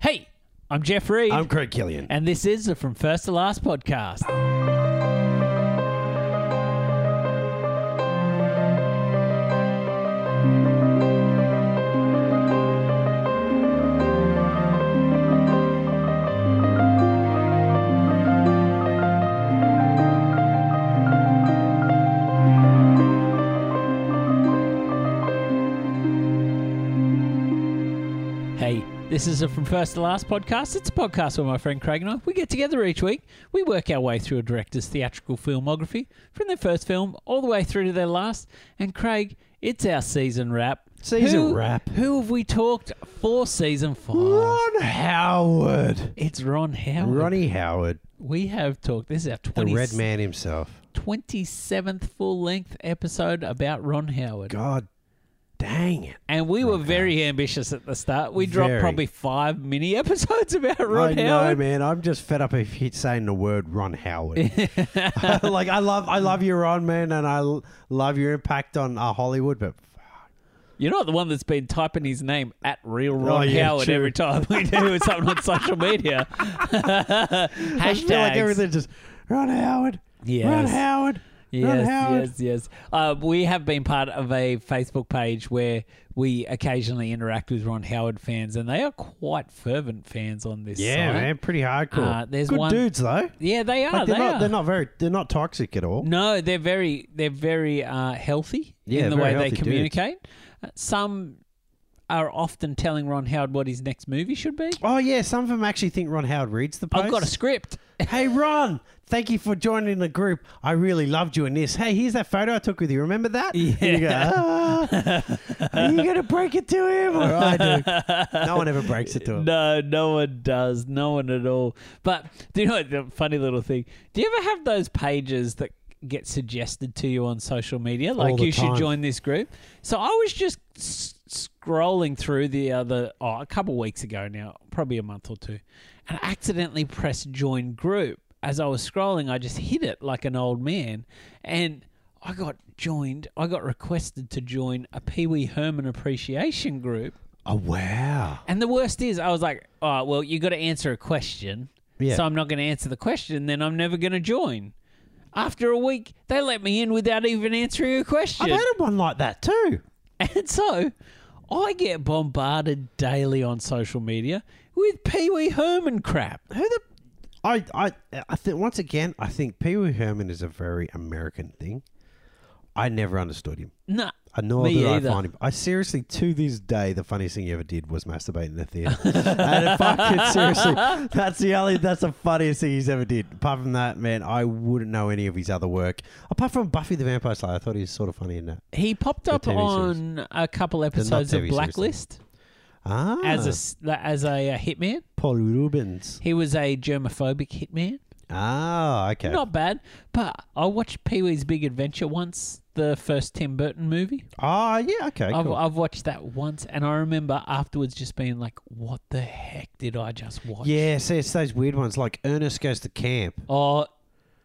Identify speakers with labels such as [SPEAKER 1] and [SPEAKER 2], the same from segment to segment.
[SPEAKER 1] Hey, I'm Jeff Reed,
[SPEAKER 2] I'm Craig Killian.
[SPEAKER 1] and this is the From First to Last podcast. Hey, this is a From First to Last podcast. It's a podcast where my friend Craig and I we get together each week. We work our way through a director's theatrical filmography from their first film all the way through to their last. And Craig, it's our season wrap.
[SPEAKER 2] Season
[SPEAKER 1] who,
[SPEAKER 2] wrap.
[SPEAKER 1] Who have we talked for season five?
[SPEAKER 2] Ron Howard.
[SPEAKER 1] It's Ron Howard.
[SPEAKER 2] Ronnie Howard,
[SPEAKER 1] We have talked. This is our
[SPEAKER 2] the
[SPEAKER 1] 20,
[SPEAKER 2] red man himself.
[SPEAKER 1] 27th full length episode about Ron Howard.
[SPEAKER 2] God dang it.
[SPEAKER 1] And we were very ambitious at the start. We dropped
[SPEAKER 2] Very.
[SPEAKER 1] probably five mini episodes about Ron
[SPEAKER 2] I know,
[SPEAKER 1] Howard.
[SPEAKER 2] man. I'm just fed up if you saying the word Ron Howard. like I love I love you, Ron, man, and I l- love your impact on uh, Hollywood, but
[SPEAKER 1] You're not the one that's been typing his name at real Ron
[SPEAKER 2] Oh, yeah,
[SPEAKER 1] Howard
[SPEAKER 2] true.
[SPEAKER 1] every time we do something on social media.
[SPEAKER 2] I feel like
[SPEAKER 1] Hashtags.
[SPEAKER 2] everything's just Ron Howard. Ron
[SPEAKER 1] Yes.
[SPEAKER 2] Howard. Ron
[SPEAKER 1] Yes,
[SPEAKER 2] Howard.
[SPEAKER 1] yes, yes. Uh, we have been part of a Facebook page where we occasionally interact with Ron Howard fans, and they are quite fervent fans on this
[SPEAKER 2] Yeah,
[SPEAKER 1] site.
[SPEAKER 2] man, pretty hardcore.
[SPEAKER 1] Uh, there's
[SPEAKER 2] Good
[SPEAKER 1] one-
[SPEAKER 2] dudes though.
[SPEAKER 1] Yeah, they are.
[SPEAKER 2] Like, they're
[SPEAKER 1] they
[SPEAKER 2] not
[SPEAKER 1] are.
[SPEAKER 2] they're not very they're not toxic at all.
[SPEAKER 1] No, they're very they're very uh, healthy
[SPEAKER 2] Yeah,
[SPEAKER 1] in the way
[SPEAKER 2] very
[SPEAKER 1] they
[SPEAKER 2] healthy dudes.
[SPEAKER 1] communicate. Uh, Some are often telling Ron Howard what his next movie should be.
[SPEAKER 2] Oh yeah, some of them actually think Ron Howard reads the post.
[SPEAKER 1] I've got a script.
[SPEAKER 2] Hey Ron, thank you for joining the group. I really loved you in this. Hey, here's that photo I took with you. Remember that? Yeah. you go, "Ah, are you gonna break it to him or I do? No one ever breaks it to him.
[SPEAKER 1] No, no one does. No one at all. But do you know what the funny little thing? Do you ever have those pages that get suggested to you on social media? Like
[SPEAKER 2] the
[SPEAKER 1] you should
[SPEAKER 2] time.
[SPEAKER 1] join this group. So I was just s- scrolling through the other oh, a couple weeks ago now, probably a month or two, and I accidentally pressed join group. As I was scrolling, I just hit it like an old man, and. I got joined. I got requested to join a Pee Wee Herman appreciation group.
[SPEAKER 2] Oh wow.
[SPEAKER 1] And the worst is, I was like, oh, well, you got to answer a question.
[SPEAKER 2] Yeah.
[SPEAKER 1] So I'm not going to answer the question, then I'm never going to join. After a week, they let me in without even answering a question.
[SPEAKER 2] I've had one like that too.
[SPEAKER 1] and so I get bombarded daily on social media with Pee Wee Herman crap.
[SPEAKER 2] Who the I I I think once again, I think Pee Wee Herman is a very American thing. I never understood him.
[SPEAKER 1] No.
[SPEAKER 2] I know
[SPEAKER 1] Me
[SPEAKER 2] that
[SPEAKER 1] either.
[SPEAKER 2] I find him. I seriously, to this day, the funniest thing he ever did was masturbate in the theater. and if I could, seriously, that's the only, that's the funniest thing he's ever did. Apart from that, man, I wouldn't know any of his other work. Apart from Buffy the Vampire Slayer, I thought he was sort of funny in that.
[SPEAKER 1] He popped up
[SPEAKER 2] TV series.
[SPEAKER 1] on a couple episodes of
[SPEAKER 2] TV series, though.
[SPEAKER 1] Blacklist
[SPEAKER 2] Ah,
[SPEAKER 1] as a, s- as a uh, hitman.
[SPEAKER 2] Paul Rubens.
[SPEAKER 1] He was a germophobic hitman.
[SPEAKER 2] Ah, okay.
[SPEAKER 1] Not bad. But I watched Pee Wee's Big Adventure once, the first Tim Burton movie.
[SPEAKER 2] Ah, yeah, okay.
[SPEAKER 1] I've,
[SPEAKER 2] cool.
[SPEAKER 1] I've watched that once, and I remember afterwards just being like, what the heck did I just watch?
[SPEAKER 2] yeah, see, it's those weird ones like Ernest goes to camp,
[SPEAKER 1] Oh,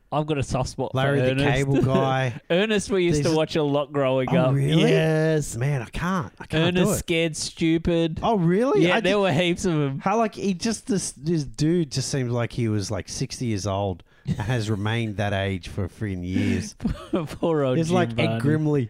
[SPEAKER 1] I've got a soft spot
[SPEAKER 2] Larry
[SPEAKER 1] for
[SPEAKER 2] the
[SPEAKER 1] Ernest.
[SPEAKER 2] Cable Guy.
[SPEAKER 1] Ernest, we used
[SPEAKER 2] These-
[SPEAKER 1] to watch a lot growing
[SPEAKER 2] Oh,
[SPEAKER 1] up.
[SPEAKER 2] really?
[SPEAKER 1] Yes.
[SPEAKER 2] man, I can't. I can't do
[SPEAKER 1] Ernest
[SPEAKER 2] it.
[SPEAKER 1] Scared Stupid.
[SPEAKER 2] Oh, really?
[SPEAKER 1] yeah,
[SPEAKER 2] I
[SPEAKER 1] there
[SPEAKER 2] did-
[SPEAKER 1] were heaps of them.
[SPEAKER 2] How like he just this this dude just seems like he was like sixty years old and has remained that age for freaking years.
[SPEAKER 1] Poor old
[SPEAKER 2] It's
[SPEAKER 1] Jim
[SPEAKER 2] like Ed
[SPEAKER 1] Varney.
[SPEAKER 2] Grimley.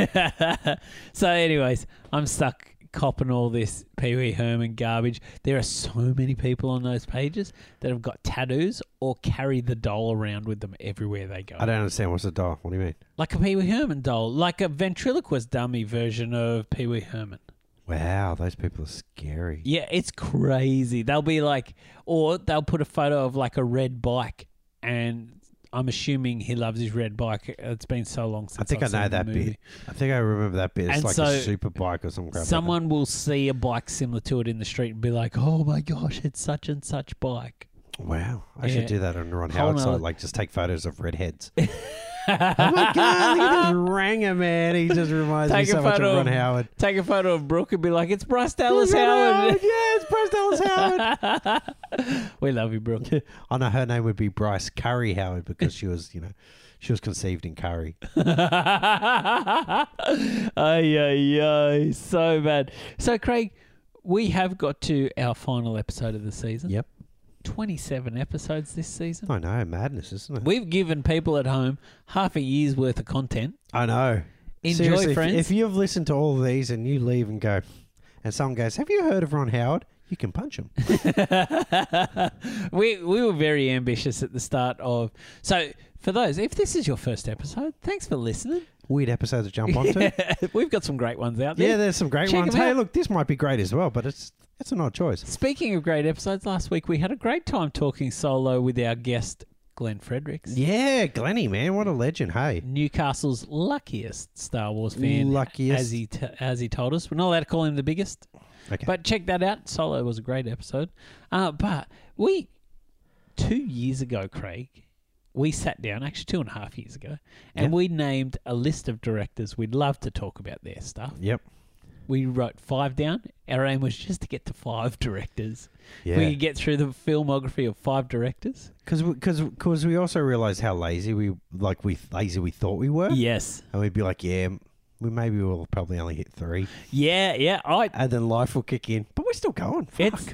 [SPEAKER 1] so, anyways, I'm stuck copping all this Pee Wee Herman garbage. There are so many people on those pages that have got tattoos or carry the doll around with them everywhere they go.
[SPEAKER 2] I don't understand what's a doll. What do you mean?
[SPEAKER 1] Like a Pee Wee Herman doll, like a ventriloquist dummy version of Pee Wee Herman.
[SPEAKER 2] Wow, those people are scary.
[SPEAKER 1] Yeah, it's crazy. They'll be like, or they'll put a photo of like a red bike, and I'm assuming he loves his red bike. It's been so long since
[SPEAKER 2] I think I
[SPEAKER 1] I've
[SPEAKER 2] know
[SPEAKER 1] seen the
[SPEAKER 2] that
[SPEAKER 1] movie.
[SPEAKER 2] bit. I think I remember that bit. It's
[SPEAKER 1] And
[SPEAKER 2] like
[SPEAKER 1] so
[SPEAKER 2] a super bike or some crap. like that.
[SPEAKER 1] Someone will see a bike similar to it in the street and be like, "Oh my gosh, it's such and such bike."
[SPEAKER 2] Wow, I
[SPEAKER 1] Yeah.
[SPEAKER 2] should do that on Ron
[SPEAKER 1] Whole
[SPEAKER 2] Howard's
[SPEAKER 1] nother-
[SPEAKER 2] side. Like, just take photos of redheads. oh my god, look at this ranger man. He just reminds me
[SPEAKER 1] Take a
[SPEAKER 2] so much of
[SPEAKER 1] photo of-
[SPEAKER 2] Ron Howard.
[SPEAKER 1] Take a photo of Brooke and be like, "It's Bryce Dallas
[SPEAKER 2] Ron
[SPEAKER 1] Howard."
[SPEAKER 2] Yeah, it's Bryce Dallas Howard.
[SPEAKER 1] we love you, Brooke.
[SPEAKER 2] I know her name would be Bryce Curry Howard because she was, you know, she was conceived in curry.
[SPEAKER 1] ay, ay, ay, so bad. So, Craig, we have got to our final episode of the season.
[SPEAKER 2] Yep.
[SPEAKER 1] 27 episodes this season.
[SPEAKER 2] I know, madness, isn't it?
[SPEAKER 1] We've given people at home half a year's worth of content.
[SPEAKER 2] I know.
[SPEAKER 1] Enjoy,
[SPEAKER 2] Seriously, if-
[SPEAKER 1] friends.
[SPEAKER 2] If, you've listened to all of these and you leave and go, and someone goes, "Have you heard of Ron Howard?" You can punch him.
[SPEAKER 1] we we were very ambitious at the start of. So for those, if this is your first episode, thanks for listening.
[SPEAKER 2] Weird episodes to jump onto. Yeah,
[SPEAKER 1] Yeah, we've got some great ones out there.
[SPEAKER 2] there's some great
[SPEAKER 1] Check
[SPEAKER 2] ones.
[SPEAKER 1] 'em
[SPEAKER 2] Hey,
[SPEAKER 1] out.
[SPEAKER 2] look, this might be great as well, but it's it's an odd choice.
[SPEAKER 1] Speaking of great episodes, last week we had a great time talking solo with our guest Glenn Fredericks,
[SPEAKER 2] Yeah, Glenny, man, what a legend. Hey,
[SPEAKER 1] Newcastle's luckiest Star Wars fan.
[SPEAKER 2] Luckiest.
[SPEAKER 1] as he t- as he told us, we're not allowed to call him the biggest,
[SPEAKER 2] Okay.
[SPEAKER 1] but check that out. Solo was a great episode. Uh, but we two years ago, Craig, we sat down actually two and a half years ago, and
[SPEAKER 2] Yeah.
[SPEAKER 1] we named a list of directors we'd love to talk about their stuff.
[SPEAKER 2] yep.
[SPEAKER 1] We wrote five down. Our aim was just to get to five directors. If We
[SPEAKER 2] Yeah,
[SPEAKER 1] could get through the filmography of five directors.
[SPEAKER 2] because because because we also realized how lazy we like we lazy we thought we were,
[SPEAKER 1] Yes.
[SPEAKER 2] and we'd be like, yeah, we maybe we'll probably only hit three,
[SPEAKER 1] Yeah. Yeah. I.
[SPEAKER 2] and then life will kick in. But we're still going. Fuck.
[SPEAKER 1] It's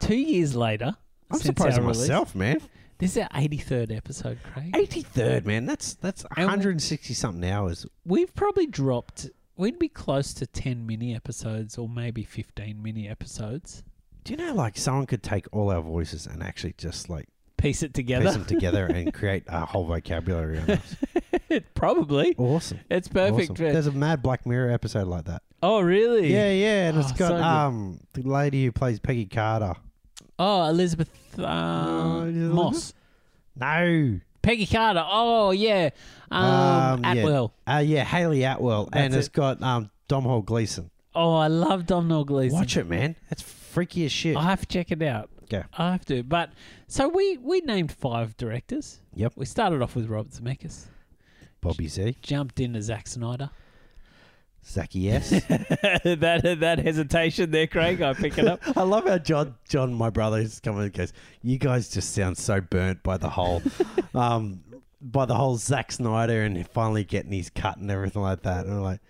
[SPEAKER 1] two years later.
[SPEAKER 2] I'm
[SPEAKER 1] since
[SPEAKER 2] surprised at
[SPEAKER 1] our release.
[SPEAKER 2] myself, man.
[SPEAKER 1] This is our 83rd episode, Craig.
[SPEAKER 2] Eighty third, man. That's that's
[SPEAKER 1] And-
[SPEAKER 2] 160 something hours.
[SPEAKER 1] We've probably dropped. We'd be close to 10 mini episodes or maybe 15 mini episodes.
[SPEAKER 2] Do you know, like someone could take all our voices and actually just like
[SPEAKER 1] Piece it together.
[SPEAKER 2] piece them together and create a whole vocabulary on us.
[SPEAKER 1] probably.
[SPEAKER 2] Awesome.
[SPEAKER 1] It's perfect.
[SPEAKER 2] Awesome.
[SPEAKER 1] man.
[SPEAKER 2] There's a Mad Black Mirror episode like that.
[SPEAKER 1] Oh, really?
[SPEAKER 2] Yeah, yeah, and it's
[SPEAKER 1] Oh,
[SPEAKER 2] got
[SPEAKER 1] so good.
[SPEAKER 2] um the lady who plays Peggy Carter.
[SPEAKER 1] Oh, Elizabeth uh,
[SPEAKER 2] No, Elizabeth?
[SPEAKER 1] Moss.
[SPEAKER 2] No,
[SPEAKER 1] Peggy Carter. Oh, yeah. Um,
[SPEAKER 2] Um, yeah.
[SPEAKER 1] Atwell.
[SPEAKER 2] uh, yeah, Haley Atwell, and
[SPEAKER 1] That's
[SPEAKER 2] it's got um Domhnall Gleeson.
[SPEAKER 1] Oh, I love Domhnall Gleeson.
[SPEAKER 2] Watch it, man. That's freaky as shit.
[SPEAKER 1] I have to check it out.
[SPEAKER 2] Okay.
[SPEAKER 1] I have to. But so we we named five directors.
[SPEAKER 2] Yep.
[SPEAKER 1] We started off with Robert Zemeckis,
[SPEAKER 2] Bobby Z,
[SPEAKER 1] jumped into Zack Snyder.
[SPEAKER 2] Zachy S.
[SPEAKER 1] that that hesitation there, Craig, I pick it up.
[SPEAKER 2] I love how John, John, my brother, is coming and goes. You guys just sound so burnt by the whole, um, by the whole Zack Snyder and finally getting his cut and everything like that. And I'm like,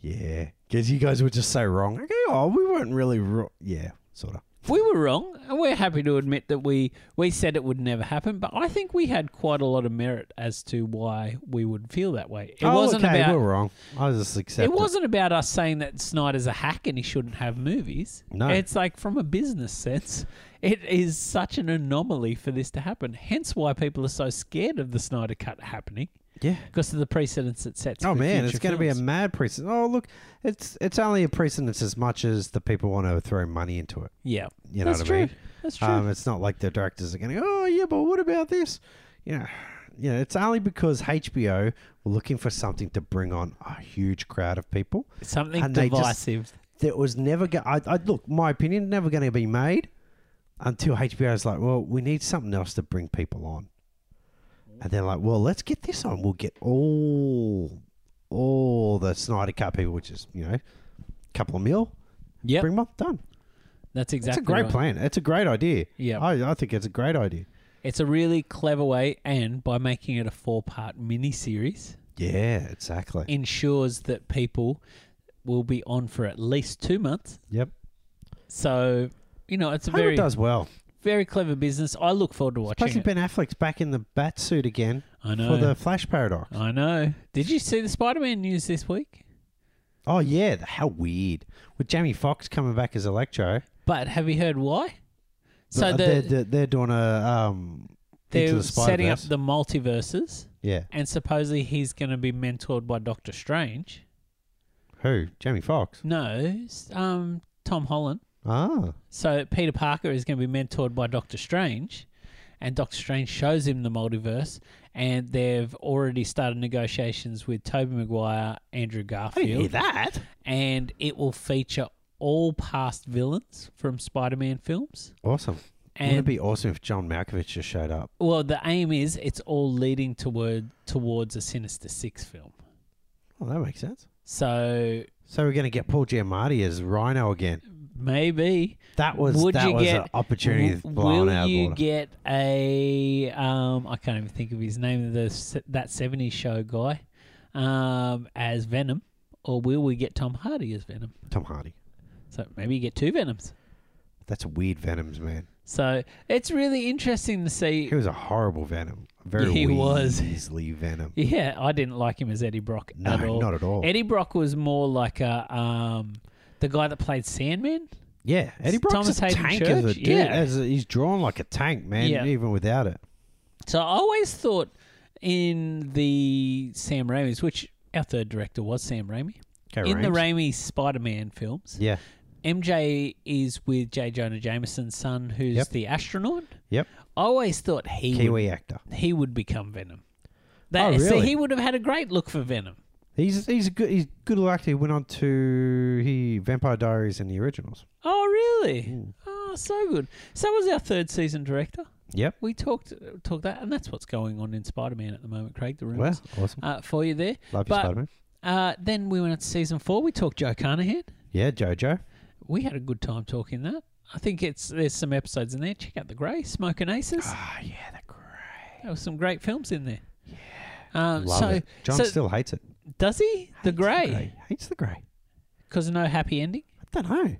[SPEAKER 2] yeah, because you guys were just so wrong. Okay, oh, we weren't really wrong. Yeah, sort of.
[SPEAKER 1] we were wrong, and we're happy to admit that we we said it would never happen. But I think we had quite a lot of merit as to why we would feel that way. It wasn't
[SPEAKER 2] Oh, okay,
[SPEAKER 1] about
[SPEAKER 2] we were wrong. I was just accepting.
[SPEAKER 1] it wasn't about us saying that Snyder's a hack and he shouldn't have movies.
[SPEAKER 2] No.
[SPEAKER 1] It's like from a business sense, it is such an anomaly for this to happen. Hence why people are so scared of the Snyder cut happening
[SPEAKER 2] Yeah.
[SPEAKER 1] because of the precedents it sets.
[SPEAKER 2] Oh
[SPEAKER 1] for
[SPEAKER 2] man,
[SPEAKER 1] future
[SPEAKER 2] it's going to be a
[SPEAKER 1] films.
[SPEAKER 2] mad precedent. Oh look, it's it's only a precedent as much as the people want to throw money into it.
[SPEAKER 1] yeah.
[SPEAKER 2] You know
[SPEAKER 1] That's
[SPEAKER 2] what I
[SPEAKER 1] true.
[SPEAKER 2] mean?
[SPEAKER 1] That's true.
[SPEAKER 2] Um, it's not like the directors are going, oh yeah, but what about this? You know, you know, it's only because HBO were looking for something to bring on a huge crowd of people
[SPEAKER 1] Something
[SPEAKER 2] and they just-
[SPEAKER 1] divisive.
[SPEAKER 2] that was never going. I, I look, my opinion, never going to be made until HBO is like, well, we need something else to bring people on, and they're like, well, let's get this on. We'll get all all the Snyder Cut people, which is you know, a couple of mil.
[SPEAKER 1] yep.
[SPEAKER 2] Bring them up, done.
[SPEAKER 1] that's exactly.
[SPEAKER 2] it's a great
[SPEAKER 1] right.
[SPEAKER 2] plan. It's a great idea.
[SPEAKER 1] Yeah.
[SPEAKER 2] I, I think it's a great idea.
[SPEAKER 1] It's a really clever way, and by making it a four-part miniseries,
[SPEAKER 2] Yeah, exactly.
[SPEAKER 1] ensures that people will be on for at least two months.
[SPEAKER 2] Yep.
[SPEAKER 1] So you know, it's a
[SPEAKER 2] Hope it
[SPEAKER 1] very
[SPEAKER 2] does well.
[SPEAKER 1] very clever business. I look forward to watching
[SPEAKER 2] Especially
[SPEAKER 1] it.
[SPEAKER 2] Ben Affleck's back in the bat suit again
[SPEAKER 1] I know.
[SPEAKER 2] for the Flash Paradox.
[SPEAKER 1] I know. Did you see the Spider-Man news this week?
[SPEAKER 2] Oh, yeah. th- How weird. With Jamie Foxx coming back as Electro.
[SPEAKER 1] But have you heard why? So
[SPEAKER 2] Th-
[SPEAKER 1] the,
[SPEAKER 2] uh, they're, they're, they're doing a. Um,
[SPEAKER 1] they're
[SPEAKER 2] Into the
[SPEAKER 1] setting up
[SPEAKER 2] Spider-Verse.
[SPEAKER 1] the multiverses,
[SPEAKER 2] yeah.
[SPEAKER 1] and supposedly he's going to be mentored by Doctor Strange.
[SPEAKER 2] Who? Jamie Foxx.
[SPEAKER 1] No, s- um, Tom Holland.
[SPEAKER 2] Ah.
[SPEAKER 1] So Peter Parker is going to be mentored by Doctor Strange, and Doctor Strange shows him the multiverse, and they've already started negotiations with Tobey Maguire, Andrew Garfield,
[SPEAKER 2] that.
[SPEAKER 1] and it will feature all past villains from Spider-Man films.
[SPEAKER 2] Awesome. Wouldn't it
[SPEAKER 1] And
[SPEAKER 2] be awesome if John Malkovich just showed up?
[SPEAKER 1] well, the aim is it's all leading toward towards a Sinister Six film.
[SPEAKER 2] Oh, that makes sense.
[SPEAKER 1] So
[SPEAKER 2] So we're going to get Paul Giamatti as Rhino again.
[SPEAKER 1] maybe
[SPEAKER 2] That was
[SPEAKER 1] Would
[SPEAKER 2] that
[SPEAKER 1] you
[SPEAKER 2] was
[SPEAKER 1] get-
[SPEAKER 2] an opportunity
[SPEAKER 1] W-
[SPEAKER 2] blown
[SPEAKER 1] will
[SPEAKER 2] out of the
[SPEAKER 1] you
[SPEAKER 2] water.
[SPEAKER 1] get a um i can't even think of his name the se- that 70s show guy um as venom or will we get tom hardy as venom
[SPEAKER 2] Tom Hardy.
[SPEAKER 1] So maybe you get two Venoms.
[SPEAKER 2] That's weird Venoms, man.
[SPEAKER 1] So it's really interesting to see.
[SPEAKER 2] He was a horrible Venom. Very
[SPEAKER 1] Yeah, he was.
[SPEAKER 2] Weasley Venom.
[SPEAKER 1] Yeah, I didn't like him as Eddie Brock
[SPEAKER 2] No,
[SPEAKER 1] at all.
[SPEAKER 2] not at all.
[SPEAKER 1] Eddie Brock was more like a um, the guy that played Sandman.
[SPEAKER 2] yeah, Eddie Brock's
[SPEAKER 1] Thomas
[SPEAKER 2] a
[SPEAKER 1] Hayden
[SPEAKER 2] tank as a
[SPEAKER 1] Church,
[SPEAKER 2] dude.
[SPEAKER 1] yeah.
[SPEAKER 2] As a- he's drawn like a tank, man,
[SPEAKER 1] Yeah.
[SPEAKER 2] even without it.
[SPEAKER 1] So I always thought in the Sam Raimi's, which our third director was Sam Raimi,
[SPEAKER 2] Okay,
[SPEAKER 1] in the
[SPEAKER 2] Rams.
[SPEAKER 1] Raimi Spider-Man films,
[SPEAKER 2] Yeah.
[SPEAKER 1] MJ is with J. Jonah Jameson's son, who's
[SPEAKER 2] Yep.
[SPEAKER 1] the astronaut.
[SPEAKER 2] Yep.
[SPEAKER 1] I always thought he would
[SPEAKER 2] Kiwi actor.
[SPEAKER 1] he would become Venom.
[SPEAKER 2] Oh,
[SPEAKER 1] That, So
[SPEAKER 2] really?
[SPEAKER 1] he would have had a great look for Venom.
[SPEAKER 2] He's he's a good he's a good little actor. He went on to he Vampire Diaries and the originals.
[SPEAKER 1] Oh, really?
[SPEAKER 2] Mm.
[SPEAKER 1] Oh, so good. So was our third season director.
[SPEAKER 2] Yep.
[SPEAKER 1] We talked talked that, and that's what's going on in Spider Man at the moment, Craig. The
[SPEAKER 2] Well,
[SPEAKER 1] rumors
[SPEAKER 2] awesome.
[SPEAKER 1] uh, for you there.
[SPEAKER 2] Love you,
[SPEAKER 1] but-
[SPEAKER 2] Spider Man.
[SPEAKER 1] Uh, then we went on to season four. We talked Joe Carnahan.
[SPEAKER 2] Yeah, Jojo.
[SPEAKER 1] We had a good time talking that. I think it's there's some episodes in there. Check out the Grey, Smoking Aces.
[SPEAKER 2] Ah, yeah, the great.
[SPEAKER 1] there was some great films in there. Yeah. Um,
[SPEAKER 2] Love
[SPEAKER 1] so
[SPEAKER 2] it. John
[SPEAKER 1] so-
[SPEAKER 2] still hates it.
[SPEAKER 1] does he the
[SPEAKER 2] Hates
[SPEAKER 1] Grey?
[SPEAKER 2] Hates the grey.
[SPEAKER 1] Because no happy ending.
[SPEAKER 2] I don't know.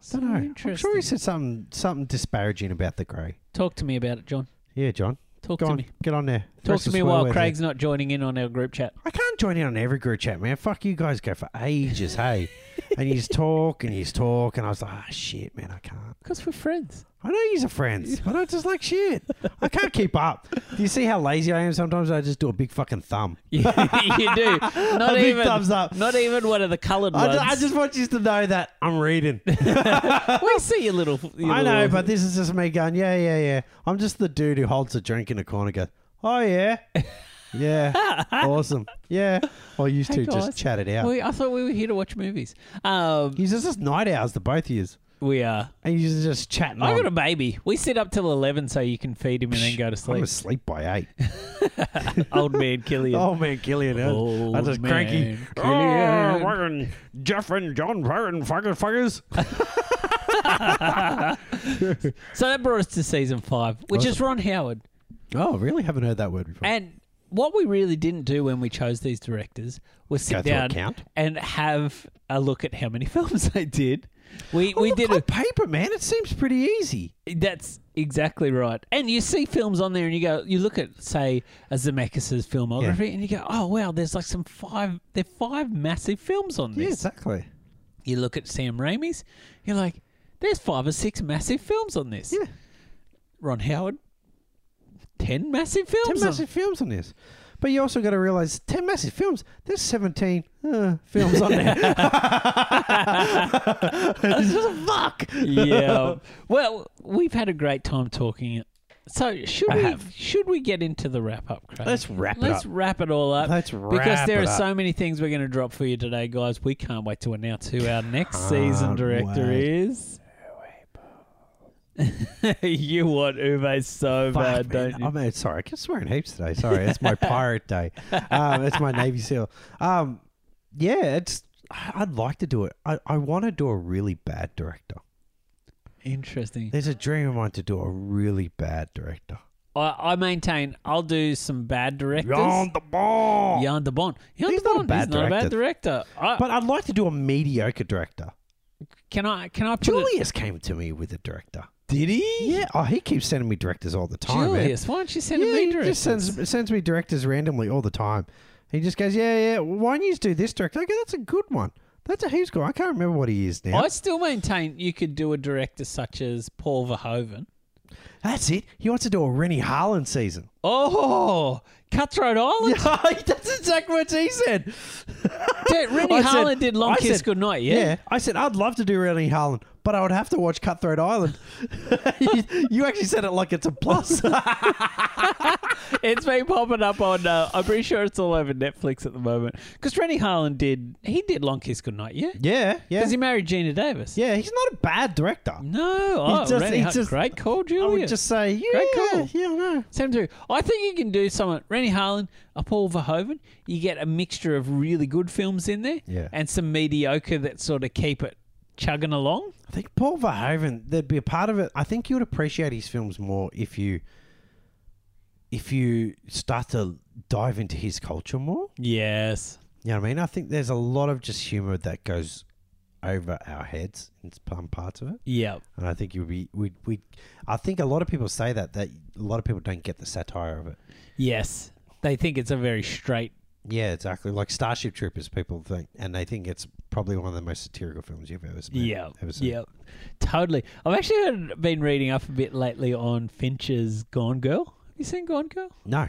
[SPEAKER 1] So
[SPEAKER 2] Don't know. I'm
[SPEAKER 1] Interesting.
[SPEAKER 2] sure he said something something disparaging about the grey.
[SPEAKER 1] Talk to me about it, John.
[SPEAKER 2] Yeah, John.
[SPEAKER 1] Talk
[SPEAKER 2] Go
[SPEAKER 1] to
[SPEAKER 2] on.
[SPEAKER 1] me.
[SPEAKER 2] Get on there. Throw
[SPEAKER 1] Talk to
[SPEAKER 2] some
[SPEAKER 1] me
[SPEAKER 2] swear
[SPEAKER 1] while
[SPEAKER 2] words in.
[SPEAKER 1] Craig's not joining in on our group chat.
[SPEAKER 2] I can't join in on every group chat, man. Fuck you guys go for ages, hey. And you just talk and you just talk and I was like, ah, shit, man, I can't.
[SPEAKER 1] Because we're friends.
[SPEAKER 2] I know you're friends, but I just like shit. I can't keep up. Do you see how lazy I am? Sometimes I just do a big fucking thumb.
[SPEAKER 1] you do.
[SPEAKER 2] A
[SPEAKER 1] Not
[SPEAKER 2] big
[SPEAKER 1] even
[SPEAKER 2] thumbs up.
[SPEAKER 1] Not even one of the coloured
[SPEAKER 2] I
[SPEAKER 1] ones.
[SPEAKER 2] ju- I just want you to know that I'm reading.
[SPEAKER 1] we see your little. your
[SPEAKER 2] I know,
[SPEAKER 1] little-
[SPEAKER 2] but this is just me going, yeah, yeah, yeah. I'm just the dude who holds a drink in a corner and goes, oh, yeah. Yeah. awesome. Yeah. Or used
[SPEAKER 1] Hey,
[SPEAKER 2] to just
[SPEAKER 1] guys.
[SPEAKER 2] chat it out.
[SPEAKER 1] We, I thought we were here to watch movies. Um,
[SPEAKER 2] He's just night hours, the both of you.
[SPEAKER 1] we are.
[SPEAKER 2] And you're just chatting
[SPEAKER 1] I
[SPEAKER 2] on.
[SPEAKER 1] got a baby. We sit up till eleven so you can feed him and then go to
[SPEAKER 2] Oh. I'm
[SPEAKER 1] sleep.
[SPEAKER 2] asleep by eight.
[SPEAKER 1] Old man Killian.
[SPEAKER 2] Oh man, Killian, I-
[SPEAKER 1] Old
[SPEAKER 2] I'm just
[SPEAKER 1] man
[SPEAKER 2] cranky.
[SPEAKER 1] Killian.
[SPEAKER 2] Oh, fucking Jeff and John, fucking fucking fuckers.
[SPEAKER 1] So that brought us to season five, which is Ron Howard.
[SPEAKER 2] Oh, really? Haven't heard that word before.
[SPEAKER 1] And what we really didn't do when we chose these directors was
[SPEAKER 2] Go
[SPEAKER 1] sit
[SPEAKER 2] through a
[SPEAKER 1] down
[SPEAKER 2] count.
[SPEAKER 1] and have a look at how many films they did. We we
[SPEAKER 2] Oh, Look
[SPEAKER 1] did
[SPEAKER 2] on
[SPEAKER 1] a,
[SPEAKER 2] paper, man. It seems pretty easy.
[SPEAKER 1] that's exactly right. And you see films on there, and you go, you look at say a Zemeckis's filmography, and you go, oh wow, there's like some five, there are five massive films on
[SPEAKER 2] Yeah,
[SPEAKER 1] this.
[SPEAKER 2] exactly.
[SPEAKER 1] You look at Sam Raimi's, you're like, there's five or six massive films on this.
[SPEAKER 2] Yeah.
[SPEAKER 1] Ron Howard, ten massive films.
[SPEAKER 2] Ten
[SPEAKER 1] on-
[SPEAKER 2] massive films on this. But you also got to realize ten massive films. There's seventeen uh, films on there. it's just a fuck.
[SPEAKER 1] yeah. Well, we've had a great time talking. So should
[SPEAKER 2] I
[SPEAKER 1] we
[SPEAKER 2] have.
[SPEAKER 1] should we get into the wrap up, Craig?
[SPEAKER 2] Let's wrap it
[SPEAKER 1] Let's
[SPEAKER 2] up.
[SPEAKER 1] wrap it all up.
[SPEAKER 2] Let's
[SPEAKER 1] because
[SPEAKER 2] wrap
[SPEAKER 1] there
[SPEAKER 2] it
[SPEAKER 1] are
[SPEAKER 2] up.
[SPEAKER 1] so many things we're going to drop for you today, guys. We can't wait to announce who our next season
[SPEAKER 2] Can't
[SPEAKER 1] director
[SPEAKER 2] wait.
[SPEAKER 1] is. you want Uwe so
[SPEAKER 2] Fuck,
[SPEAKER 1] bad,
[SPEAKER 2] man.
[SPEAKER 1] don't you?
[SPEAKER 2] I mean, sorry, I keep swearing heaps today. Sorry, it's my pirate day. Um, it's my Navy SEAL. Um, yeah, it's. I- I'd like to do it. I, I want to do a really bad director.
[SPEAKER 1] Interesting.
[SPEAKER 2] There's a dream of mine to do a really bad director.
[SPEAKER 1] I, I maintain I'll do some bad directors.
[SPEAKER 2] Yon the ball.
[SPEAKER 1] Jan de Bond. Jan
[SPEAKER 2] He's
[SPEAKER 1] de
[SPEAKER 2] not a
[SPEAKER 1] Bond.
[SPEAKER 2] bad
[SPEAKER 1] He's not a bad director. I,
[SPEAKER 2] But I'd like to do a mediocre director.
[SPEAKER 1] can I? Can I? Put it-
[SPEAKER 2] Julius came to me with a director. Did he? Yeah. Oh, he keeps sending me directors all the time. man.
[SPEAKER 1] Julius, why don't you send
[SPEAKER 2] yeah,
[SPEAKER 1] me
[SPEAKER 2] he
[SPEAKER 1] directors?
[SPEAKER 2] just sends sends me directors randomly all the time. He just goes, yeah, yeah. Why don't you just do this director? Okay, that's a good one. That's a he's good. one. I can't remember what he is now.
[SPEAKER 1] I still maintain you could do a director such as Paul Verhoeven.
[SPEAKER 2] that's it. He wants to do a Rennie Harlan season.
[SPEAKER 1] Oh, Cutthroat Island.
[SPEAKER 2] that's exactly what he said.
[SPEAKER 1] Dude, Rennie
[SPEAKER 2] I said-
[SPEAKER 1] Harlan did Long
[SPEAKER 2] I
[SPEAKER 1] Kiss
[SPEAKER 2] said-
[SPEAKER 1] Goodnight.
[SPEAKER 2] Yeah.
[SPEAKER 1] Yeah.
[SPEAKER 2] I said I'd love to do Rennie Harlan, but I would have to watch Cutthroat Island. you, you actually said it like it's a plus.
[SPEAKER 1] it's been popping up on. Uh, I'm pretty sure it's all over Netflix at the moment because Rennie Harlan did. He did Long Kiss Goodnight. Yeah.
[SPEAKER 2] yeah, yeah,
[SPEAKER 1] Because he married Gina Davis.
[SPEAKER 2] yeah. He's not a bad director.
[SPEAKER 1] No, oh,
[SPEAKER 2] just-
[SPEAKER 1] Rennie
[SPEAKER 2] he
[SPEAKER 1] Har-
[SPEAKER 2] just-
[SPEAKER 1] great call,
[SPEAKER 2] I
[SPEAKER 1] Julius.
[SPEAKER 2] would just say, yeah,
[SPEAKER 1] Great call.
[SPEAKER 2] yeah, no.
[SPEAKER 1] Send them through. I think you can do someone Rennie Harlan, a Paul Verhoeven. You get a mixture of really good films in there,
[SPEAKER 2] Yeah.
[SPEAKER 1] and some mediocre that sort of keep it chugging along.
[SPEAKER 2] I think Paul Verhoeven, there'd be a part of it. I think you would appreciate his films more if you, if you start to dive into his culture more.
[SPEAKER 1] Yes.
[SPEAKER 2] You know what I mean? I think there's a lot of just humor that goes over our heads in some parts of it.
[SPEAKER 1] Yeah.
[SPEAKER 2] And I think you would be we we. I think a lot of people say that that a lot of people don't get the satire of it.
[SPEAKER 1] Yes. They think it's a very straight.
[SPEAKER 2] Yeah, exactly. Like Starship Troopers, people think, and they think it's probably one of the most satirical films you've ever seen.
[SPEAKER 1] Yeah.
[SPEAKER 2] ever seen.
[SPEAKER 1] Yeah. Totally. I've actually had- been reading up a bit lately on Fincher's Gone Girl. Have you seen Gone Girl?
[SPEAKER 2] No.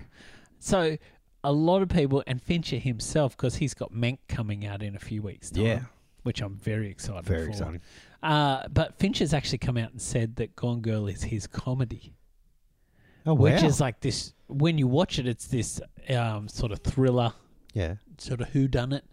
[SPEAKER 1] So a lot of people, and Fincher himself, because he's got Mank coming out in a few weeks' time.
[SPEAKER 2] Yeah.
[SPEAKER 1] Which I'm very excited for.
[SPEAKER 2] Very exciting.
[SPEAKER 1] Uh, but Fincher's actually come out and said that Gone Girl is his comedy,
[SPEAKER 2] Oh,
[SPEAKER 1] which
[SPEAKER 2] wow.
[SPEAKER 1] is like this. When you watch it, it's this um, sort of thriller,
[SPEAKER 2] yeah.
[SPEAKER 1] sort of who done it,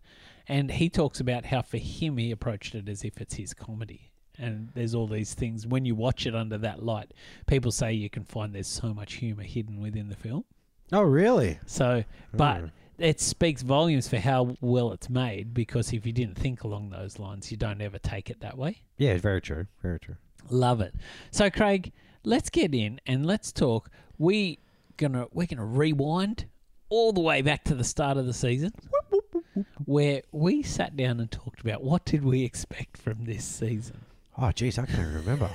[SPEAKER 1] and he talks about how for him he approached it as if it's his comedy. And there's all these things when you watch it under that light. People say you can find there's so much humor hidden within the film.
[SPEAKER 2] Oh, really?
[SPEAKER 1] So, but
[SPEAKER 2] Mm.
[SPEAKER 1] it speaks volumes for how well it's made because if you didn't think along those lines, you don't ever take it that way.
[SPEAKER 2] Yeah, very true. Very true.
[SPEAKER 1] Love it. So, Craig, let's get in and let's talk. We gonna we're gonna rewind all the way back to the start of the season, where we sat down and talked about what did we expect from this season.
[SPEAKER 2] Oh, geez, I can't remember.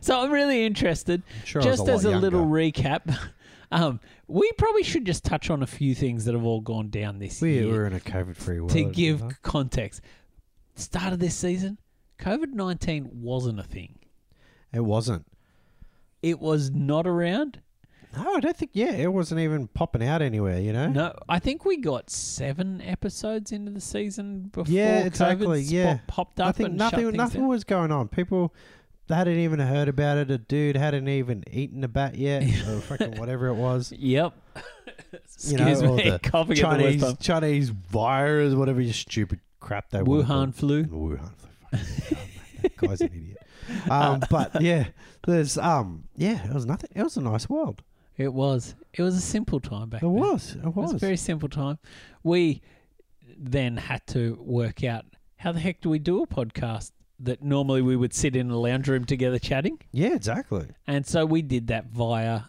[SPEAKER 1] So, I'm really interested.
[SPEAKER 2] I'm sure I was
[SPEAKER 1] just
[SPEAKER 2] lot
[SPEAKER 1] as a little
[SPEAKER 2] younger.
[SPEAKER 1] recap, um, we probably should just touch on a few things that have all gone down this
[SPEAKER 2] we
[SPEAKER 1] year.
[SPEAKER 2] were in a COVID-free world
[SPEAKER 1] to
[SPEAKER 2] at the
[SPEAKER 1] give
[SPEAKER 2] time.
[SPEAKER 1] context, start of this season, COVID 19 wasn't a thing.
[SPEAKER 2] It wasn't.
[SPEAKER 1] It was not around.
[SPEAKER 2] No, I don't think. Yeah, it wasn't even popping out anywhere. You know.
[SPEAKER 1] No, I think we got seven episodes into the season before
[SPEAKER 2] Yeah,
[SPEAKER 1] COVID
[SPEAKER 2] exactly,
[SPEAKER 1] spot-
[SPEAKER 2] yeah.
[SPEAKER 1] popped up
[SPEAKER 2] nothing.
[SPEAKER 1] and
[SPEAKER 2] Nothing.
[SPEAKER 1] shut things
[SPEAKER 2] Nothing
[SPEAKER 1] down.
[SPEAKER 2] was going on. People they hadn't even heard about it. A dude hadn't even eaten a bat yet, or fucking whatever it was.
[SPEAKER 1] Yep. Excuse
[SPEAKER 2] You know, all
[SPEAKER 1] me,
[SPEAKER 2] the
[SPEAKER 1] coughing at the worst
[SPEAKER 2] Chinese
[SPEAKER 1] time.
[SPEAKER 2] Chinese virus, whatever you stupid crap they wanna call it.
[SPEAKER 1] Wuhan flu.
[SPEAKER 2] Wuhan. Oh, That guy's an idiot. Um, but yeah, there's um, yeah, it was nothing. It was a nice world.
[SPEAKER 1] It was. It was a simple time back
[SPEAKER 2] It
[SPEAKER 1] then.
[SPEAKER 2] was. It
[SPEAKER 1] It was
[SPEAKER 2] was.
[SPEAKER 1] a very simple time. We then had to work out how the heck do we do a podcast that normally we would sit in a lounge room together chatting?
[SPEAKER 2] yeah, exactly.
[SPEAKER 1] And so we did that via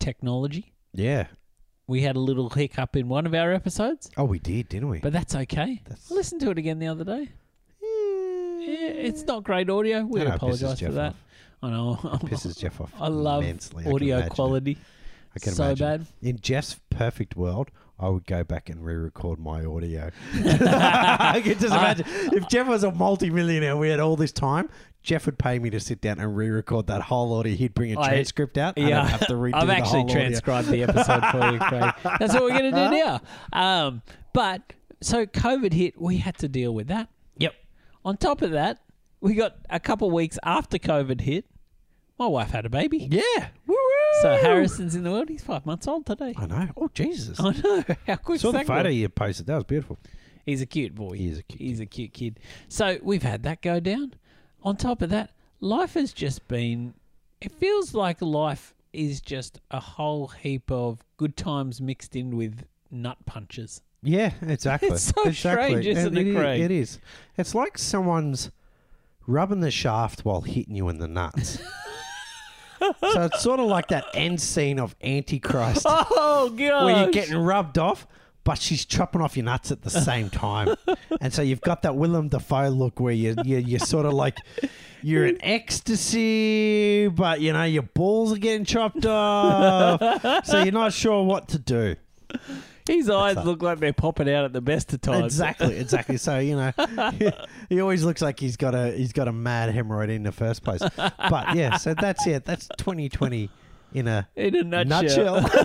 [SPEAKER 1] technology.
[SPEAKER 2] Yeah.
[SPEAKER 1] We had a little hiccup in one of our episodes,
[SPEAKER 2] Oh, we did, didn't we?
[SPEAKER 1] but that's okay.
[SPEAKER 2] That's,
[SPEAKER 1] Listen to it again the other day. Yeah, it's not great audio. We
[SPEAKER 2] I know, it pisses
[SPEAKER 1] apologize for
[SPEAKER 2] Jeff
[SPEAKER 1] that.
[SPEAKER 2] Off.
[SPEAKER 1] I know.
[SPEAKER 2] It pisses Jeff off.
[SPEAKER 1] I love
[SPEAKER 2] immensely, I can
[SPEAKER 1] audio
[SPEAKER 2] imagine it.
[SPEAKER 1] quality
[SPEAKER 2] I can
[SPEAKER 1] so
[SPEAKER 2] imagine.
[SPEAKER 1] bad.
[SPEAKER 2] In Jeff's perfect world, I would go back and re-record my audio. I can just
[SPEAKER 1] I-
[SPEAKER 2] imagine if Jeff was a multi-millionaire, we had all this time. Jeff would pay me to sit down and re-record that whole audio. He'd bring a
[SPEAKER 1] I-
[SPEAKER 2] transcript out. and I'd have to redo
[SPEAKER 1] I've
[SPEAKER 2] the
[SPEAKER 1] actually
[SPEAKER 2] whole audio.
[SPEAKER 1] transcribed the episode for you, Craig. That's what we're going to do now. Um, but so COVID hit, we had to deal with that. Yep. On top of that, we got a couple weeks after COVID hit. My wife had a baby.
[SPEAKER 2] Yeah. Woo
[SPEAKER 1] So Harrison's in the world. He's five months old today.
[SPEAKER 2] I know. Oh Jesus!
[SPEAKER 1] I know. How quick
[SPEAKER 2] saw the
[SPEAKER 1] that
[SPEAKER 2] photo
[SPEAKER 1] goes.
[SPEAKER 2] you posted. That was beautiful.
[SPEAKER 1] He's a cute boy.
[SPEAKER 2] He is a cute
[SPEAKER 1] He's a cute kid. So we've had that go down. On top of that, life has just been. It feels like life is just a whole heap of good times mixed in with nut punches.
[SPEAKER 2] Yeah, exactly.
[SPEAKER 1] It's so
[SPEAKER 2] exactly.
[SPEAKER 1] strange, isn't it,
[SPEAKER 2] is-
[SPEAKER 1] Craig?
[SPEAKER 2] It is. It's like someone's rubbing the shaft while hitting you in the nuts. so it's sort of like that end scene of Antichrist
[SPEAKER 1] Oh god!
[SPEAKER 2] where you're getting rubbed off, but she's chopping off your nuts at the same time. and so you've got that Willem Dafoe look where you, you, you're sort of like, you're in ecstasy, but you know, your balls are getting chopped off. so you're not sure what to do.
[SPEAKER 1] His eyes
[SPEAKER 2] that?
[SPEAKER 1] look like they're popping out at the best of times.
[SPEAKER 2] Exactly, exactly. So you know, he, always looks like he's got a he's got a mad hemorrhoid in the first place. But yeah, so that's it. That's 2020 in a
[SPEAKER 1] In a nutshell. Uh,
[SPEAKER 2] nutshell.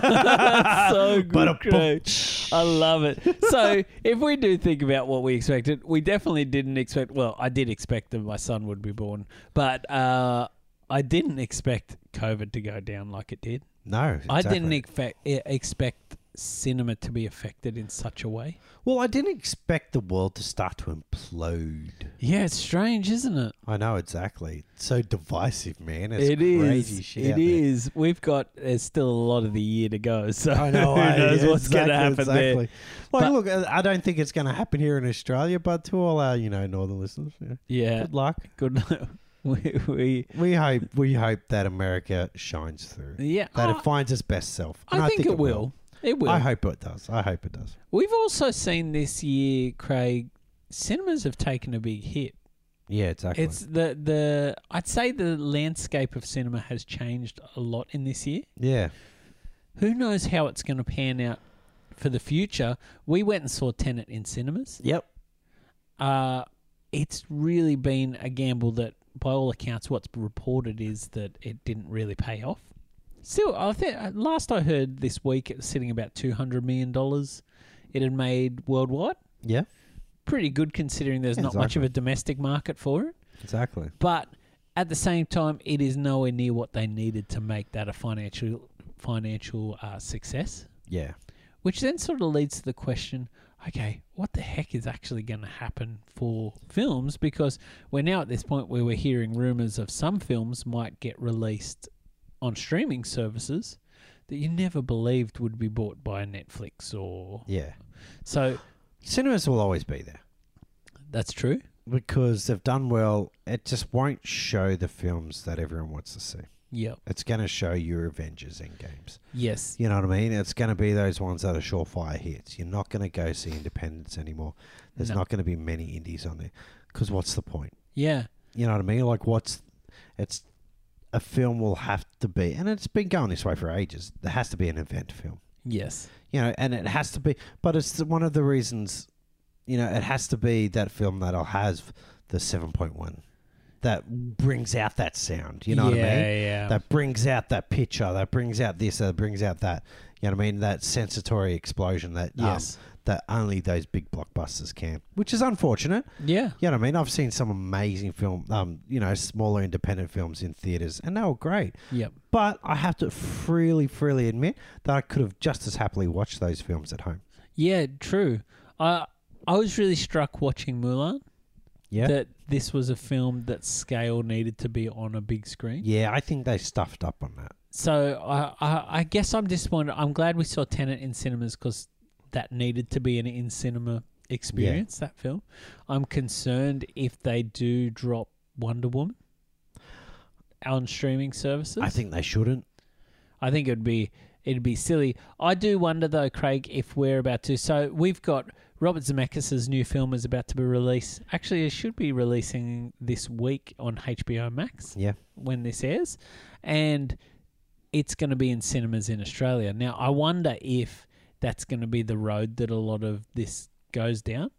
[SPEAKER 1] That's so good.
[SPEAKER 2] But a
[SPEAKER 1] Craig. I love it. So, if we do think about what we expected, we definitely didn't expect. Well, I did expect that my son would be born, but uh, I didn't expect COVID to go down like it did.
[SPEAKER 2] No,
[SPEAKER 1] I didn't
[SPEAKER 2] exactly.
[SPEAKER 1] expect e, expect cinema to be affected in such a way.
[SPEAKER 2] well, I didn't expect the world to start to implode.
[SPEAKER 1] Yeah, it's strange, isn't it?
[SPEAKER 2] I know exactly. It's so divisive, man. It's
[SPEAKER 1] It is.
[SPEAKER 2] crazy shit.
[SPEAKER 1] It
[SPEAKER 2] out there.
[SPEAKER 1] is. We've got. There's still a lot of the year to go. So
[SPEAKER 2] I know.
[SPEAKER 1] who
[SPEAKER 2] I-
[SPEAKER 1] knows what's going
[SPEAKER 2] exactly,
[SPEAKER 1] to happen there?
[SPEAKER 2] exactly. Like,
[SPEAKER 1] But-
[SPEAKER 2] look, I I don't think it's going to happen here in Australia, but to all our, you know, northern listeners, yeah,
[SPEAKER 1] Yeah.
[SPEAKER 2] good luck.
[SPEAKER 1] Good. we, we
[SPEAKER 2] We hope we hope that America shines through.
[SPEAKER 1] yeah.
[SPEAKER 2] That
[SPEAKER 1] I-
[SPEAKER 2] it finds its best self.
[SPEAKER 1] Uh, I,
[SPEAKER 2] And
[SPEAKER 1] think, it will. It will.
[SPEAKER 2] I hope it does. I hope it does.
[SPEAKER 1] We've also seen this year, Craig, cinemas have taken a big hit
[SPEAKER 2] Yeah, exactly.
[SPEAKER 1] It's the the I'd say the landscape of cinema has changed a lot in this year.
[SPEAKER 2] yeah.
[SPEAKER 1] Who knows how it's going to pan out for the future? We went and saw Tenet in cinemas.
[SPEAKER 2] Yep.
[SPEAKER 1] Uh, it's really been a gamble that, by all accounts, what's reported is that it didn't really pay off. Still, I think uh, last I heard this week, it was sitting about two hundred million dollars. It had made worldwide.
[SPEAKER 2] Yeah.
[SPEAKER 1] Pretty good considering there's
[SPEAKER 2] Yeah,
[SPEAKER 1] not much of a domestic market for it.
[SPEAKER 2] Exactly.
[SPEAKER 1] But at the same time, it is nowhere near what they needed to make that a financial financial uh, success.
[SPEAKER 2] Yeah.
[SPEAKER 1] Which then sort of leads to the question: Okay, what the heck is actually going to happen for films? Because we're now at this point where we're hearing rumors of some films might get released on streaming services that you never believed would be bought by Netflix or
[SPEAKER 2] Yeah.
[SPEAKER 1] so.
[SPEAKER 2] Cinemas will always be there
[SPEAKER 1] That's true.
[SPEAKER 2] because they've done well. It just won't show the films that everyone wants to see.
[SPEAKER 1] Yep.
[SPEAKER 2] It's going to show your Avengers End games.
[SPEAKER 1] Yes.
[SPEAKER 2] You know what I mean? It's going to be those ones that are surefire hits. You're not going to go see Independence anymore. There's
[SPEAKER 1] No.
[SPEAKER 2] not going to be many indies on there because what's the point?
[SPEAKER 1] Yeah.
[SPEAKER 2] You know what I mean? Like, what's it's a film will have to be, and it's been going this way for ages. There has to be an event film
[SPEAKER 1] Yes.
[SPEAKER 2] you know, and it has to be. But it's the- one of the reasons, you know, it has to be that film that'll have the seven point one that brings out that sound. You know what I mean?
[SPEAKER 1] Yeah. Yeah.
[SPEAKER 2] That brings out that picture. That brings out this. That brings out that. You know what I mean? That sensatory explosion that um,
[SPEAKER 1] yes.
[SPEAKER 2] that only those big blockbusters can, which is unfortunate.
[SPEAKER 1] yeah.
[SPEAKER 2] You know what I mean? I've seen some amazing film, um, you know, smaller independent films in theaters, and they were great.
[SPEAKER 1] Yep.
[SPEAKER 2] But I have to freely, freely admit that I could have just as happily watched those films at home.
[SPEAKER 1] Yeah, true. I I was really struck watching Mulan
[SPEAKER 2] Yeah.
[SPEAKER 1] that this was a film that scale needed to be on a big screen.
[SPEAKER 2] yeah, I think they stuffed up on that.
[SPEAKER 1] So I, I I guess I'm disappointed. I'm glad we saw Tenet in cinemas because that needed to be an in cinema experience. That film. I'm concerned if they do drop Wonder Woman on streaming services.
[SPEAKER 2] I think they shouldn't.
[SPEAKER 1] I think it'd be it'd be silly. I do wonder though, Craig, if we're about to. So we've got Robert Zemeckis' new film is about to be released. Actually, it should be releasing this week on HBO Max
[SPEAKER 2] Yeah.
[SPEAKER 1] when this airs, and it's going to be in cinemas in Australia. Now, I wonder if that's going to be the road that a lot of this goes down.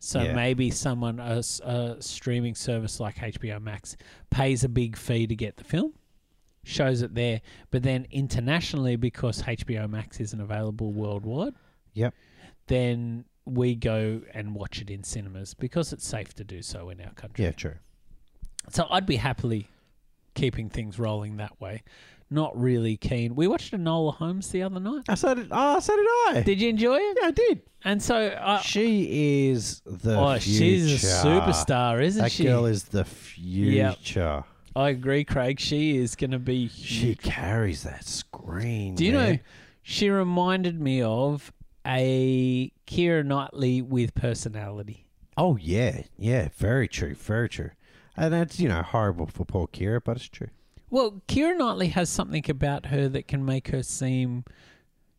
[SPEAKER 1] So
[SPEAKER 2] Yeah.
[SPEAKER 1] maybe someone a, s- a streaming service like HBO Max pays a big fee to get the film, shows it there, but then internationally because HBO Max isn't available worldwide.
[SPEAKER 2] Yep.
[SPEAKER 1] Then we go and watch it in cinemas because it's safe to do so in our country.
[SPEAKER 2] Yeah, true.
[SPEAKER 1] So I'd be happily keeping things rolling that way. Not really keen. We watched Enola Holmes the other night.
[SPEAKER 2] I said it. Oh, so did I.
[SPEAKER 1] Did you enjoy it?
[SPEAKER 2] yeah, I did.
[SPEAKER 1] And so, I,
[SPEAKER 2] she is the
[SPEAKER 1] oh,
[SPEAKER 2] future.
[SPEAKER 1] she's a superstar, isn't
[SPEAKER 2] That
[SPEAKER 1] she?
[SPEAKER 2] girl is the future.
[SPEAKER 1] I agree, Craig. She is going to be.
[SPEAKER 2] She carries that screen.
[SPEAKER 1] Do you
[SPEAKER 2] man.
[SPEAKER 1] know? She reminded me of a Kira Knightley with personality.
[SPEAKER 2] Oh yeah, yeah. Very true. Very true. And that's you know horrible for poor Kira, but it's true.
[SPEAKER 1] Well, Kira Knightley has something about her that can make her seem.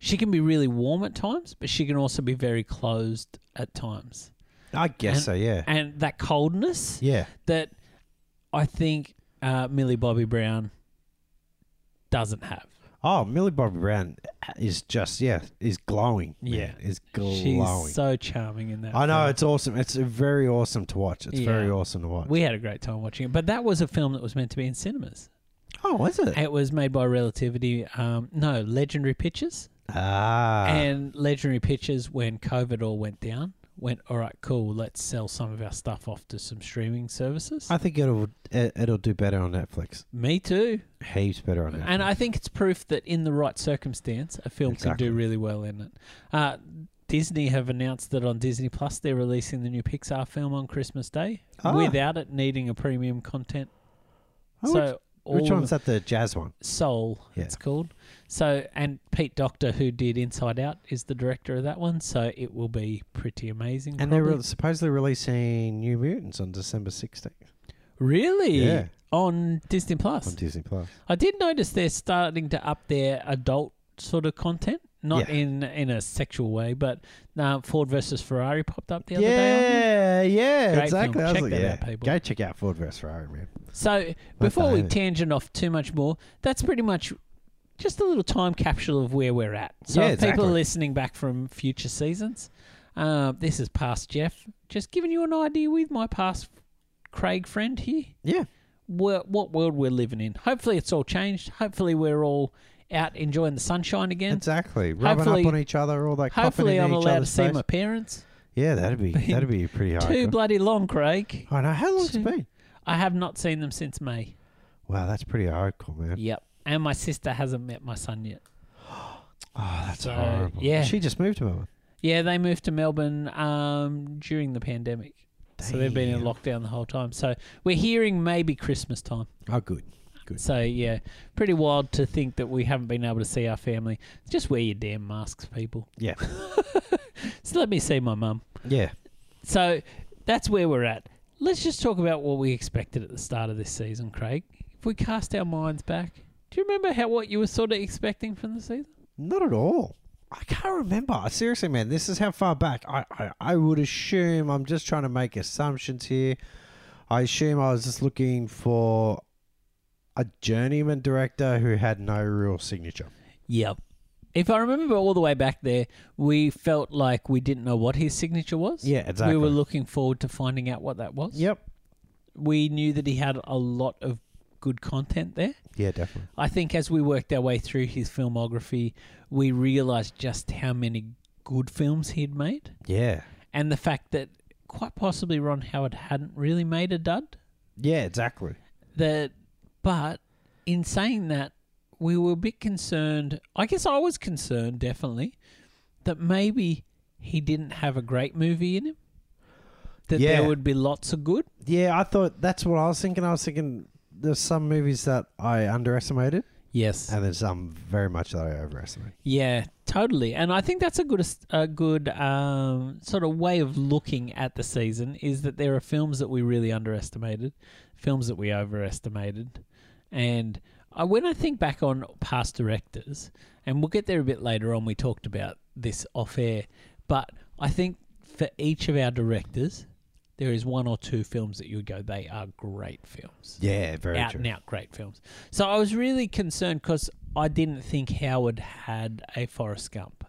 [SPEAKER 1] She can be really warm at times, but she can also be very closed at times.
[SPEAKER 2] I guess
[SPEAKER 1] And-
[SPEAKER 2] so. Yeah.
[SPEAKER 1] And that coldness
[SPEAKER 2] yeah.
[SPEAKER 1] that I think uh, Millie Bobby Brown doesn't have.
[SPEAKER 2] Oh, Millie Bobby Brown is just yeah, is glowing. man.
[SPEAKER 1] Yeah.
[SPEAKER 2] is glowing.
[SPEAKER 1] She's so charming in that.
[SPEAKER 2] I know
[SPEAKER 1] film.
[SPEAKER 2] it's awesome. It's very awesome to watch. It's very
[SPEAKER 1] Yeah.
[SPEAKER 2] awesome to watch.
[SPEAKER 1] We had a great time watching it, but that was a film that was meant to be in cinemas.
[SPEAKER 2] oh, is it?
[SPEAKER 1] It was made by Relativity, um, no, Legendary Pictures,
[SPEAKER 2] Ah,
[SPEAKER 1] and Legendary Pictures when COVID all went down went all right, cool. Let's sell some of our stuff off to some streaming services.
[SPEAKER 2] I think it'll it, it'll do better on Netflix.
[SPEAKER 1] Me too.
[SPEAKER 2] Heaps better on Netflix.
[SPEAKER 1] And I think it's proof that in the right circumstance, a film
[SPEAKER 2] Exactly.
[SPEAKER 1] can do really well in it. Uh, Disney have announced that on Disney Plus, they're releasing the new Pixar film on Christmas Day
[SPEAKER 2] Ah.
[SPEAKER 1] without it needing a premium content.
[SPEAKER 2] Oh,
[SPEAKER 1] so
[SPEAKER 2] which-
[SPEAKER 1] all
[SPEAKER 2] Which
[SPEAKER 1] of
[SPEAKER 2] one's that? The jazz one.
[SPEAKER 1] Soul,
[SPEAKER 2] Yeah.
[SPEAKER 1] it's called. So, and Pete Doctor, who did Inside Out, is the director of that one. So it will be pretty amazing.
[SPEAKER 2] And they're
[SPEAKER 1] probably.
[SPEAKER 2] re- supposedly releasing New Mutants on December sixteenth
[SPEAKER 1] really
[SPEAKER 2] Yeah.
[SPEAKER 1] on Disney Plus.
[SPEAKER 2] on Disney Plus.
[SPEAKER 1] I did notice they're starting to up their adult sort of content. Not
[SPEAKER 2] Yeah.
[SPEAKER 1] in in a sexual way, but uh, Ford versus Ferrari popped up the other day. on-
[SPEAKER 2] yeah, yeah,
[SPEAKER 1] Great
[SPEAKER 2] exactly.
[SPEAKER 1] film.
[SPEAKER 2] I was
[SPEAKER 1] Check
[SPEAKER 2] like,
[SPEAKER 1] that
[SPEAKER 2] yeah.
[SPEAKER 1] out, people.
[SPEAKER 2] Go check out Ford vs Ferrari, man.
[SPEAKER 1] So before
[SPEAKER 2] the
[SPEAKER 1] we
[SPEAKER 2] hell?
[SPEAKER 1] tangent off too much more, that's pretty much just a little time capsule of where we're at. So
[SPEAKER 2] Yeah,
[SPEAKER 1] if people
[SPEAKER 2] exactly.
[SPEAKER 1] are listening back from future seasons, uh, this is past Jeff. Just giving you an idea with my past Craig friend here,
[SPEAKER 2] Yeah,
[SPEAKER 1] where, what world we're living in. Hopefully it's all changed. Hopefully we're all out enjoying the sunshine again.
[SPEAKER 2] exactly. Rubbing
[SPEAKER 1] Hopefully-
[SPEAKER 2] up on each other, all that. coughing
[SPEAKER 1] Hopefully
[SPEAKER 2] in
[SPEAKER 1] I'm
[SPEAKER 2] each
[SPEAKER 1] allowed to
[SPEAKER 2] other's
[SPEAKER 1] see
[SPEAKER 2] face.
[SPEAKER 1] my parents.
[SPEAKER 2] Yeah, that'd be
[SPEAKER 1] Been
[SPEAKER 2] that'd be pretty hard.
[SPEAKER 1] Too bloody long, Craig.
[SPEAKER 2] I know how long's
[SPEAKER 1] Too-
[SPEAKER 2] it been.
[SPEAKER 1] I have not seen them since May.
[SPEAKER 2] Wow, that's pretty hardcore, man.
[SPEAKER 1] Yep. And my sister hasn't met my son yet.
[SPEAKER 2] Oh, that's
[SPEAKER 1] So,
[SPEAKER 2] horrible.
[SPEAKER 1] yeah.
[SPEAKER 2] she just moved to Melbourne.
[SPEAKER 1] Yeah, they moved to Melbourne um, during the pandemic. So they've been in
[SPEAKER 2] Damn.
[SPEAKER 1] lockdown the whole time. So we're hearing maybe Christmas time.
[SPEAKER 2] Oh, good. Good.
[SPEAKER 1] So yeah, pretty wild to think that we haven't been able to see our family. Just wear your damn masks, people.
[SPEAKER 2] Yeah,
[SPEAKER 1] So let me see my mum.
[SPEAKER 2] yeah.
[SPEAKER 1] So that's where we're at. Let's just talk about what we expected at the start of this season, Craig. If we cast our minds back, do you remember how what you were sort of expecting from the season?
[SPEAKER 2] Not at all. I can't remember. Seriously, man, this is how far back. I, I, I would assume, I'm just trying to make assumptions here. I assume I was just looking for a journeyman director who had no real signature.
[SPEAKER 1] Yep. If I remember all the way back there, we felt like we didn't know what his signature was.
[SPEAKER 2] Yeah, exactly.
[SPEAKER 1] We were looking forward to finding out what that was.
[SPEAKER 2] Yep.
[SPEAKER 1] We knew that he had a lot of good content there.
[SPEAKER 2] Yeah, definitely.
[SPEAKER 1] I think as we worked our way through his filmography, we realized just how many good films he'd made
[SPEAKER 2] Yeah.
[SPEAKER 1] and the fact that quite possibly Ron Howard hadn't really made a dud.
[SPEAKER 2] Yeah, exactly.
[SPEAKER 1] That but in saying that, we were a bit concerned. I guess I was concerned definitely that maybe he didn't have a great movie in him. That
[SPEAKER 2] Yeah.
[SPEAKER 1] there would be lots of good.
[SPEAKER 2] Yeah, I thought that's what I was thinking. I was thinking there's some movies that I underestimated
[SPEAKER 1] Yes.
[SPEAKER 2] and there's some very much that I overestimated.
[SPEAKER 1] Yeah, totally. And I think that's a good a good um, sort of way of looking at the season is that there are films that we really underestimated, films that we overestimated, and I, when I think back on past directors, and we'll get there a bit later on. We talked about this off air, but I think for each of our directors, there is one or two films that you would go, they are great films
[SPEAKER 2] Yeah, very
[SPEAKER 1] out
[SPEAKER 2] true.
[SPEAKER 1] and out great films. So I was really concerned because I didn't think Howard had a Forrest Gump.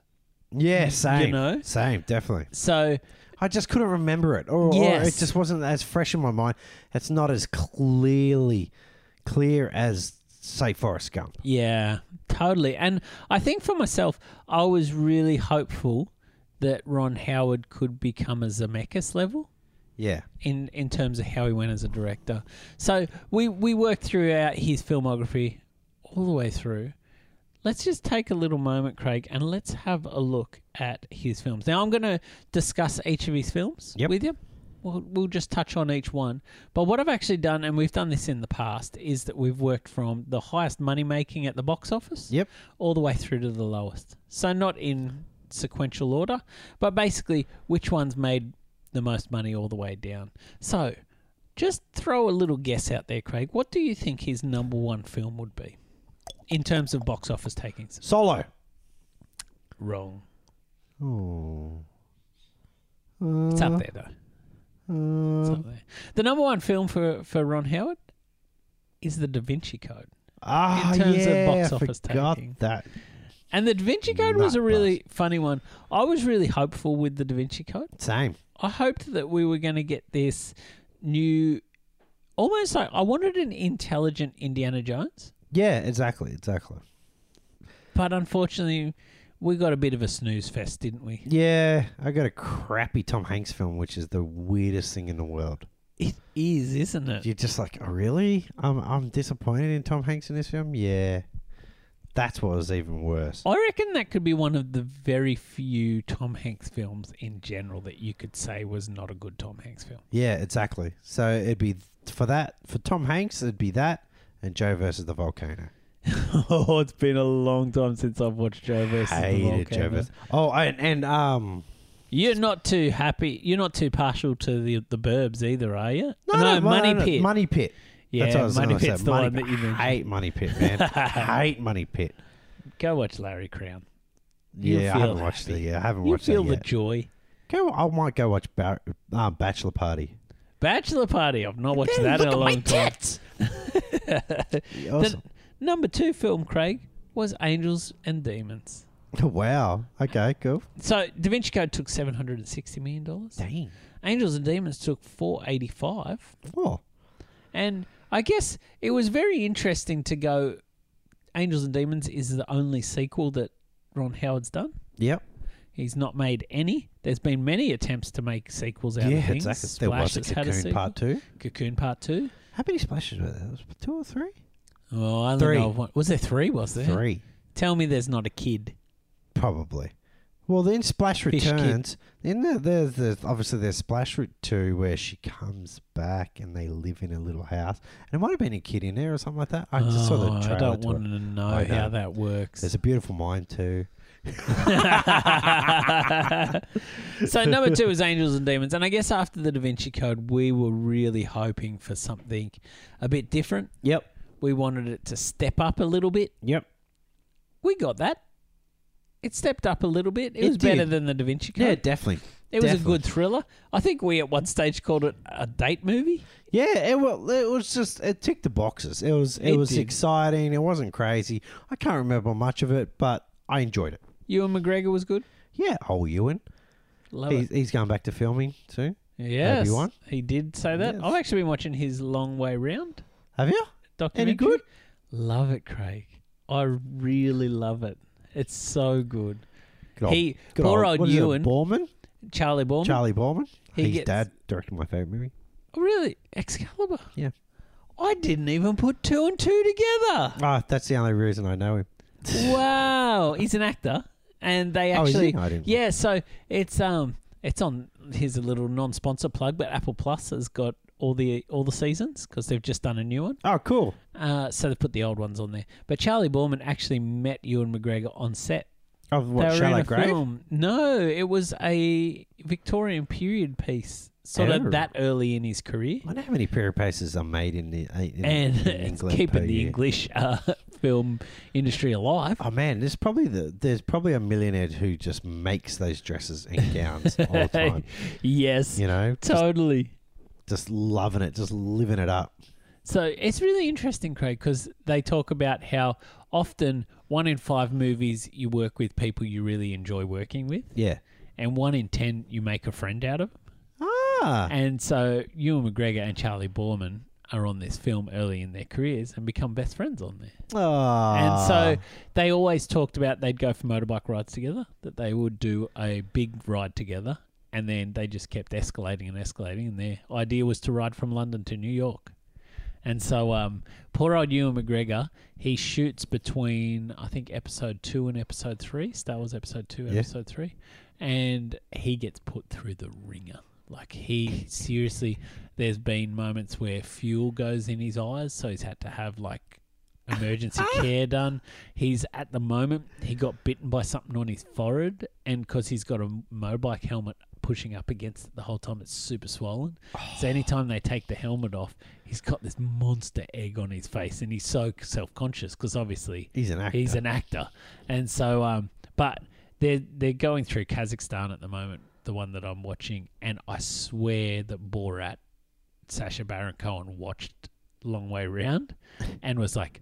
[SPEAKER 2] Yeah, same.
[SPEAKER 1] know?
[SPEAKER 2] Same, definitely.
[SPEAKER 1] So
[SPEAKER 2] I just couldn't remember it, or, or it
[SPEAKER 1] Yes.
[SPEAKER 2] just wasn't as fresh in my mind. It's not as clearly clear as, say, Forrest Gump.
[SPEAKER 1] yeah, totally. And I think for myself, I was really hopeful that Ron Howard could become a Zemeckis level.
[SPEAKER 2] Yeah,
[SPEAKER 1] in in terms of how he went as a director. So we we worked throughout his filmography all the way through. Let's just take a little moment, Craig, and let's have a look at his films. Now I'm going to discuss each of his films
[SPEAKER 2] Yep.
[SPEAKER 1] with you. We'll, we'll just touch on each one. But what I've actually done, and we've done this in the past, is that we've worked from the highest money making at the box office
[SPEAKER 2] Yep.
[SPEAKER 1] all the way through to the lowest. So not in sequential order, but basically which ones made the most money all the way down. So just throw a little guess out there, Craig. What do you think his number one film would be in terms of box office takings?
[SPEAKER 2] Solo.
[SPEAKER 1] Wrong.
[SPEAKER 2] Oh,
[SPEAKER 1] It's up there though. It's
[SPEAKER 2] Um,
[SPEAKER 1] up there. The number one film for for Ron Howard is The Da Vinci Code.
[SPEAKER 2] ah,
[SPEAKER 1] terms of
[SPEAKER 2] yeah,
[SPEAKER 1] box
[SPEAKER 2] I
[SPEAKER 1] office
[SPEAKER 2] forgot
[SPEAKER 1] taking.
[SPEAKER 2] that.
[SPEAKER 1] And The Da Vinci Code was a
[SPEAKER 2] Nutbusters.
[SPEAKER 1] really funny one. I was really hopeful with The Da Vinci Code.
[SPEAKER 2] Same.
[SPEAKER 1] I hoped that we were going to get this new, almost like I wanted an intelligent Indiana Jones,
[SPEAKER 2] Yeah, exactly, exactly.
[SPEAKER 1] but unfortunately, we got a bit of a snooze fest, didn't we?
[SPEAKER 2] Yeah, I got a crappy Tom Hanks film, which is the weirdest thing in the world.
[SPEAKER 1] It is, isn't it?
[SPEAKER 2] You're just like, oh, really? I'm, I'm disappointed in Tom Hanks in this film. Yeah, that's what was even worse.
[SPEAKER 1] I reckon that could be one of the very few Tom Hanks films in general that you could say was not a good Tom Hanks film.
[SPEAKER 2] Yeah, exactly. So it'd be for that for Tom Hanks, it'd be that and Joe versus the volcano.
[SPEAKER 1] oh, it's been a long time since I've watched Joe versus
[SPEAKER 2] Hated Joe versus. Oh, and, and um,
[SPEAKER 1] You're not too happy. You're not too partial to the the Burbs either, are you?
[SPEAKER 2] no, no, no,
[SPEAKER 1] Money
[SPEAKER 2] no, no,
[SPEAKER 1] Pit.
[SPEAKER 2] Money Pit.
[SPEAKER 1] yeah,
[SPEAKER 2] that's what I was
[SPEAKER 1] Money
[SPEAKER 2] gonna say.
[SPEAKER 1] Pit's the
[SPEAKER 2] Money
[SPEAKER 1] one that
[SPEAKER 2] Pit.
[SPEAKER 1] you mentioned.
[SPEAKER 2] Hate Money Pit, man. hate Money Pit.
[SPEAKER 1] Go watch Larry Crown. You'll
[SPEAKER 2] Yeah, I
[SPEAKER 1] feel
[SPEAKER 2] haven't watched
[SPEAKER 1] happy.
[SPEAKER 2] the. I haven't
[SPEAKER 1] You
[SPEAKER 2] watched
[SPEAKER 1] feel
[SPEAKER 2] that
[SPEAKER 1] the
[SPEAKER 2] yet.
[SPEAKER 1] joy.
[SPEAKER 2] Go, I might go watch Bar- uh, Bachelor Party.
[SPEAKER 1] Bachelor Party. I've not watched that in a long time.
[SPEAKER 2] Awesome.
[SPEAKER 1] Number two film, Craig, was Angels and Demons.
[SPEAKER 2] wow. Okay. Cool.
[SPEAKER 1] So Da Vinci Code took seven hundred and sixty million dollars.
[SPEAKER 2] Dang.
[SPEAKER 1] Angels and Demons took four eighty five.
[SPEAKER 2] Oh.
[SPEAKER 1] And I guess it was very interesting to go. Angels and Demons is the only sequel that Ron Howard's done.
[SPEAKER 2] Yep.
[SPEAKER 1] He's not made any. There's been many attempts to make sequels out of
[SPEAKER 2] yeah.
[SPEAKER 1] things.
[SPEAKER 2] Exactly. There was
[SPEAKER 1] Splash
[SPEAKER 2] a
[SPEAKER 1] has had
[SPEAKER 2] Cocoon
[SPEAKER 1] sequel.
[SPEAKER 2] Part Two.
[SPEAKER 1] Cocoon Part Two.
[SPEAKER 2] How many splashes were there? Was it two or three?
[SPEAKER 1] Oh, I only
[SPEAKER 2] Three.
[SPEAKER 1] know of one. Was there three? Was there?
[SPEAKER 2] Three,
[SPEAKER 1] Tell me, there's not a kid.
[SPEAKER 2] probably. Well, then Splash
[SPEAKER 1] Fish Kid.
[SPEAKER 2] returns. Then there, there's, there's obviously there's Splash Route Two where she comes back and they live in a little house. And it might have been a kid in there or something like that. I just saw
[SPEAKER 1] Oh,
[SPEAKER 2] the trailer.
[SPEAKER 1] I don't
[SPEAKER 2] to
[SPEAKER 1] want
[SPEAKER 2] it.
[SPEAKER 1] to know
[SPEAKER 2] I
[SPEAKER 1] how
[SPEAKER 2] know.
[SPEAKER 1] that works.
[SPEAKER 2] There's a beautiful mind too.
[SPEAKER 1] so number two is Angels and Demons, and I guess after the Da Vinci Code, we were really hoping for something a bit different.
[SPEAKER 2] Yep.
[SPEAKER 1] We wanted it to step up a little bit.
[SPEAKER 2] Yep.
[SPEAKER 1] We got that. It stepped up a little bit. It,
[SPEAKER 2] It
[SPEAKER 1] was better
[SPEAKER 2] did.
[SPEAKER 1] than the Da Vinci Code.
[SPEAKER 2] Yeah, definitely.
[SPEAKER 1] it was a
[SPEAKER 2] definitely.
[SPEAKER 1] good thriller. I think we at one stage called it a date movie.
[SPEAKER 2] Yeah, it was. It was just it ticked the boxes. It was. It,
[SPEAKER 1] It
[SPEAKER 2] was
[SPEAKER 1] did.
[SPEAKER 2] exciting. It wasn't crazy. I can't remember much of it, but I enjoyed it.
[SPEAKER 1] You and McGregor was good.
[SPEAKER 2] Yeah, old Ewan.
[SPEAKER 1] Love
[SPEAKER 2] He's,
[SPEAKER 1] it.
[SPEAKER 2] he's going back to filming soon.
[SPEAKER 1] Yes,
[SPEAKER 2] Obi-Wan?
[SPEAKER 1] he did say that.
[SPEAKER 2] Yes.
[SPEAKER 1] I've actually been watching his Long Way Round
[SPEAKER 2] Have you?
[SPEAKER 1] documentary.
[SPEAKER 2] Any good?
[SPEAKER 1] Love it, Craig. I really love it. It's so good.
[SPEAKER 2] Good old-
[SPEAKER 1] he,
[SPEAKER 2] good
[SPEAKER 1] poor
[SPEAKER 2] old,
[SPEAKER 1] old,
[SPEAKER 2] what is it,
[SPEAKER 1] Ewan,
[SPEAKER 2] Borman,
[SPEAKER 1] Charlie Borman.
[SPEAKER 2] Charlie Borman.
[SPEAKER 1] He
[SPEAKER 2] His
[SPEAKER 1] gets-
[SPEAKER 2] dad directed my favorite movie.
[SPEAKER 1] Oh, really? Excalibur.
[SPEAKER 2] Yeah.
[SPEAKER 1] I didn't even put two and two together.
[SPEAKER 2] Ah, that's the only reason I know him.
[SPEAKER 1] wow. He's an actor. And they
[SPEAKER 2] oh, is
[SPEAKER 1] actually
[SPEAKER 2] he? I didn't.
[SPEAKER 1] Yeah, so it's um it's on here's a little non-sponsor plug, but Apple Plus has got all the all the seasons because they've just done a new one.
[SPEAKER 2] Oh, cool.
[SPEAKER 1] Uh, so they put the old ones on there. But Charlie Borman actually met Ewan McGregor on set.
[SPEAKER 2] Of what?
[SPEAKER 1] they were in
[SPEAKER 2] Shallow
[SPEAKER 1] a
[SPEAKER 2] Grave.
[SPEAKER 1] film. No, it was a Victorian period piece, sort
[SPEAKER 2] Oh.
[SPEAKER 1] of that early in his career.
[SPEAKER 2] I don't know how many pair of paces are made in the uh, in,
[SPEAKER 1] and
[SPEAKER 2] in
[SPEAKER 1] it's
[SPEAKER 2] England
[SPEAKER 1] keeping
[SPEAKER 2] per
[SPEAKER 1] the
[SPEAKER 2] year.
[SPEAKER 1] English uh, film industry alive.
[SPEAKER 2] Oh man, there's probably the, there's probably a millionaire who just makes those dresses and gowns all the time.
[SPEAKER 1] Yes,
[SPEAKER 2] You know, just,
[SPEAKER 1] totally.
[SPEAKER 2] just loving it, just living it up.
[SPEAKER 1] So it's really interesting, Craig, because they talk about how often one in five movies you work with people you really enjoy working with,
[SPEAKER 2] Yeah.
[SPEAKER 1] and one in ten you make a friend out of.
[SPEAKER 2] Ah.
[SPEAKER 1] And so Ewan McGregor and Charlie Borman are on this film early in their careers and become best friends on there.
[SPEAKER 2] Ah.
[SPEAKER 1] And so they always talked about they'd go for motorbike rides together, that they would do a big ride together, and then they just kept escalating and escalating. And their idea was to ride from London to New York. And so, um, poor old Ewan McGregor, he shoots between I think episode two and episode three, Star Wars episode two,
[SPEAKER 2] Yeah.
[SPEAKER 1] episode three, and he gets put through the ringer. Like he seriously, there's been moments where fuel goes in his eyes, so he's had to have like emergency care done. He's at the moment he got bitten by something on his forehead, and because he's got a motorbike helmet pushing up against it the whole time, it's super swollen. So anytime they take the helmet off, he's got this monster egg on his face, and he's so self conscious because obviously
[SPEAKER 2] he's an actor.
[SPEAKER 1] He's an actor, and so um, but they're they're going through Kazakhstan at the moment. The one that I'm watching, and I swear that Borat, Sasha Baron Cohen watched Long Way Round, and was like,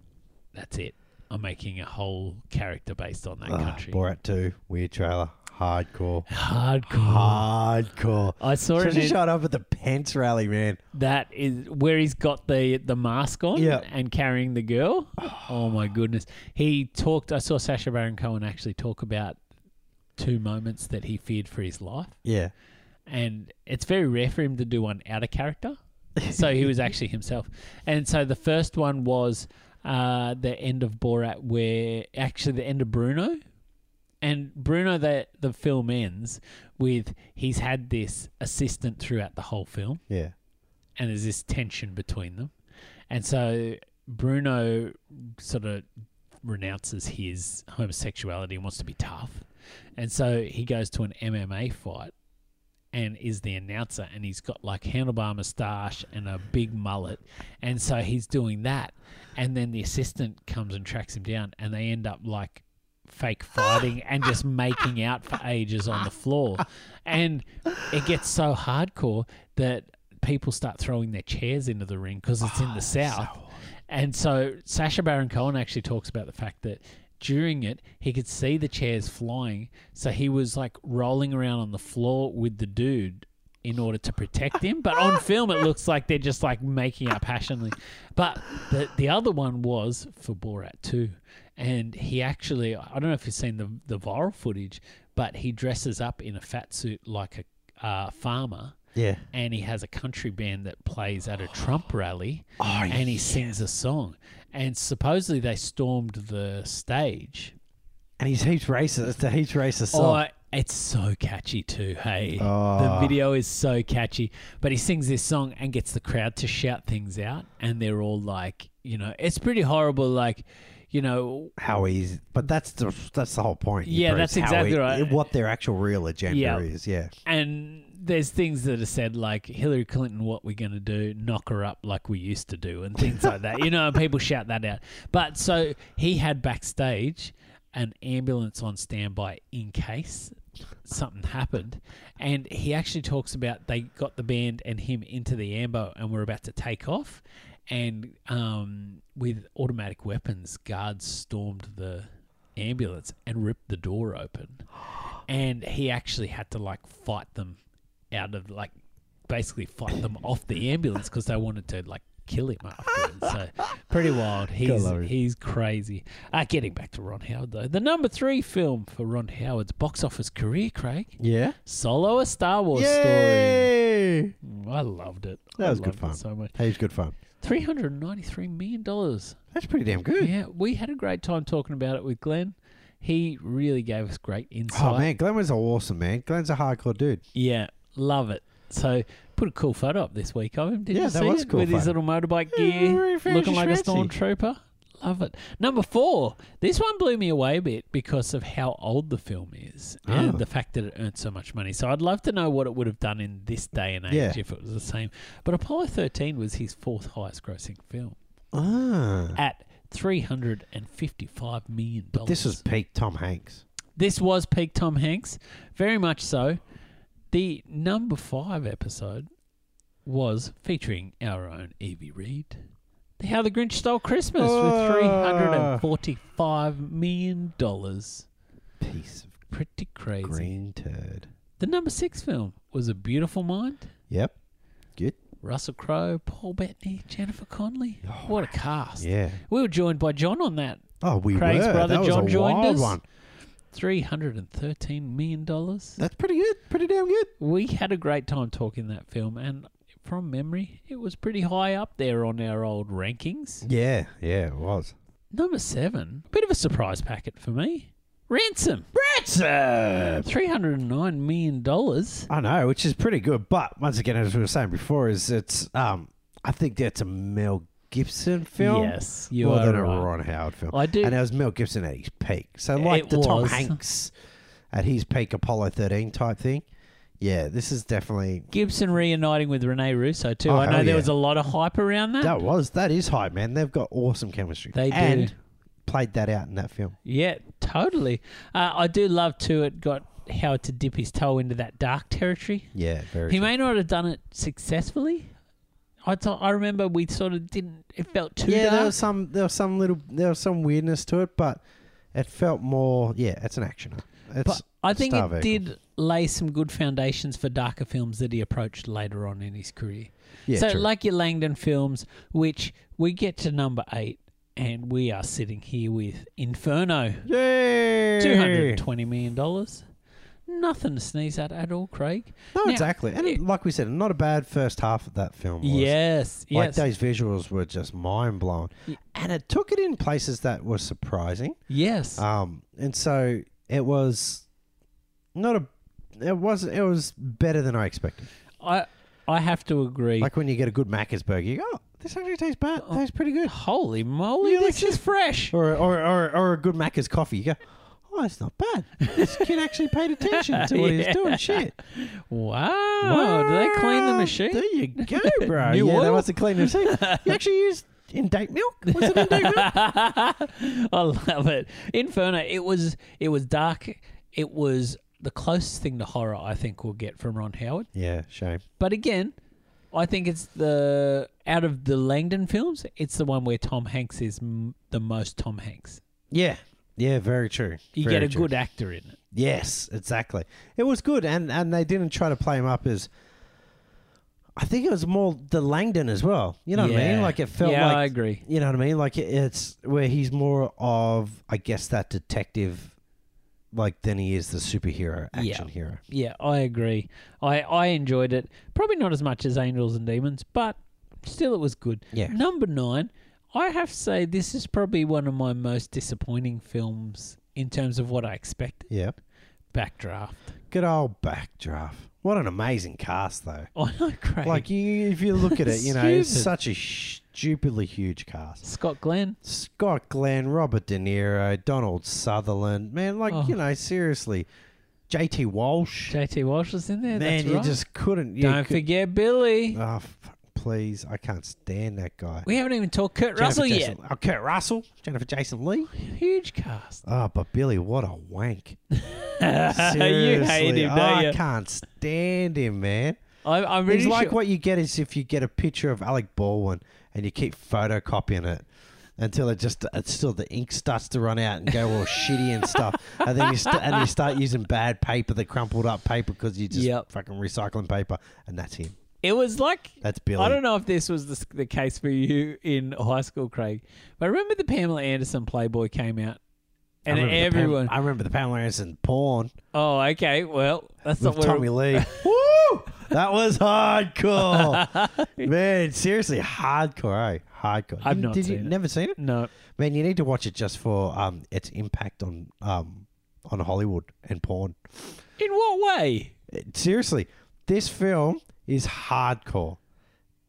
[SPEAKER 1] "That's it. I'm making a whole character based on that
[SPEAKER 2] Ah,
[SPEAKER 1] country."
[SPEAKER 2] Borat two weird trailer, hardcore, Ah.
[SPEAKER 1] Hardcore.
[SPEAKER 2] hardcore.
[SPEAKER 1] I saw
[SPEAKER 2] Should
[SPEAKER 1] it.
[SPEAKER 2] have
[SPEAKER 1] in-
[SPEAKER 2] shot up at the Pence rally, man.
[SPEAKER 1] That is where he's got the the mask on
[SPEAKER 2] Yeah.
[SPEAKER 1] and carrying the girl. Oh my goodness. He talked I saw Sasha Baron Cohen actually talk about two moments that he feared for his life.
[SPEAKER 2] Yeah.
[SPEAKER 1] And it's very rare for him to do one out of character. So he was actually himself. And so the first one was uh, the end of Borat where actually the end of Bruno. And Bruno the the film ends with he's had this assistant throughout the whole film
[SPEAKER 2] Yeah.
[SPEAKER 1] and there's this tension between them. And so Bruno sort of renounces his homosexuality and wants to be tough. And so he goes to an MMA fight and is the announcer and he's got like handlebar mustache and a big mullet. And so he's doing that. And then the assistant comes and tracks him down and they end up like fake fighting and just making out for ages on the floor. And it gets so hardcore that people start throwing their chairs into the ring because it's in the south. and so Sasha Baron Cohen actually talks about the fact that during it he could see the chairs flying, so he was like rolling around on the floor with the dude in order to protect him. But on film, it looks like they're just like making out passionately. But the the other one was for Borat too, and he actually I don't know if you've seen the the viral footage, but he dresses up in a fat suit like a uh, farmer
[SPEAKER 2] Yeah.
[SPEAKER 1] and he has a country band that plays at a Trump rally
[SPEAKER 2] Oh,
[SPEAKER 1] and he sings a song. And supposedly they stormed the stage.
[SPEAKER 2] And he's heaps racist. It's a heaps racist
[SPEAKER 1] Oh,
[SPEAKER 2] song.
[SPEAKER 1] it's so catchy too. Hey, the
[SPEAKER 2] Oh.
[SPEAKER 1] video is so catchy. But he sings this song and gets the crowd to shout things out, and they're all like, you know, it's pretty horrible. Like, you know,
[SPEAKER 2] how he's, but that's the that's the whole point. you
[SPEAKER 1] Yeah,
[SPEAKER 2] Bruce,
[SPEAKER 1] that's
[SPEAKER 2] how
[SPEAKER 1] exactly
[SPEAKER 2] he-
[SPEAKER 1] right.
[SPEAKER 2] What their actual real agenda
[SPEAKER 1] Yeah.
[SPEAKER 2] is. Yeah.
[SPEAKER 1] and there's things that are said like Hillary Clinton, what we're going to do, knock her up like we used to do, and things like that. You know, and people shout that out. But so he had backstage an ambulance on standby in case something happened, and he actually talks about they got the band and him into the ambo and were about to take off, and um, with automatic weapons, guards stormed the ambulance and ripped the door open and he actually had to like fight them out of like basically fight them off the ambulance because they wanted to like kill him afterwards. So pretty wild. He's
[SPEAKER 2] love him.
[SPEAKER 1] he's crazy. Uh, getting back to Ron Howard though, the number three film for Ron Howard's box office career, Craig.
[SPEAKER 2] Yeah.
[SPEAKER 1] Solo: A Star Wars
[SPEAKER 2] Yay!
[SPEAKER 1] Story. I loved it.
[SPEAKER 2] That
[SPEAKER 1] I
[SPEAKER 2] was good
[SPEAKER 1] loved it
[SPEAKER 2] fun.
[SPEAKER 1] so much.
[SPEAKER 2] Heaps good fun.
[SPEAKER 1] Three hundred ninety-three million dollars.
[SPEAKER 2] That's pretty damn good.
[SPEAKER 1] Yeah, we had a great time talking about it with Glenn. He really gave us great insight.
[SPEAKER 2] Oh man, Glenn was awesome, man. Glenn's a hardcore dude.
[SPEAKER 1] Yeah, love it. So put a cool photo up this week of him. Did
[SPEAKER 2] Yeah,
[SPEAKER 1] you
[SPEAKER 2] that
[SPEAKER 1] see
[SPEAKER 2] was
[SPEAKER 1] it?
[SPEAKER 2] cool
[SPEAKER 1] with his
[SPEAKER 2] photo.
[SPEAKER 1] little motorbike
[SPEAKER 2] Yeah,
[SPEAKER 1] gear,
[SPEAKER 2] very fancy
[SPEAKER 1] looking like a
[SPEAKER 2] schmancy.
[SPEAKER 1] stormtrooper. Love it. Number four. This one blew me away a bit because of how old the film is
[SPEAKER 2] Oh.
[SPEAKER 1] and the fact that it earned so much money. So I'd love to know what it would have done in this day and age
[SPEAKER 2] Yeah.
[SPEAKER 1] if it was the same. But Apollo 13 was his fourth highest grossing film
[SPEAKER 2] Ah.
[SPEAKER 1] at $355 million.
[SPEAKER 2] But this was peak Tom Hanks.
[SPEAKER 1] This was peak Tom Hanks, very much so. The number five episode was featuring our own Evie Reed. The How the Grinch Stole Christmas
[SPEAKER 2] Oh.
[SPEAKER 1] with three hundred and forty-five million dollars.
[SPEAKER 2] Piece of
[SPEAKER 1] Pretty crazy.
[SPEAKER 2] green turd.
[SPEAKER 1] The number six film was A Beautiful Mind.
[SPEAKER 2] Yep. Good.
[SPEAKER 1] Russell Crowe, Paul Bettany, Jennifer Connelly. what a cast!
[SPEAKER 2] Oh, Yeah.
[SPEAKER 1] We were joined by John on that
[SPEAKER 2] Oh, we
[SPEAKER 1] Craig's
[SPEAKER 2] were.
[SPEAKER 1] brother
[SPEAKER 2] that
[SPEAKER 1] John
[SPEAKER 2] was a
[SPEAKER 1] joined
[SPEAKER 2] wild
[SPEAKER 1] us.
[SPEAKER 2] one.
[SPEAKER 1] three hundred and thirteen million dollars.
[SPEAKER 2] That's pretty good. Pretty damn good.
[SPEAKER 1] we had a great time talking that film and from memory it was pretty high up there on our old rankings
[SPEAKER 2] Yeah. Yeah, it was.
[SPEAKER 1] number seven bit of a surprise packet for me ransom
[SPEAKER 2] Ransom.
[SPEAKER 1] 309 million dollars
[SPEAKER 2] I know, which is pretty good. But once again, as we were saying before, is it's um, I think that's a Mel Gibson film.
[SPEAKER 1] yes you
[SPEAKER 2] more
[SPEAKER 1] are
[SPEAKER 2] than a
[SPEAKER 1] right.
[SPEAKER 2] Ron Howard film.
[SPEAKER 1] I do-
[SPEAKER 2] and it was Mel Gibson at his peak. So like
[SPEAKER 1] It
[SPEAKER 2] the Tom
[SPEAKER 1] was.
[SPEAKER 2] Hanks at his peak Apollo thirteen type thing. Yeah, this is definitely
[SPEAKER 1] gibson reuniting with renee russo too
[SPEAKER 2] Oh,
[SPEAKER 1] i know
[SPEAKER 2] hell
[SPEAKER 1] there
[SPEAKER 2] yeah.
[SPEAKER 1] was a lot of hype around that
[SPEAKER 2] that was that is hype, man. They've got awesome chemistry.
[SPEAKER 1] They do.
[SPEAKER 2] and played that out in that film.
[SPEAKER 1] yeah totally uh, i do love too it got howard to dip his toe into that dark territory
[SPEAKER 2] Yeah, very.
[SPEAKER 1] He
[SPEAKER 2] true.
[SPEAKER 1] may not have done it successfully. I thought I remember we sort of didn't. It felt too
[SPEAKER 2] yeah, there
[SPEAKER 1] dark.
[SPEAKER 2] was some there was some little there was some weirdness to it, but it felt more. Yeah, it's an actioner. It's
[SPEAKER 1] but I think
[SPEAKER 2] Star
[SPEAKER 1] it
[SPEAKER 2] Vehicle.
[SPEAKER 1] did lay some good foundations for darker films that he approached later on in his career.
[SPEAKER 2] yeah,
[SPEAKER 1] so,
[SPEAKER 2] true.
[SPEAKER 1] like your Langdon films, which we get to number eight, and we are sitting here with Inferno,
[SPEAKER 2] Yay!
[SPEAKER 1] two hundred twenty million dollars. Nothing to sneeze at at all, Craig.
[SPEAKER 2] No,
[SPEAKER 1] Now-
[SPEAKER 2] exactly. And
[SPEAKER 1] it-
[SPEAKER 2] like we said, not a bad first half of that film. Was.
[SPEAKER 1] Yes,
[SPEAKER 2] Like
[SPEAKER 1] yes,
[SPEAKER 2] those visuals were just mind blowing,
[SPEAKER 1] Ye-
[SPEAKER 2] and it took it in places that were surprising.
[SPEAKER 1] yes.
[SPEAKER 2] Um, and so it was not a, it was it was better than I expected.
[SPEAKER 1] I I have to agree.
[SPEAKER 2] Like when you get a good Macca's burger, you go, oh, this actually tastes bad,
[SPEAKER 1] Oh.
[SPEAKER 2] tastes pretty good.
[SPEAKER 1] Holy moly,
[SPEAKER 2] Yeah, like Oh.
[SPEAKER 1] this is fresh.
[SPEAKER 2] Or or or, or a good Macca's coffee, you go, oh, it's not bad. This kid actually paid attention to what he was doing. Shit.
[SPEAKER 1] Wow. Oh, Do they clean the machine?
[SPEAKER 2] There you go, bro.
[SPEAKER 1] New
[SPEAKER 2] yeah, they
[SPEAKER 1] oil?
[SPEAKER 2] must have cleaned the machine. You actually used in date milk? Was it in date milk?
[SPEAKER 1] I love it. Inferno. It was it was dark. It was the closest thing to horror I think we'll get from Ron Howard.
[SPEAKER 2] Yeah, shame.
[SPEAKER 1] But again, I think it's the out of the Langdon films, it's the one where Tom Hanks is m- the most Tom Hanks.
[SPEAKER 2] Yeah, yeah, very true.
[SPEAKER 1] You
[SPEAKER 2] Very
[SPEAKER 1] get a
[SPEAKER 2] true.
[SPEAKER 1] good actor in it.
[SPEAKER 2] Yes, exactly. It was good, and and they didn't try to play him up as. I think it was more the Langdon as well. You know what I mean?
[SPEAKER 1] Yeah.
[SPEAKER 2] Like it felt
[SPEAKER 1] yeah,
[SPEAKER 2] like
[SPEAKER 1] I agree.
[SPEAKER 2] you know what I mean? Like it- it's where he's more of, I guess, that detective, like than he is the superhero
[SPEAKER 1] Yeah.
[SPEAKER 2] action hero.
[SPEAKER 1] Yeah, I agree. I I enjoyed it. Probably not as much as Angels and Demons, but still it was good.
[SPEAKER 2] Yeah,
[SPEAKER 1] Number nine, I have to say this is probably one of my most disappointing films in terms of what I expected.
[SPEAKER 2] yeah.
[SPEAKER 1] Backdraft.
[SPEAKER 2] Good old backdraft. What an amazing cast, though.
[SPEAKER 1] I know, Craig.
[SPEAKER 2] Like you, if you look at it, you know, it's
[SPEAKER 1] Stupid.
[SPEAKER 2] such a stupidly huge cast.
[SPEAKER 1] Scott Glenn.
[SPEAKER 2] Scott Glenn, Robert De Niro, Donald Sutherland. Man, like,
[SPEAKER 1] Oh.
[SPEAKER 2] you know, seriously. JT Walsh.
[SPEAKER 1] JT Walsh was in there.
[SPEAKER 2] man,
[SPEAKER 1] that's
[SPEAKER 2] you
[SPEAKER 1] right.
[SPEAKER 2] just couldn't. You
[SPEAKER 1] Don't
[SPEAKER 2] cou-
[SPEAKER 1] forget Billy.
[SPEAKER 2] Oh, f- please. I can't stand that guy.
[SPEAKER 1] We haven't even talked Kurt
[SPEAKER 2] Jennifer
[SPEAKER 1] Russell
[SPEAKER 2] Jason, Oh, Kurt Russell. Jennifer Jason Lee.
[SPEAKER 1] yet. Huge cast.
[SPEAKER 2] Oh, but Billy, what a wank.
[SPEAKER 1] you hate
[SPEAKER 2] Seriously.
[SPEAKER 1] him,
[SPEAKER 2] Oh,
[SPEAKER 1] don't
[SPEAKER 2] I
[SPEAKER 1] you?
[SPEAKER 2] can't stand him, man.
[SPEAKER 1] I, I'm really
[SPEAKER 2] It's like
[SPEAKER 1] sure.
[SPEAKER 2] what you get is if you get a picture of Alec Baldwin and you keep photocopying it until it just it's still the ink starts to run out and go all shitty and stuff, and then you st- and you start using bad paper, the crumpled up paper because you just
[SPEAKER 1] Yep.
[SPEAKER 2] fucking recycling paper, and that's him.
[SPEAKER 1] It was like
[SPEAKER 2] That's Billy.
[SPEAKER 1] I don't know if this was the, the case for you in high school, Craig, but remember the Pamela Anderson Playboy came out,
[SPEAKER 2] I
[SPEAKER 1] and
[SPEAKER 2] remember the Pam-
[SPEAKER 1] everyone.
[SPEAKER 2] I remember the Pamela Anderson porn
[SPEAKER 1] oh, okay. Well, that's not
[SPEAKER 2] with
[SPEAKER 1] where
[SPEAKER 2] Tommy Lee. Woo! That was hardcore, man. Seriously, hardcore, eh? Hardcore.
[SPEAKER 1] I've
[SPEAKER 2] You-
[SPEAKER 1] not
[SPEAKER 2] did you
[SPEAKER 1] seen it.
[SPEAKER 2] never seen it.
[SPEAKER 1] no.
[SPEAKER 2] Man, you need to watch it just for um, its impact on um, on Hollywood and porn.
[SPEAKER 1] In what way?
[SPEAKER 2] It- seriously, this film is hardcore.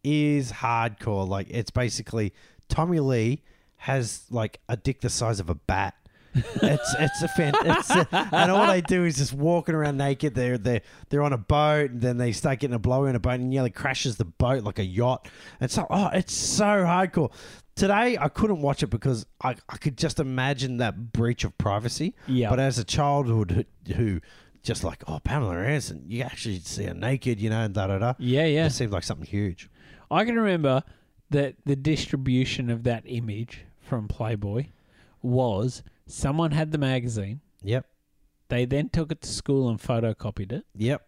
[SPEAKER 2] Is hardcore. Like it's basically Tommy Lee has like a dick the size of a bat. it's it's a fan. It's a, and all they do is just walking around naked. They're they they're are on a boat, and then they start getting a blow in a boat, and nearly crashes the boat like a yacht. And so oh, it's so hardcore. Today I couldn't watch it because I, I could just imagine that breach of privacy.
[SPEAKER 1] Yeah.
[SPEAKER 2] But as a childhood who, who just like oh Pamela Anderson, you actually see her naked, you know, and da da da.
[SPEAKER 1] Yeah, yeah.
[SPEAKER 2] It seemed like something huge.
[SPEAKER 1] I can remember that the distribution of that image from Playboy was someone had the magazine.
[SPEAKER 2] Yep.
[SPEAKER 1] They then took it to school and photocopied it,
[SPEAKER 2] Yep.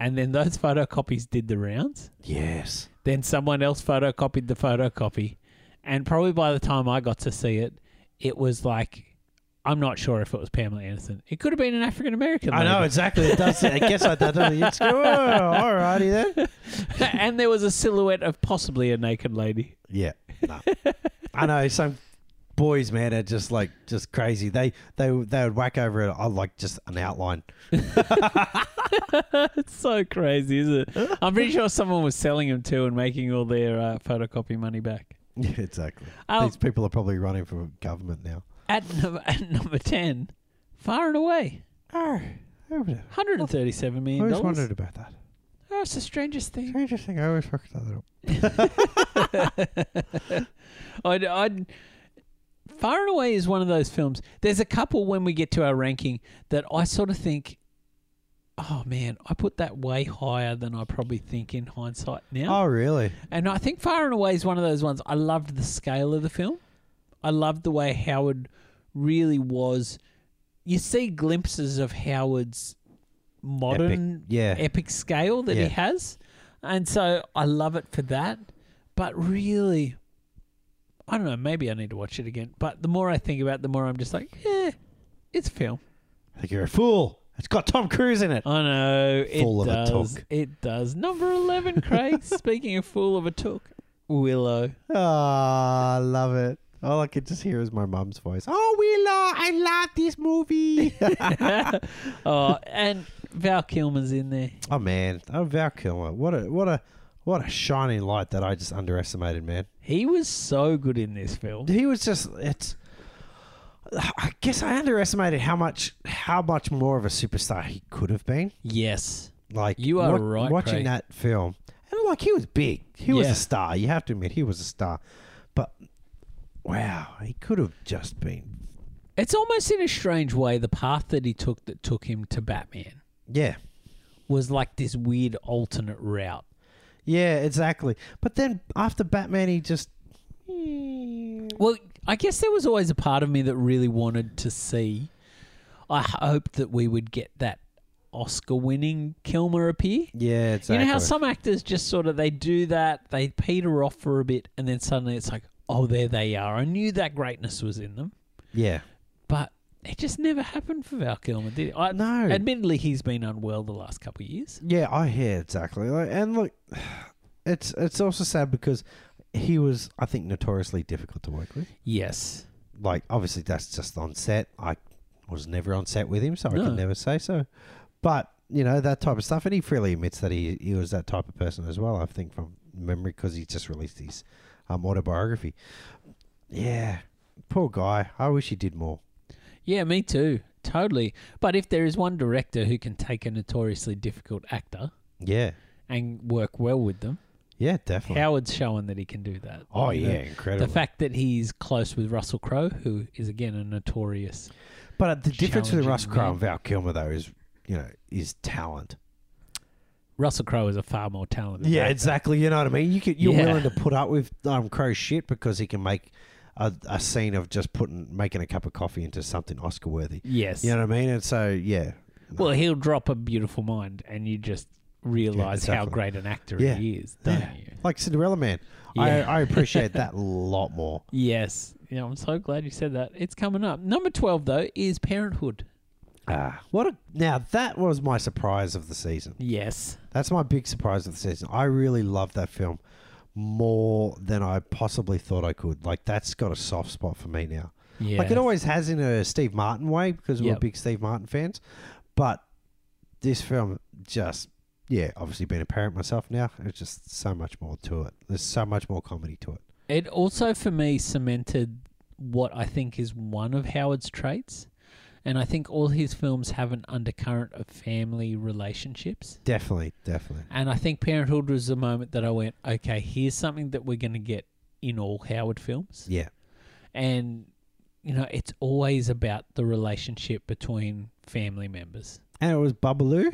[SPEAKER 1] and then those photocopies did the rounds.
[SPEAKER 2] Yes.
[SPEAKER 1] Then someone else photocopied the photocopy. And probably by the time I got to see it, it was like, I'm not sure if it was Pamela Anderson. It could have been an African American.
[SPEAKER 2] I know exactly. It does. I guess I don't. It's oh, alrighty then.
[SPEAKER 1] and there was a silhouette of possibly a naked lady.
[SPEAKER 2] Yeah. No. I know some boys, man, are just like just crazy. They they they would whack over it. I like just an outline.
[SPEAKER 1] It's so crazy, isn't it? I'm pretty sure someone was selling them too and making all their uh, photocopy money back.
[SPEAKER 2] Yeah, exactly.
[SPEAKER 1] Oh.
[SPEAKER 2] These people are probably running for government now.
[SPEAKER 1] At, num- at number 10, far and away,
[SPEAKER 2] Oh, I would-
[SPEAKER 1] $137
[SPEAKER 2] I
[SPEAKER 1] million.
[SPEAKER 2] always
[SPEAKER 1] Oh,
[SPEAKER 2] wondered about that.
[SPEAKER 1] it's the strangest thing.
[SPEAKER 2] It's interesting. I always fucked that up.
[SPEAKER 1] I'd, I'd Far and Away is one of those films. There's a couple when we get to our ranking that I sort of think, oh man, I put that way higher than I probably think in hindsight now.
[SPEAKER 2] Oh, really?
[SPEAKER 1] And I think Far and Away is one of those ones. I loved the scale of the film. I loved the way Howard really was. You see glimpses of Howard's modern
[SPEAKER 2] Yeah.
[SPEAKER 1] epic scale that
[SPEAKER 2] Yeah.
[SPEAKER 1] he has. And so I love it for that. But really, I don't know. Maybe I need to watch it again. But the more I think about it, the more I'm just like, yeah, it's a film.
[SPEAKER 2] I think you're a fool. It's got Tom Cruise in it.
[SPEAKER 1] I know. It
[SPEAKER 2] Fool of a
[SPEAKER 1] does.
[SPEAKER 2] took.
[SPEAKER 1] It does. Number 11, Craig. speaking of Fool of a Took, Willow.
[SPEAKER 2] Ah, I love it. All I could just hear is my mum's voice. Oh, Willow, I love this movie.
[SPEAKER 1] oh, and Val Kilmer's in there.
[SPEAKER 2] oh man, oh Val Kilmer, what a what a what a shining light that I just underestimated, man.
[SPEAKER 1] He was so good in this film.
[SPEAKER 2] He was just it's. I guess I underestimated how much how much more of a superstar he could have been.
[SPEAKER 1] Yes.
[SPEAKER 2] Like
[SPEAKER 1] You are right,
[SPEAKER 2] Watching
[SPEAKER 1] Craig.
[SPEAKER 2] that film, and like he was big. He was
[SPEAKER 1] Yeah.
[SPEAKER 2] a star. You have to admit, he was a star. But wow, he could have just been.
[SPEAKER 1] It's almost in a strange way the path that he took that took him to Batman
[SPEAKER 2] Yeah.
[SPEAKER 1] was like this weird alternate route.
[SPEAKER 2] Yeah, exactly. But then after Batman, he just. Well,
[SPEAKER 1] Well, I guess there was always a part of me that really wanted to see. I hoped that we would get that Oscar-winning Kilmer appear.
[SPEAKER 2] yeah, exactly.
[SPEAKER 1] You know how some actors just sort of they do that, they peter off for a bit, and then suddenly it's like, oh, there they are. I knew that greatness was in them,
[SPEAKER 2] Yeah.
[SPEAKER 1] but it just never happened for Val Kilmer, did it? I,
[SPEAKER 2] No.
[SPEAKER 1] Admittedly, he's been unwell the last couple of years.
[SPEAKER 2] Yeah, I hear exactly. Like, and look, it's it's also sad because he was, I think, notoriously difficult to work with.
[SPEAKER 1] Yes.
[SPEAKER 2] Like, obviously, that's just on set. I was never on set with him, so I
[SPEAKER 1] No.
[SPEAKER 2] can never say so. But you know that type of stuff, and he freely admits that he he was that type of person as well. I think from memory because he just released his um, autobiography. Yeah, poor guy. I wish he did more.
[SPEAKER 1] Yeah, me too. Totally. But if there is one director who can take a notoriously difficult actor
[SPEAKER 2] Yeah,
[SPEAKER 1] and work well with them,
[SPEAKER 2] yeah, definitely.
[SPEAKER 1] Howard's showing that he can do that.
[SPEAKER 2] Hmm. oh
[SPEAKER 1] You
[SPEAKER 2] yeah,
[SPEAKER 1] know,
[SPEAKER 2] incredible.
[SPEAKER 1] The fact that he's close with Russell Crowe, who is again a notorious
[SPEAKER 2] But uh, the difference between
[SPEAKER 1] Challenging
[SPEAKER 2] Russell Crowe and
[SPEAKER 1] man.
[SPEAKER 2] Val Kilmer, though, is you know, is talent.
[SPEAKER 1] Russell Crowe is a far more talented.
[SPEAKER 2] Yeah,
[SPEAKER 1] actor.
[SPEAKER 2] exactly. You know what I mean. You could, you're
[SPEAKER 1] Yeah.
[SPEAKER 2] willing to put up with um, Crowe's shit because he can make a, a scene of just putting making a cup of coffee into something Oscar worthy.
[SPEAKER 1] Yes.
[SPEAKER 2] You know what I mean? And so, yeah,
[SPEAKER 1] Well, he'll drop a beautiful mind, and you just realize how
[SPEAKER 2] exactly.
[SPEAKER 1] great an actor
[SPEAKER 2] Yeah.
[SPEAKER 1] he is, don't
[SPEAKER 2] Yeah.
[SPEAKER 1] you?
[SPEAKER 2] like Cinderella Man, I,
[SPEAKER 1] Yeah.
[SPEAKER 2] I appreciate that a lot more.
[SPEAKER 1] Yes. Yeah, I'm so glad you said that. It's coming up. Number 12, though, is Parenthood.
[SPEAKER 2] Ah, what a now that was my surprise of the season.
[SPEAKER 1] Yes.
[SPEAKER 2] That's my big surprise of the season. I really love that film more than I possibly thought I could. Like that's got a soft spot for me now.
[SPEAKER 1] Yeah.
[SPEAKER 2] Like it always has in a Steve Martin way because we're
[SPEAKER 1] Yep.
[SPEAKER 2] big Steve Martin fans. But this film just, yeah, obviously being a parent myself now, there's just so much more to it. There's so much more comedy to it.
[SPEAKER 1] It also, for me, cemented what I think is one of Howard's traits. And I think all his films have an undercurrent of family relationships.
[SPEAKER 2] Definitely, definitely.
[SPEAKER 1] And I think Parenthood was the moment that I went, okay, here's something that we're going to get in all Howard films.
[SPEAKER 2] Yeah,
[SPEAKER 1] and you know it's always about the relationship between family members.
[SPEAKER 2] and it was Babalu.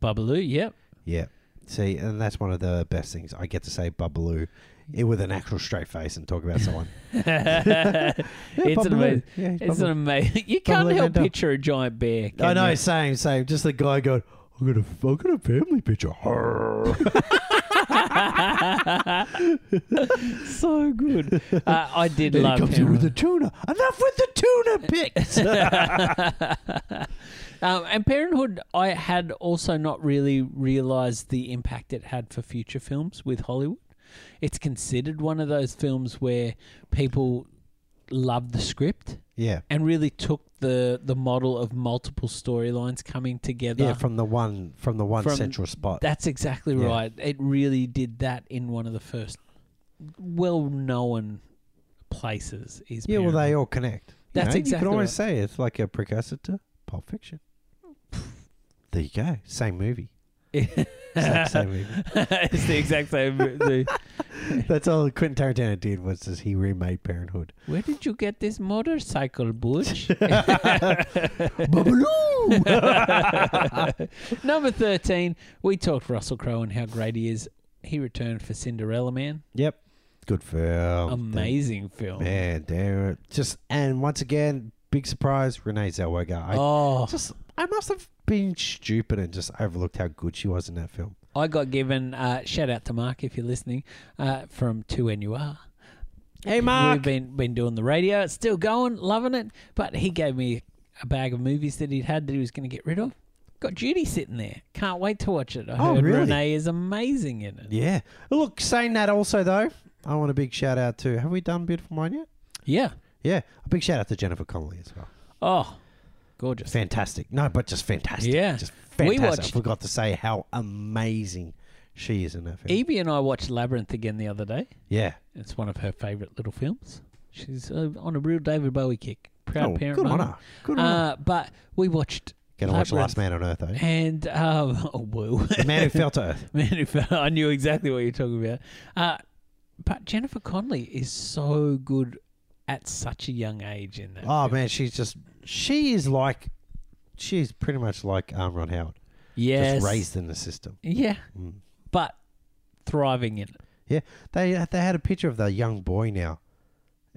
[SPEAKER 1] Babalu, yep,
[SPEAKER 2] Yeah, see, and that's one of the best things I get to say Babalu. It with an actual straight face and talk about someone. Yeah,
[SPEAKER 1] it's an
[SPEAKER 2] Babalu.
[SPEAKER 1] amazing.
[SPEAKER 2] Yeah,
[SPEAKER 1] It's
[SPEAKER 2] Babalu.
[SPEAKER 1] an amazing. You can't
[SPEAKER 2] Babalu
[SPEAKER 1] help
[SPEAKER 2] Mandel.
[SPEAKER 1] picture a giant bear.
[SPEAKER 2] I
[SPEAKER 1] can
[SPEAKER 2] know,
[SPEAKER 1] you?
[SPEAKER 2] same, same. Just the guy going, I got a, I got a family picture.
[SPEAKER 1] so good. Uh, I did
[SPEAKER 2] And he
[SPEAKER 1] love
[SPEAKER 2] comes in
[SPEAKER 1] him.
[SPEAKER 2] with the tuna. Enough with the tuna pics.
[SPEAKER 1] um, and Parenthood, I had also not really realized the impact it had for future films with Hollywood. It's considered one of those films where people love the script
[SPEAKER 2] yeah,
[SPEAKER 1] and really took the the model of multiple storylines coming together.
[SPEAKER 2] yeah. From the one, from the one
[SPEAKER 1] From
[SPEAKER 2] central spot.
[SPEAKER 1] That's exactly
[SPEAKER 2] Yeah.
[SPEAKER 1] right. It really did that in one of the first well-known places. Is
[SPEAKER 2] yeah, well,
[SPEAKER 1] Parenthood.
[SPEAKER 2] they all connect. You
[SPEAKER 1] That's
[SPEAKER 2] know,
[SPEAKER 1] exactly
[SPEAKER 2] You can always say it's like a precursor to Pulp Fiction. There you go. Same movie. Same, same movie.
[SPEAKER 1] it's the exact same. the-
[SPEAKER 2] That's all Quentin Tarantino did was just he remade Parenthood.
[SPEAKER 1] Where did you get this motorcycle, Butch? Number 13, we talked Russell Crowe and how great he is. He returned for Cinderella Man.
[SPEAKER 2] Yep. Good film.
[SPEAKER 1] Amazing film.
[SPEAKER 2] Man, damn it. Just and once again, big surprise, Renee Zellweger. I
[SPEAKER 1] oh,
[SPEAKER 2] just I must have been stupid and just overlooked how good she was in that film.
[SPEAKER 1] I got given, uh, shout out to Mark if you're listening, uh, from 2NUR.
[SPEAKER 2] Hey
[SPEAKER 1] We've been, been doing the radio. It's still going, loving it. But he gave me a bag of movies that he'd had that he was going to get rid of. Got Judy sitting there. Can't wait to watch it. I
[SPEAKER 2] Oh,
[SPEAKER 1] heard
[SPEAKER 2] really?
[SPEAKER 1] Renee is amazing in it.
[SPEAKER 2] Yeah. Look, saying that also though, I want a big shout out to have we done Beautiful Mind yet?
[SPEAKER 1] Yeah.
[SPEAKER 2] Yeah. A big shout out to Jennifer Connelly as well.
[SPEAKER 1] Oh, gorgeous.
[SPEAKER 2] Fantastic. No, but just fantastic.
[SPEAKER 1] Yeah.
[SPEAKER 2] Just
[SPEAKER 1] We
[SPEAKER 2] fantastic. I
[SPEAKER 1] watched-
[SPEAKER 2] forgot to say how amazing she is in that film.
[SPEAKER 1] Evie and I watched Labyrinth again the other day.
[SPEAKER 2] yeah.
[SPEAKER 1] It's one of her favorite little films. She's uh, on a real David Bowie kick. Proud
[SPEAKER 2] Oh,
[SPEAKER 1] parent.
[SPEAKER 2] good on
[SPEAKER 1] moment.
[SPEAKER 2] her. Good on her.
[SPEAKER 1] Uh, but we watched
[SPEAKER 2] Gonna watch
[SPEAKER 1] Labyrinth.
[SPEAKER 2] Last Man on Earth though.
[SPEAKER 1] and um, oh, whoa.
[SPEAKER 2] the Man Who Fell to Earth.
[SPEAKER 1] Man, if I knew exactly what you're talking about. Uh, But Jennifer Connelly is so good at such a young age in that.
[SPEAKER 2] Oh
[SPEAKER 1] film.
[SPEAKER 2] man, she's just she is like she's pretty much like um, Ron Howard,
[SPEAKER 1] yes,
[SPEAKER 2] just raised in the system.
[SPEAKER 1] yeah,
[SPEAKER 2] Mm.
[SPEAKER 1] but thriving in it.
[SPEAKER 2] They they had a picture of the young boy now,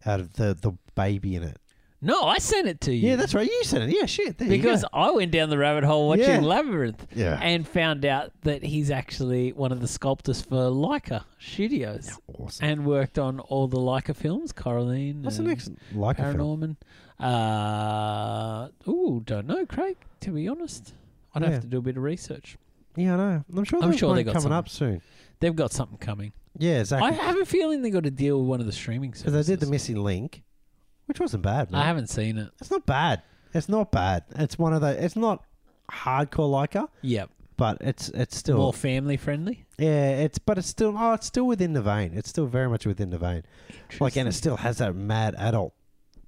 [SPEAKER 2] out of the the baby in it.
[SPEAKER 1] No, I sent it to you.
[SPEAKER 2] Yeah, that's right. You said it. Yeah, shit. There
[SPEAKER 1] because
[SPEAKER 2] you
[SPEAKER 1] I went down the rabbit hole watching
[SPEAKER 2] Yeah.
[SPEAKER 1] Labyrinth
[SPEAKER 2] go. yeah,
[SPEAKER 1] and found out that he's actually one of the sculptors for Leica Studios
[SPEAKER 2] awesome.
[SPEAKER 1] and worked on all the Leica films, Coraline.
[SPEAKER 2] What's the
[SPEAKER 1] and-
[SPEAKER 2] next like a film?
[SPEAKER 1] Paranorman. Uh, ooh, don't know, Craig. To be honest, I'd
[SPEAKER 2] Yeah.
[SPEAKER 1] have to do a bit of research.
[SPEAKER 2] Yeah, I know. I'm sure.
[SPEAKER 1] I'm
[SPEAKER 2] there's
[SPEAKER 1] sure they
[SPEAKER 2] one
[SPEAKER 1] got
[SPEAKER 2] coming up soon.
[SPEAKER 1] They've got something coming.
[SPEAKER 2] Yeah,
[SPEAKER 1] I
[SPEAKER 2] exactly.
[SPEAKER 1] have a feeling they got to deal with one of the streaming
[SPEAKER 2] Because
[SPEAKER 1] services.
[SPEAKER 2] they did the missing link, which wasn't bad. Man.
[SPEAKER 1] I haven't seen it.
[SPEAKER 2] It's not bad. It's not bad. It's one of the. It's not hardcore Leica,
[SPEAKER 1] Yep,
[SPEAKER 2] but it's it's still
[SPEAKER 1] more family friendly.
[SPEAKER 2] yeah. It's but it's still oh, it's still within the vein. It's still very much within the vein. Like and it
[SPEAKER 1] Interesting.
[SPEAKER 2] still has that mad adult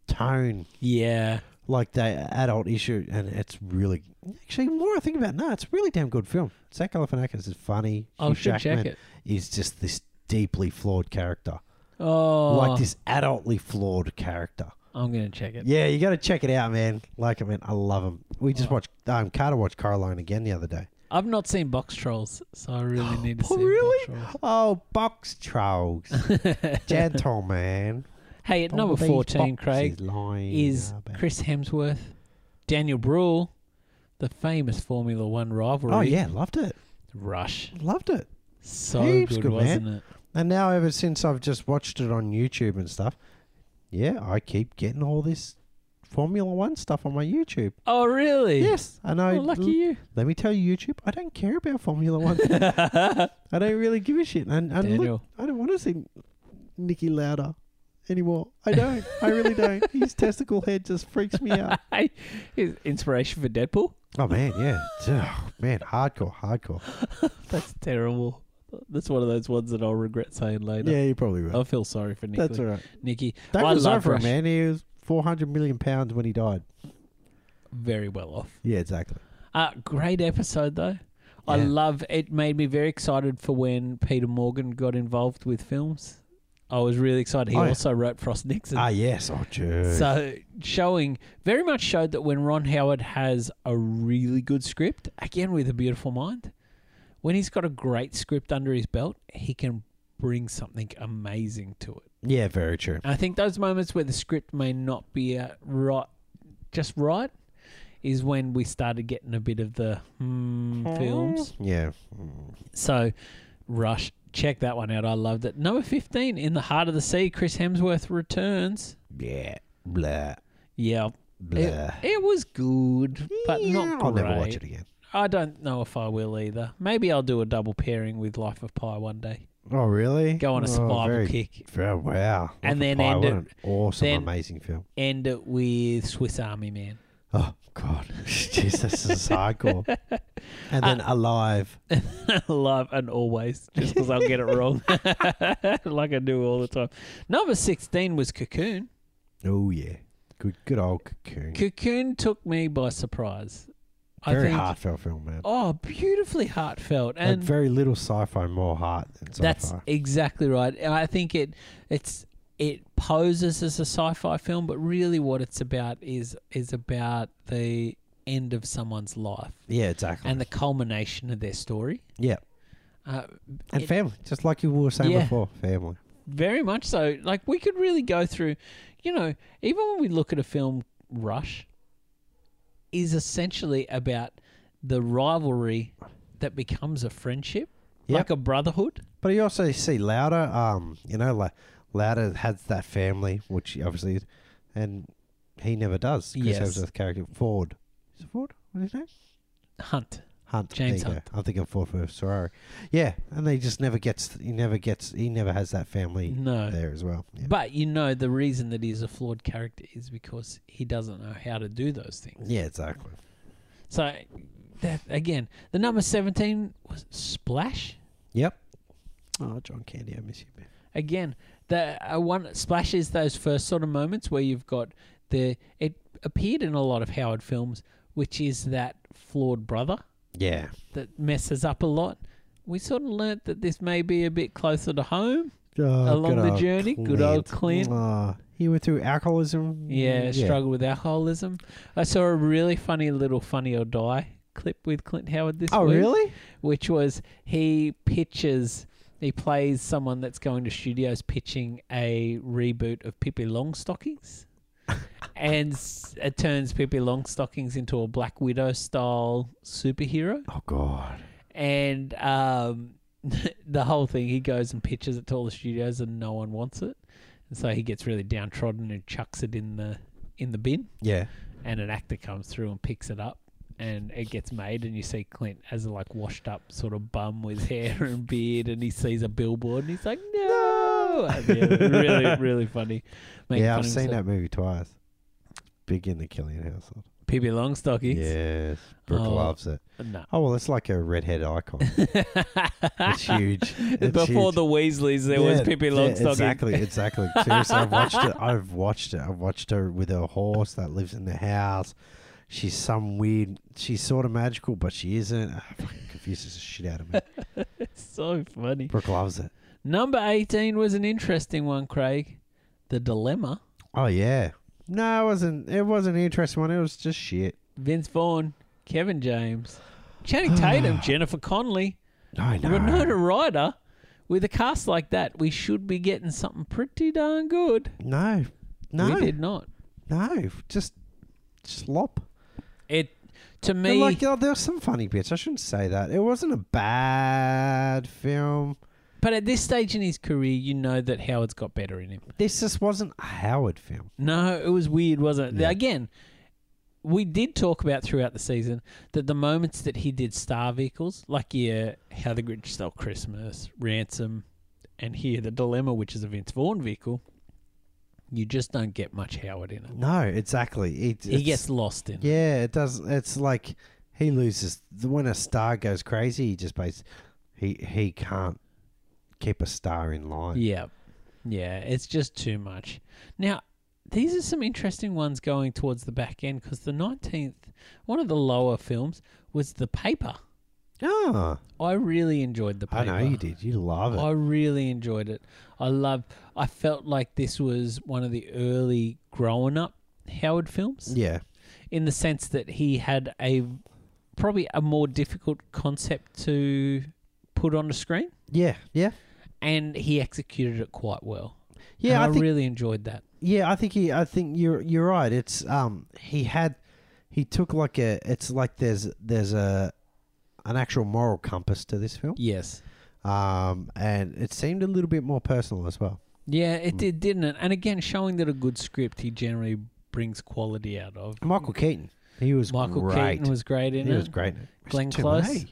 [SPEAKER 2] tone,
[SPEAKER 1] yeah,
[SPEAKER 2] like the adult issue, and it's really actually the more I think about it, no, it's a really damn good film. Zach Galifianakis is funny.
[SPEAKER 1] I
[SPEAKER 2] Hugh
[SPEAKER 1] Oh, should check
[SPEAKER 2] Jackman
[SPEAKER 1] it.
[SPEAKER 2] Is just this deeply flawed character,
[SPEAKER 1] Oh,
[SPEAKER 2] like this adultly flawed character.
[SPEAKER 1] I'm gonna check it.
[SPEAKER 2] Yeah, you got to check it out, man. Like, I mean, I love him. We just
[SPEAKER 1] Oh.
[SPEAKER 2] watched um, Carter watched Caroline again the other day.
[SPEAKER 1] I've not seen Box Trolls, so I really need to
[SPEAKER 2] Oh,
[SPEAKER 1] see.
[SPEAKER 2] really?
[SPEAKER 1] Box
[SPEAKER 2] Oh, box trolls,
[SPEAKER 1] Trolls.
[SPEAKER 2] gentleman.
[SPEAKER 1] hey, at number
[SPEAKER 2] All these
[SPEAKER 1] fourteen,
[SPEAKER 2] boxes
[SPEAKER 1] Craig.
[SPEAKER 2] lying
[SPEAKER 1] is
[SPEAKER 2] about-
[SPEAKER 1] Chris Hemsworth, Daniel Bruhl, the famous Formula One rivalry.
[SPEAKER 2] Oh yeah, loved it,
[SPEAKER 1] Rush.
[SPEAKER 2] loved it.
[SPEAKER 1] So
[SPEAKER 2] Heaps
[SPEAKER 1] good,
[SPEAKER 2] good, man.
[SPEAKER 1] wasn't it?
[SPEAKER 2] And now, ever since I've just watched it on YouTube and stuff, yeah, I keep getting all this Formula One stuff on my YouTube.
[SPEAKER 1] Oh really?
[SPEAKER 2] Yes, I know.
[SPEAKER 1] Oh, lucky you.
[SPEAKER 2] Let me tell you, YouTube, I don't care about Formula One. I don't really give a shit. And, and look,
[SPEAKER 1] Daniel.
[SPEAKER 2] I don't want to see Nicky Lauder anymore. I don't. I really don't. His testicle head just freaks me out.
[SPEAKER 1] His inspiration for Deadpool.
[SPEAKER 2] Oh man, yeah. Oh, man, hardcore, hardcore.
[SPEAKER 1] That's terrible. That's one of those ones that I'll regret saying later.
[SPEAKER 2] you probably
[SPEAKER 1] I feel sorry for Nikki.
[SPEAKER 2] That's all right.
[SPEAKER 1] Nikki.
[SPEAKER 2] Don't
[SPEAKER 1] I
[SPEAKER 2] feel sorry
[SPEAKER 1] love
[SPEAKER 2] for him,
[SPEAKER 1] Rush.
[SPEAKER 2] man. He was four hundred million pounds when he died.
[SPEAKER 1] Very well off.
[SPEAKER 2] Yeah, exactly.
[SPEAKER 1] Uh, great episode though. I
[SPEAKER 2] Yeah.
[SPEAKER 1] love it. Made me very excited for when Peter Morgan got involved with films. I was really excited. He
[SPEAKER 2] Oh, yeah.
[SPEAKER 1] also wrote Frost Nixon.
[SPEAKER 2] Ah, yes. Oh, dude.
[SPEAKER 1] so showing very much showed that when Ron Howard has a really good script, again with a beautiful mind, when he's got a great script under his belt, he can bring something amazing to it.
[SPEAKER 2] yeah, very true.
[SPEAKER 1] And I think those moments where the script may not be uh, right, just right, is when we started getting a bit of the hmm films.
[SPEAKER 2] Yeah.
[SPEAKER 1] So, Rush, check that one out. I loved it. Number 15, In the Heart of the Sea, Chris Hemsworth returns.
[SPEAKER 2] Yeah. Blah.
[SPEAKER 1] Yeah,
[SPEAKER 2] Blah.
[SPEAKER 1] it was good, but
[SPEAKER 2] Yeah,
[SPEAKER 1] not great.
[SPEAKER 2] I'll never watch it again.
[SPEAKER 1] I don't know if I will either. Maybe I'll do a double pairing with Life of Pi one day.
[SPEAKER 2] Oh, really?
[SPEAKER 1] Go on a
[SPEAKER 2] Oh,
[SPEAKER 1] survival
[SPEAKER 2] very-
[SPEAKER 1] kick.
[SPEAKER 2] very- wow.
[SPEAKER 1] And
[SPEAKER 2] Life
[SPEAKER 1] then
[SPEAKER 2] of Pi,
[SPEAKER 1] end
[SPEAKER 2] what
[SPEAKER 1] it-
[SPEAKER 2] an awesome,
[SPEAKER 1] then-
[SPEAKER 2] amazing film.
[SPEAKER 1] End it with Swiss Army Man.
[SPEAKER 2] Oh God, jeez, this is hardcore. And then
[SPEAKER 1] Uh,
[SPEAKER 2] alive.
[SPEAKER 1] Love and always, just because I'll get it wrong, like I do all the time. Number 16 was Cocoon.
[SPEAKER 2] Oh yeah, good, good old cocoon.
[SPEAKER 1] Cocoon took me by surprise.
[SPEAKER 2] Very heartfelt film, man.
[SPEAKER 1] Oh, beautifully heartfelt.
[SPEAKER 2] Like
[SPEAKER 1] And
[SPEAKER 2] very little sci-fi, more heart than sci-fi.
[SPEAKER 1] That's exactly right. And I think it it's it poses as a sci-fi film, but really what it's about is is about the end of someone's life
[SPEAKER 2] yeah, exactly.
[SPEAKER 1] and the culmination of their story.
[SPEAKER 2] yeah,
[SPEAKER 1] Uh,
[SPEAKER 2] and
[SPEAKER 1] it-
[SPEAKER 2] family, just like you were saying
[SPEAKER 1] Yeah.
[SPEAKER 2] before, family.
[SPEAKER 1] very much so. Like we could really go through, you know, even when we look at a film, Rush is essentially about the rivalry that becomes a friendship,
[SPEAKER 2] Yep.
[SPEAKER 1] like a brotherhood.
[SPEAKER 2] But you also see Louder, um, you know, like Louder has that family, which he obviously, is, and he never does. Chris
[SPEAKER 1] Yes.
[SPEAKER 2] Hemsworth's character Ford. Is it Ford? What's his name?
[SPEAKER 1] Hunt.
[SPEAKER 2] Hunt.
[SPEAKER 1] James
[SPEAKER 2] there you go.
[SPEAKER 1] Hunt.
[SPEAKER 2] I'm thinking Ford for Ferrari. Yeah, and he just never gets. He never gets. He never has that family
[SPEAKER 1] No.
[SPEAKER 2] there as well. Yeah.
[SPEAKER 1] But you know the reason that he's a flawed character is because he doesn't know how to do those things.
[SPEAKER 2] yeah, exactly.
[SPEAKER 1] So that again, the number seventeen was Splash.
[SPEAKER 2] Yep. Oh, John Candy, I miss you, man.
[SPEAKER 1] Again, the uh, one Splash is those first sort of moments where you've got the it appeared in a lot of Howard films, which is that flawed brother
[SPEAKER 2] Yeah,
[SPEAKER 1] that messes up a lot. We sort of learnt that this may be a bit closer to home.
[SPEAKER 2] Oh,
[SPEAKER 1] along
[SPEAKER 2] good
[SPEAKER 1] the
[SPEAKER 2] old
[SPEAKER 1] journey. Good old Clint.
[SPEAKER 2] Oh, he went through alcoholism.
[SPEAKER 1] Yeah, struggled with alcoholism. I saw a really funny little funny or die clip with Clint Howard this
[SPEAKER 2] Oh,
[SPEAKER 1] week.
[SPEAKER 2] really?
[SPEAKER 1] Which was he pitches, he plays someone that's going to studios pitching a reboot of Pippi Longstockings. and s- it turns Pippi Longstockings into a Black Widow style superhero.
[SPEAKER 2] Oh, God.
[SPEAKER 1] And um, the whole thing, he goes and pitches it to all the studios and no one wants it. And so he gets really downtrodden and chucks it in the in the bin
[SPEAKER 2] Yeah.
[SPEAKER 1] and an actor comes through and picks it up and it gets made and you see Clint as a like washed up sort of bum with hair and beard and he sees a billboard and he's like, No And yeah, really, really funny. Making
[SPEAKER 2] yeah,
[SPEAKER 1] fun
[SPEAKER 2] I've
[SPEAKER 1] of
[SPEAKER 2] seen
[SPEAKER 1] himself.
[SPEAKER 2] that movie twice. Big in the Killian household.
[SPEAKER 1] Pippi Longstockings.
[SPEAKER 2] Yes. Brooke
[SPEAKER 1] Oh.
[SPEAKER 2] loves it.
[SPEAKER 1] No.
[SPEAKER 2] Oh, well, it's like a redhead icon. It's huge. It's
[SPEAKER 1] Before
[SPEAKER 2] huge.
[SPEAKER 1] the Weasleys there was
[SPEAKER 2] Yeah,
[SPEAKER 1] Pippi
[SPEAKER 2] yeah,
[SPEAKER 1] Longstockings.
[SPEAKER 2] Exactly, exactly. Seriously, I've watched it. I've watched it. I've watched her with her horse that lives in the house. She's some weird. She's sort of magical, but she isn't. Ah, fucking confuses the shit out of me.
[SPEAKER 1] so funny.
[SPEAKER 2] Brooke loves it.
[SPEAKER 1] Number eighteen was an interesting one, Craig. The dilemma.
[SPEAKER 2] Oh yeah. No, it wasn't. It wasn't an interesting one. It was just shit.
[SPEAKER 1] Vince Vaughn, Kevin James, Channing Tatum, Jennifer Connelly.
[SPEAKER 2] I know.
[SPEAKER 1] Renata Ryder, with a cast like that, we should be getting something pretty darn good.
[SPEAKER 2] No, no,
[SPEAKER 1] We did not.
[SPEAKER 2] no. Just slop.
[SPEAKER 1] It to
[SPEAKER 2] But,
[SPEAKER 1] me
[SPEAKER 2] Like oh, there were some funny bits. I shouldn't say that. It wasn't a bad film.
[SPEAKER 1] but at this stage in his career, you know that Howard's got better in him.
[SPEAKER 2] This just wasn't a Howard film.
[SPEAKER 1] No, it was weird, wasn't it?
[SPEAKER 2] Yeah.
[SPEAKER 1] Again, we did talk about throughout the season that the moments that he did star vehicles, like yeah, How the Grinch Stole Christmas, Ransom, and here The Dilemma, which is a Vince Vaughn vehicle, you just don't get much Howard in it.
[SPEAKER 2] No, exactly. It,
[SPEAKER 1] He
[SPEAKER 2] it's-
[SPEAKER 1] gets lost in it.
[SPEAKER 2] Yeah, it does. It's like he loses when a star goes crazy. He just base he he can't keep a star in line.
[SPEAKER 1] Yeah. Yeah, it's just too much. Now, these are some interesting ones going towards the back end because the 19th, one of the lower films, was The Paper.
[SPEAKER 2] Oh,
[SPEAKER 1] I really enjoyed The Paper.
[SPEAKER 2] I know you did. You love it.
[SPEAKER 1] I really enjoyed it. I loved, I felt like this was one of the early growing up Howard films
[SPEAKER 2] yeah,
[SPEAKER 1] in the sense that he had a probably a more difficult concept to put on the screen
[SPEAKER 2] yeah, yeah,
[SPEAKER 1] and he executed it quite well.
[SPEAKER 2] yeah.
[SPEAKER 1] And
[SPEAKER 2] I,
[SPEAKER 1] I,
[SPEAKER 2] think
[SPEAKER 1] really enjoyed that.
[SPEAKER 2] yeah. I think he. I think you're you're right. It's um he had he took like a. It's like there's there's a an actual moral compass to this film.
[SPEAKER 1] Yes.
[SPEAKER 2] Um, and it seemed a little bit more personal as well.
[SPEAKER 1] Yeah, it
[SPEAKER 2] Mm.
[SPEAKER 1] did, didn't it? And again, showing that a good script he generally brings quality out of.
[SPEAKER 2] Michael Keaton. He was
[SPEAKER 1] Michael
[SPEAKER 2] great.
[SPEAKER 1] Keaton was great in
[SPEAKER 2] He
[SPEAKER 1] it.
[SPEAKER 2] was great.
[SPEAKER 1] Glenn
[SPEAKER 2] Tim
[SPEAKER 1] Close
[SPEAKER 2] Hay.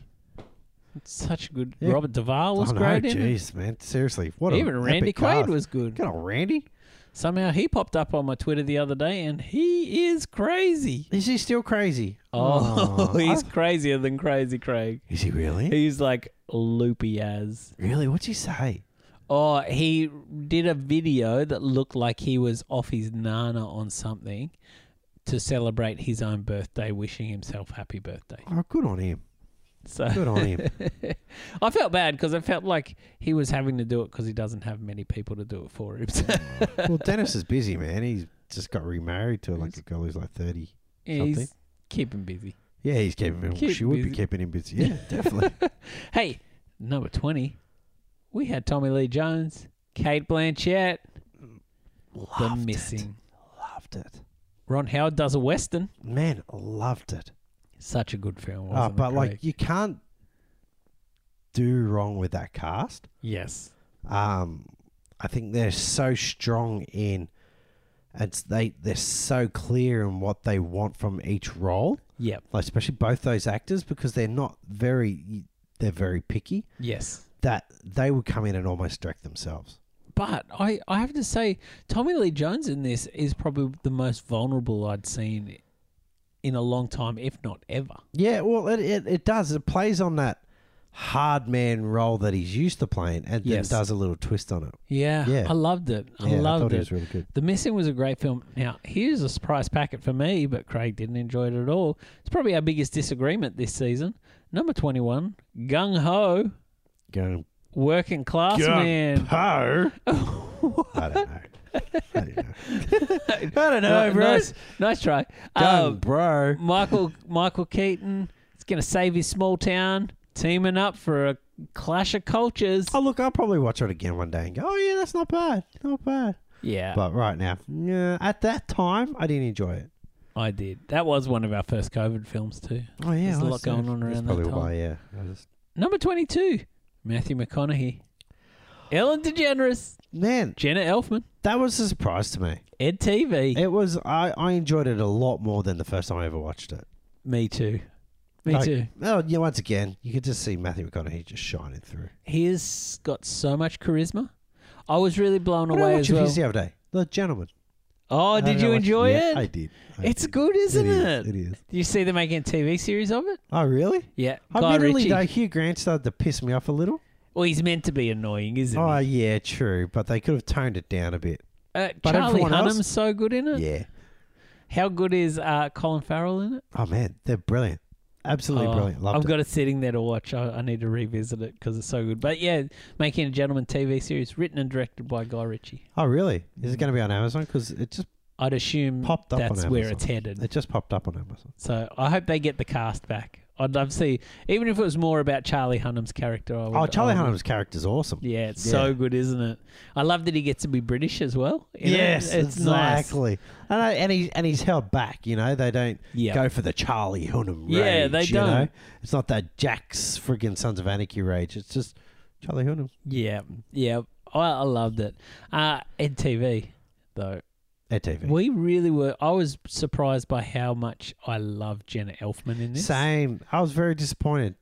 [SPEAKER 1] Such a good.
[SPEAKER 2] Yeah.
[SPEAKER 1] Robert Duvall was
[SPEAKER 2] oh,
[SPEAKER 1] great
[SPEAKER 2] no,
[SPEAKER 1] in it.
[SPEAKER 2] Jeez, man, seriously, what a
[SPEAKER 1] Even Randy
[SPEAKER 2] epic
[SPEAKER 1] Quaid
[SPEAKER 2] cast.
[SPEAKER 1] was good.
[SPEAKER 2] Good old Randy.
[SPEAKER 1] Somehow he popped up on my Twitter the other day, and he is crazy.
[SPEAKER 2] Is he still crazy?
[SPEAKER 1] Oh,
[SPEAKER 2] I-
[SPEAKER 1] he's crazier than crazy Craig.
[SPEAKER 2] is he really?
[SPEAKER 1] He's like loopy as.
[SPEAKER 2] Really? What's he say?
[SPEAKER 1] Oh, he did a video that looked like he was off his nana on something to celebrate his own birthday, wishing himself happy birthday.
[SPEAKER 2] Oh, good on him.
[SPEAKER 1] So
[SPEAKER 2] Good on him.
[SPEAKER 1] I felt bad because I felt like he was having to do it because he doesn't have many people to do it for him. So,
[SPEAKER 2] well, Dennis is busy, man. He's just got remarried to like a girl who's like thirty.
[SPEAKER 1] yeah, he's
[SPEAKER 2] Something.
[SPEAKER 1] keeping busy.
[SPEAKER 2] Yeah, he's keeping him.
[SPEAKER 1] Keep
[SPEAKER 2] she would be
[SPEAKER 1] busy.
[SPEAKER 2] keeping him busy. Yeah, definitely.
[SPEAKER 1] Hey, number 20, we had Tommy Lee Jones, Kate Blanchett, The
[SPEAKER 2] loved
[SPEAKER 1] Missing.
[SPEAKER 2] it. Loved it.
[SPEAKER 1] Ron Howard does a Western.
[SPEAKER 2] Man, loved it.
[SPEAKER 1] Such a good film.
[SPEAKER 2] Oh,
[SPEAKER 1] Wasn't it,
[SPEAKER 2] but
[SPEAKER 1] Craig?
[SPEAKER 2] like, you can't do wrong with that cast.
[SPEAKER 1] yes.
[SPEAKER 2] Um, I think they're so strong in, it's they they're so clear in what they want from each role,
[SPEAKER 1] Yep.
[SPEAKER 2] like especially both those actors because they're not very they're very picky.
[SPEAKER 1] Yes.
[SPEAKER 2] That they would come in and almost direct themselves.
[SPEAKER 1] But I, I have to say, Tommy Lee Jones in this is probably the most vulnerable I'd seen in a long time, if not ever.
[SPEAKER 2] Yeah, well, it it, it does. It plays on that hard man role that he's used to playing, and
[SPEAKER 1] Yes.
[SPEAKER 2] then does a little twist on it.
[SPEAKER 1] Yeah,
[SPEAKER 2] Yeah.
[SPEAKER 1] I loved it. I
[SPEAKER 2] yeah, I
[SPEAKER 1] loved
[SPEAKER 2] thought
[SPEAKER 1] it.
[SPEAKER 2] it was really good.
[SPEAKER 1] the Missing was a great film. Now, here's a surprise packet for me, but Craig didn't enjoy it at all. It's probably our biggest disagreement this season. Number 21, Gung Ho
[SPEAKER 2] Going
[SPEAKER 1] Working class
[SPEAKER 2] Yeah,
[SPEAKER 1] man.
[SPEAKER 2] Poe? I don't know. I don't know. I don't know,
[SPEAKER 1] Uh,
[SPEAKER 2] bro.
[SPEAKER 1] nice, nice try.
[SPEAKER 2] Gun,
[SPEAKER 1] Um,
[SPEAKER 2] bro.
[SPEAKER 1] Michael Michael Keaton is going to save his small town, teaming up for a clash of cultures.
[SPEAKER 2] Oh, look, I'll probably watch it again one day and go, oh, yeah, that's not bad. Not bad.
[SPEAKER 1] Yeah,
[SPEAKER 2] But right now, yeah, at that time, I didn't enjoy it.
[SPEAKER 1] I did. That was one of our first COVID films too.
[SPEAKER 2] Oh, yeah.
[SPEAKER 1] There's a
[SPEAKER 2] I
[SPEAKER 1] lot
[SPEAKER 2] see.
[SPEAKER 1] going on
[SPEAKER 2] That's
[SPEAKER 1] around that
[SPEAKER 2] probably
[SPEAKER 1] time.
[SPEAKER 2] why, yeah. I just-
[SPEAKER 1] Number twenty-two, Matthew McConaughey, Ellen DeGeneres,
[SPEAKER 2] man,
[SPEAKER 1] Jenna Elfman,
[SPEAKER 2] that was a surprise to me.
[SPEAKER 1] Ed TV.
[SPEAKER 2] It was, I, I enjoyed it a lot more than the first time I ever watched it.
[SPEAKER 1] Me too. Me
[SPEAKER 2] Like,
[SPEAKER 1] too.
[SPEAKER 2] Oh, yeah, once again, you could just see Matthew McConaughey just shining through.
[SPEAKER 1] He's got so much charisma. I was really blown
[SPEAKER 2] I
[SPEAKER 1] away
[SPEAKER 2] watched
[SPEAKER 1] as
[SPEAKER 2] it
[SPEAKER 1] well.
[SPEAKER 2] the other day. The Gentleman.
[SPEAKER 1] Oh,
[SPEAKER 2] I
[SPEAKER 1] did
[SPEAKER 2] don't
[SPEAKER 1] you
[SPEAKER 2] know what-
[SPEAKER 1] enjoy
[SPEAKER 2] yeah,
[SPEAKER 1] it?
[SPEAKER 2] I did. I
[SPEAKER 1] it's
[SPEAKER 2] did.
[SPEAKER 1] good, isn't it?
[SPEAKER 2] is, It is.
[SPEAKER 1] Do you see them making a TV series of it?
[SPEAKER 2] Oh, really?
[SPEAKER 1] Yeah,
[SPEAKER 2] I
[SPEAKER 1] Guy
[SPEAKER 2] Admittedly,
[SPEAKER 1] Ritchie.
[SPEAKER 2] though, Hugh Grant started to piss me off a little.
[SPEAKER 1] Well, he's meant to be annoying, isn't
[SPEAKER 2] Oh,
[SPEAKER 1] he?
[SPEAKER 2] yeah, true. But they could have toned it down a bit.
[SPEAKER 1] Uh,
[SPEAKER 2] but
[SPEAKER 1] Charlie
[SPEAKER 2] everyone else-
[SPEAKER 1] Hunnam's so good in it.
[SPEAKER 2] Yeah.
[SPEAKER 1] How good is uh, Colin Farrell in it?
[SPEAKER 2] Oh, man. They're brilliant. Absolutely
[SPEAKER 1] Oh,
[SPEAKER 2] brilliant. Loved
[SPEAKER 1] I've
[SPEAKER 2] it.
[SPEAKER 1] got it sitting there to watch. I, I need to revisit it because it's so good. But yeah, Making a Gentleman TV series, written and directed by Guy Ritchie.
[SPEAKER 2] oh, really? Is it going to be on Amazon? Because it just
[SPEAKER 1] I'd assume
[SPEAKER 2] Popped up on
[SPEAKER 1] that's where
[SPEAKER 2] Amazon.
[SPEAKER 1] it's headed.
[SPEAKER 2] it just popped up on Amazon.
[SPEAKER 1] So I hope they get the cast back. I'd love to see, even if it was more about Charlie Hunnam's character. I would,
[SPEAKER 2] Oh, Charlie
[SPEAKER 1] I would-
[SPEAKER 2] Hunnam's character's awesome.
[SPEAKER 1] Yeah, it's
[SPEAKER 2] Yeah.
[SPEAKER 1] so good, isn't it? I love that he gets to be British as well. You know,
[SPEAKER 2] Yes,
[SPEAKER 1] it's nice.
[SPEAKER 2] exactly. And, I, and, he, and he's held back, you know? They don't
[SPEAKER 1] Yeah,
[SPEAKER 2] go for the Charlie Hunnam rage.
[SPEAKER 1] Yeah, they
[SPEAKER 2] you know?
[SPEAKER 1] don't.
[SPEAKER 2] It's not that Jack's friggin' Sons of Anarchy rage. It's just Charlie Hunnam.
[SPEAKER 1] yeah, yeah. I, I loved it. Uh, Ed TV though,
[SPEAKER 2] At TV.
[SPEAKER 1] we really were. I was surprised by how much I love Jenna Elfman in this.
[SPEAKER 2] Same. I was very disappointed.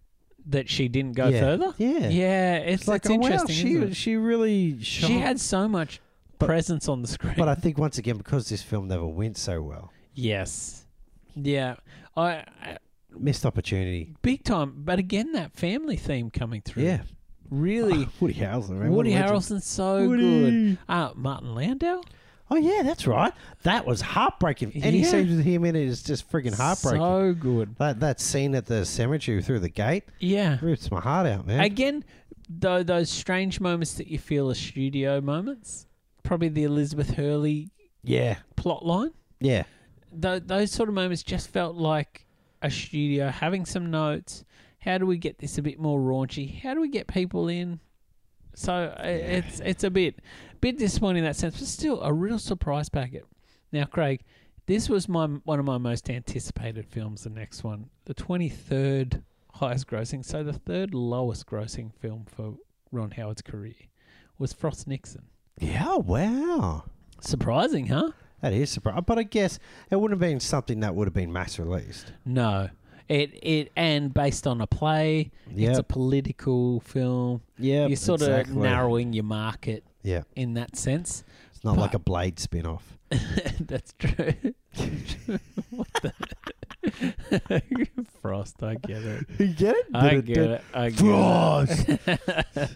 [SPEAKER 1] That she didn't go
[SPEAKER 2] Yeah.
[SPEAKER 1] further.
[SPEAKER 2] Yeah.
[SPEAKER 1] Yeah, it's,
[SPEAKER 2] It's like,
[SPEAKER 1] it's
[SPEAKER 2] oh, wow,
[SPEAKER 1] interesting.
[SPEAKER 2] she,
[SPEAKER 1] isn't it?
[SPEAKER 2] she really
[SPEAKER 1] she,
[SPEAKER 2] shone.
[SPEAKER 1] had so much
[SPEAKER 2] But-
[SPEAKER 1] presence on the screen.
[SPEAKER 2] But I think once again, because this film never went so well,
[SPEAKER 1] yes, yeah. I, I
[SPEAKER 2] missed opportunity.
[SPEAKER 1] big time. But again, that family theme coming through.
[SPEAKER 2] Yeah,
[SPEAKER 1] really.
[SPEAKER 2] Woody Harrelson. Man,
[SPEAKER 1] Woody
[SPEAKER 2] what a legend.
[SPEAKER 1] Harrelson's so good.
[SPEAKER 2] Woody.
[SPEAKER 1] Uh, Martin Landau.
[SPEAKER 2] Oh yeah, that's right. That was heartbreaking. Any
[SPEAKER 1] Yeah.
[SPEAKER 2] scenes with him in it is just friggin' heartbreaking.
[SPEAKER 1] So good.
[SPEAKER 2] that that scene at the cemetery through the gate
[SPEAKER 1] Yeah.
[SPEAKER 2] rips my heart out, man.
[SPEAKER 1] Again, though, those strange moments that you feel are studio moments. Probably the Elizabeth Hurley
[SPEAKER 2] yeah,
[SPEAKER 1] plot line.
[SPEAKER 2] yeah.
[SPEAKER 1] Th- those sort of moments just felt like a studio having some notes. How do we get this a bit more raunchy? How do we get people in? So uh, it's it's a bit bit disappointing in that sense, but still a real surprise packet. Now, Craig, this was my one of my most anticipated films. The next one, the twenty third highest grossing, so the third lowest grossing film for Ron Howard's career was Frost Nixon.
[SPEAKER 2] Yeah, wow.
[SPEAKER 1] Surprising, huh?
[SPEAKER 2] That is surprising. But I guess it wouldn't have been something that would have been mass released.
[SPEAKER 1] No. It it and based on a play, it's
[SPEAKER 2] Yeah,
[SPEAKER 1] a political film.
[SPEAKER 2] yeah.
[SPEAKER 1] You're sort
[SPEAKER 2] exactly.
[SPEAKER 1] of narrowing your market
[SPEAKER 2] Yeah,
[SPEAKER 1] in that sense.
[SPEAKER 2] it's not
[SPEAKER 1] But-
[SPEAKER 2] like a Blade spin-off.
[SPEAKER 1] That's true. what the Frost, I get it.
[SPEAKER 2] You get it?
[SPEAKER 1] I get it. I get
[SPEAKER 2] Frost.
[SPEAKER 1] it.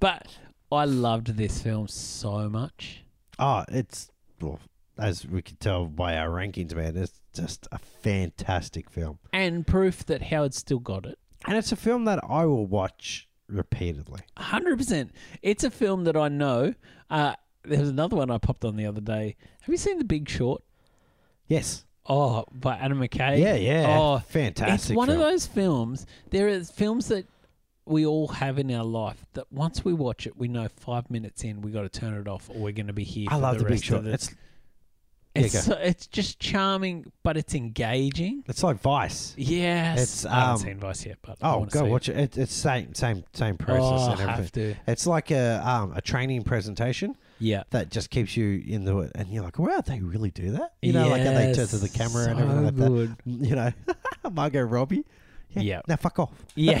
[SPEAKER 1] but I loved this film so much.
[SPEAKER 2] Oh, it's well, as we can tell by our rankings, man. It's just a fantastic film,
[SPEAKER 1] And proof that Howard still got it.
[SPEAKER 2] and it's a film that I will watch repeatedly.
[SPEAKER 1] Hundred percent. It's a film that I know. Uh, there was another one I popped on the other day. Have you seen The Big Short?
[SPEAKER 2] Yes.
[SPEAKER 1] Oh, by Adam McKay.
[SPEAKER 2] yeah, yeah.
[SPEAKER 1] Oh, it's
[SPEAKER 2] fantastic.
[SPEAKER 1] one
[SPEAKER 2] film.
[SPEAKER 1] of those films. There is films that we all have in our life that once we watch it, we know five minutes in we got to turn it off, or we're going to be here.
[SPEAKER 2] I
[SPEAKER 1] for
[SPEAKER 2] love
[SPEAKER 1] the,
[SPEAKER 2] the, big
[SPEAKER 1] rest of
[SPEAKER 2] shot.
[SPEAKER 1] the-
[SPEAKER 2] It's
[SPEAKER 1] it's,
[SPEAKER 2] yeah, go.
[SPEAKER 1] so- it's just charming, but it's engaging.
[SPEAKER 2] it's like Vice.
[SPEAKER 1] Yes,
[SPEAKER 2] It's,
[SPEAKER 1] I haven't
[SPEAKER 2] um,
[SPEAKER 1] seen Vice yet, but I
[SPEAKER 2] Oh,
[SPEAKER 1] wanna
[SPEAKER 2] go
[SPEAKER 1] see
[SPEAKER 2] watch it. it. It's same, same, same
[SPEAKER 1] it.
[SPEAKER 2] process
[SPEAKER 1] Oh,
[SPEAKER 2] and
[SPEAKER 1] I have
[SPEAKER 2] everything.
[SPEAKER 1] to.
[SPEAKER 2] It's like a um a training presentation
[SPEAKER 1] Yeah,
[SPEAKER 2] that just keeps you in the and you're like, wow, they really do that. You know, like how they turn to the
[SPEAKER 1] Yes,
[SPEAKER 2] camera and
[SPEAKER 1] so
[SPEAKER 2] everything like that.
[SPEAKER 1] good.
[SPEAKER 2] you know, Margot Robbie.
[SPEAKER 1] Yeah.
[SPEAKER 2] Now fuck off.
[SPEAKER 1] Yeah,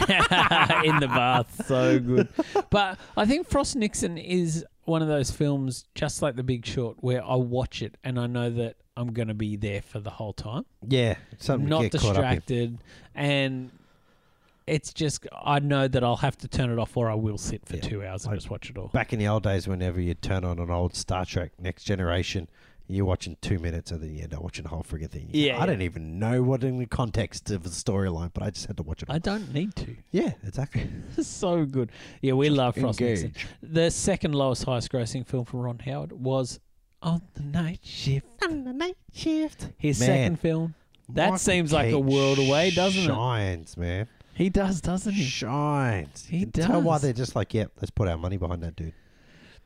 [SPEAKER 1] in the bath, so good. But I think Frost Nixon is one of those films, just like The Big Short, where I watch it and I know that I'm going to be there for the whole time,
[SPEAKER 2] Yeah. Something
[SPEAKER 1] not
[SPEAKER 2] to get caught up in.
[SPEAKER 1] distracted, and it's just I know that I'll have to turn it off, or I will sit for
[SPEAKER 2] Yeah.
[SPEAKER 1] two hours and
[SPEAKER 2] I-
[SPEAKER 1] just watch it all.
[SPEAKER 2] Back in the old days, whenever you'd turn on an old Star Trek Next Generation You're watching two minutes and then you end up watching the whole frigging thing.
[SPEAKER 1] Yeah,
[SPEAKER 2] I
[SPEAKER 1] yeah.
[SPEAKER 2] don't even know what in the context of the storyline, but I just had to watch it.
[SPEAKER 1] I don't need to.
[SPEAKER 2] yeah, exactly.
[SPEAKER 1] so good. Yeah, we love Frost Nixon.
[SPEAKER 2] Engage.
[SPEAKER 1] The second lowest highest grossing film from Ron Howard was On the Night Shift.
[SPEAKER 2] On the night shift.
[SPEAKER 1] His
[SPEAKER 2] Man.
[SPEAKER 1] second film. That
[SPEAKER 2] Michael
[SPEAKER 1] seems like a
[SPEAKER 2] Caine
[SPEAKER 1] world away, doesn't it?
[SPEAKER 2] shines, it? Shines, man.
[SPEAKER 1] He does, doesn't he?
[SPEAKER 2] Shines.
[SPEAKER 1] He
[SPEAKER 2] you can Tell why
[SPEAKER 1] does.
[SPEAKER 2] they're just like, yep, let's put our money behind that dude.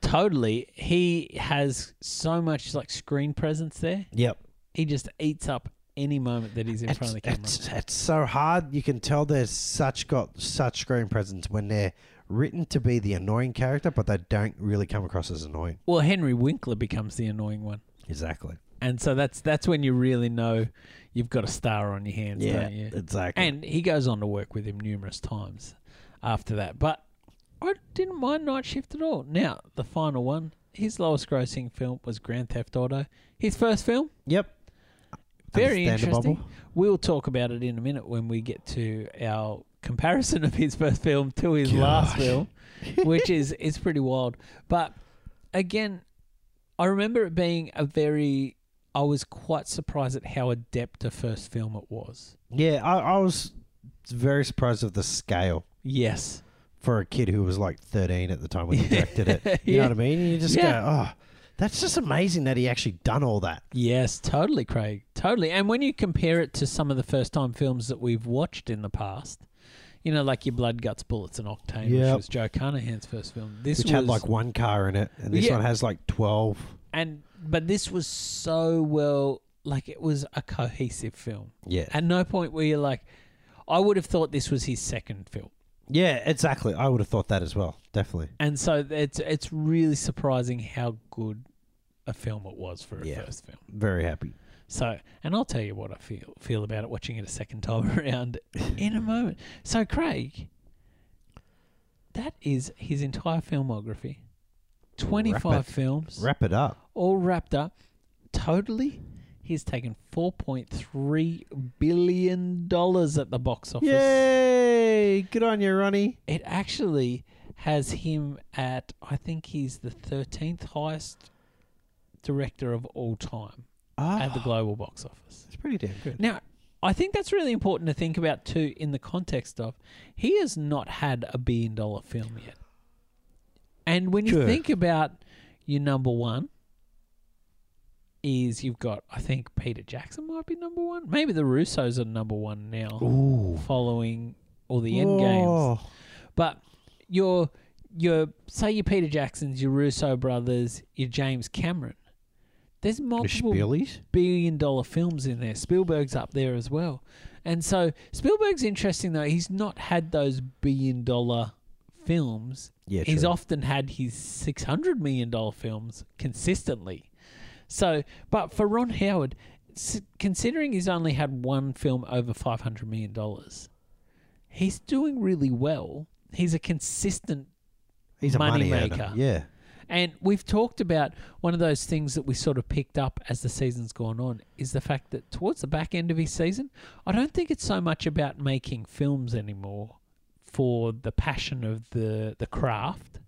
[SPEAKER 1] Totally. He has so much like screen presence there.
[SPEAKER 2] Yep.
[SPEAKER 1] He just eats up any moment that he's in front of the camera.
[SPEAKER 2] It's, it's so hard. You can tell they're such got such screen presence when they're written to be the annoying character, but they don't really come across as annoying.
[SPEAKER 1] Well, Henry Winkler becomes the annoying one.
[SPEAKER 2] Exactly.
[SPEAKER 1] And so that's that's when you really know you've got a star on your hands,
[SPEAKER 2] Yeah.
[SPEAKER 1] don't you?
[SPEAKER 2] Exactly.
[SPEAKER 1] And he goes on to work with him numerous times after that. But I didn't mind Night Shift at all. Now, the final one, his lowest grossing film was Grand Theft Auto. His first film,
[SPEAKER 2] yep.
[SPEAKER 1] very
[SPEAKER 2] Understandable.
[SPEAKER 1] interesting. We'll talk about it in a minute when we get to our comparison of his first film to his last
[SPEAKER 2] Gosh.
[SPEAKER 1] film, which is is pretty wild. But again, I remember it being a very I was quite surprised at how adept a first film it was.
[SPEAKER 2] Yeah, I, I was very surprised of the scale
[SPEAKER 1] Yes.
[SPEAKER 2] for a kid who was like 13 at the time when he directed it. You
[SPEAKER 1] Yeah.
[SPEAKER 2] know what I mean? You just
[SPEAKER 1] Yeah.
[SPEAKER 2] go, oh, that's just amazing that he actually done all that.
[SPEAKER 1] Yes, totally, Craig. Totally. And when you compare it to some of the first time films that we've watched in the past, you know, like your Blood, Guts, Bullets, and Octane, which
[SPEAKER 2] Yep.
[SPEAKER 1] was Joe Carnahan's first film. This
[SPEAKER 2] Which
[SPEAKER 1] was
[SPEAKER 2] had like one car in it, and this
[SPEAKER 1] Yeah.
[SPEAKER 2] one has like 12.
[SPEAKER 1] and but this was so well like it was a cohesive film.
[SPEAKER 2] Yeah.
[SPEAKER 1] At no point were you like I would have thought this was his second film.
[SPEAKER 2] yeah, exactly. I would have thought that as well. Definitely.
[SPEAKER 1] And so it's it's really surprising how good a film it was for a
[SPEAKER 2] Yeah.
[SPEAKER 1] first film.
[SPEAKER 2] Very happy.
[SPEAKER 1] So, and I'll tell you what I feel feel about it watching it a second time around in a moment. So, Craig, that is his entire filmography, twenty five
[SPEAKER 2] Rapid.
[SPEAKER 1] films,
[SPEAKER 2] Wrap it up.
[SPEAKER 1] all wrapped up. Totally, he's taken four point three billion dollars at the box office.
[SPEAKER 2] Yay! Good on you, Ronnie.
[SPEAKER 1] It actually has him at I think he's the thirteenth highest director of all time at
[SPEAKER 2] Ah.
[SPEAKER 1] the global box office.
[SPEAKER 2] It's pretty damn good.
[SPEAKER 1] Now, I think that's really important to think about too in the context of he has not had a billion dollar film yet. And when you
[SPEAKER 2] Sure.
[SPEAKER 1] think about your number one is you've got I think Peter Jackson might be number one. Maybe the Russos are number one now
[SPEAKER 2] Ooh.
[SPEAKER 1] following all the end games.
[SPEAKER 2] Whoa.
[SPEAKER 1] But your your say your Peter Jacksons, your Russo brothers, your James Cameron. There's multiple
[SPEAKER 2] Spielies?
[SPEAKER 1] billion dollar films in there. Spielberg's up there as well. And so Spielberg's interesting though. He's not had those billion dollar films.
[SPEAKER 2] Yeah,
[SPEAKER 1] He's
[SPEAKER 2] true.
[SPEAKER 1] often had his 600 million dollar films consistently. So, but for Ron Howard, s- considering he's only had one film over 500 million dollars, he's doing really well. He's a consistent
[SPEAKER 2] He's a money,
[SPEAKER 1] money
[SPEAKER 2] maker.
[SPEAKER 1] maker.
[SPEAKER 2] Yeah.
[SPEAKER 1] and we've talked about one of those things that we sort of picked up as the season's gone on is the fact that towards the back end of his season, I don't think it's so much about making films anymore for the passion of the the craft.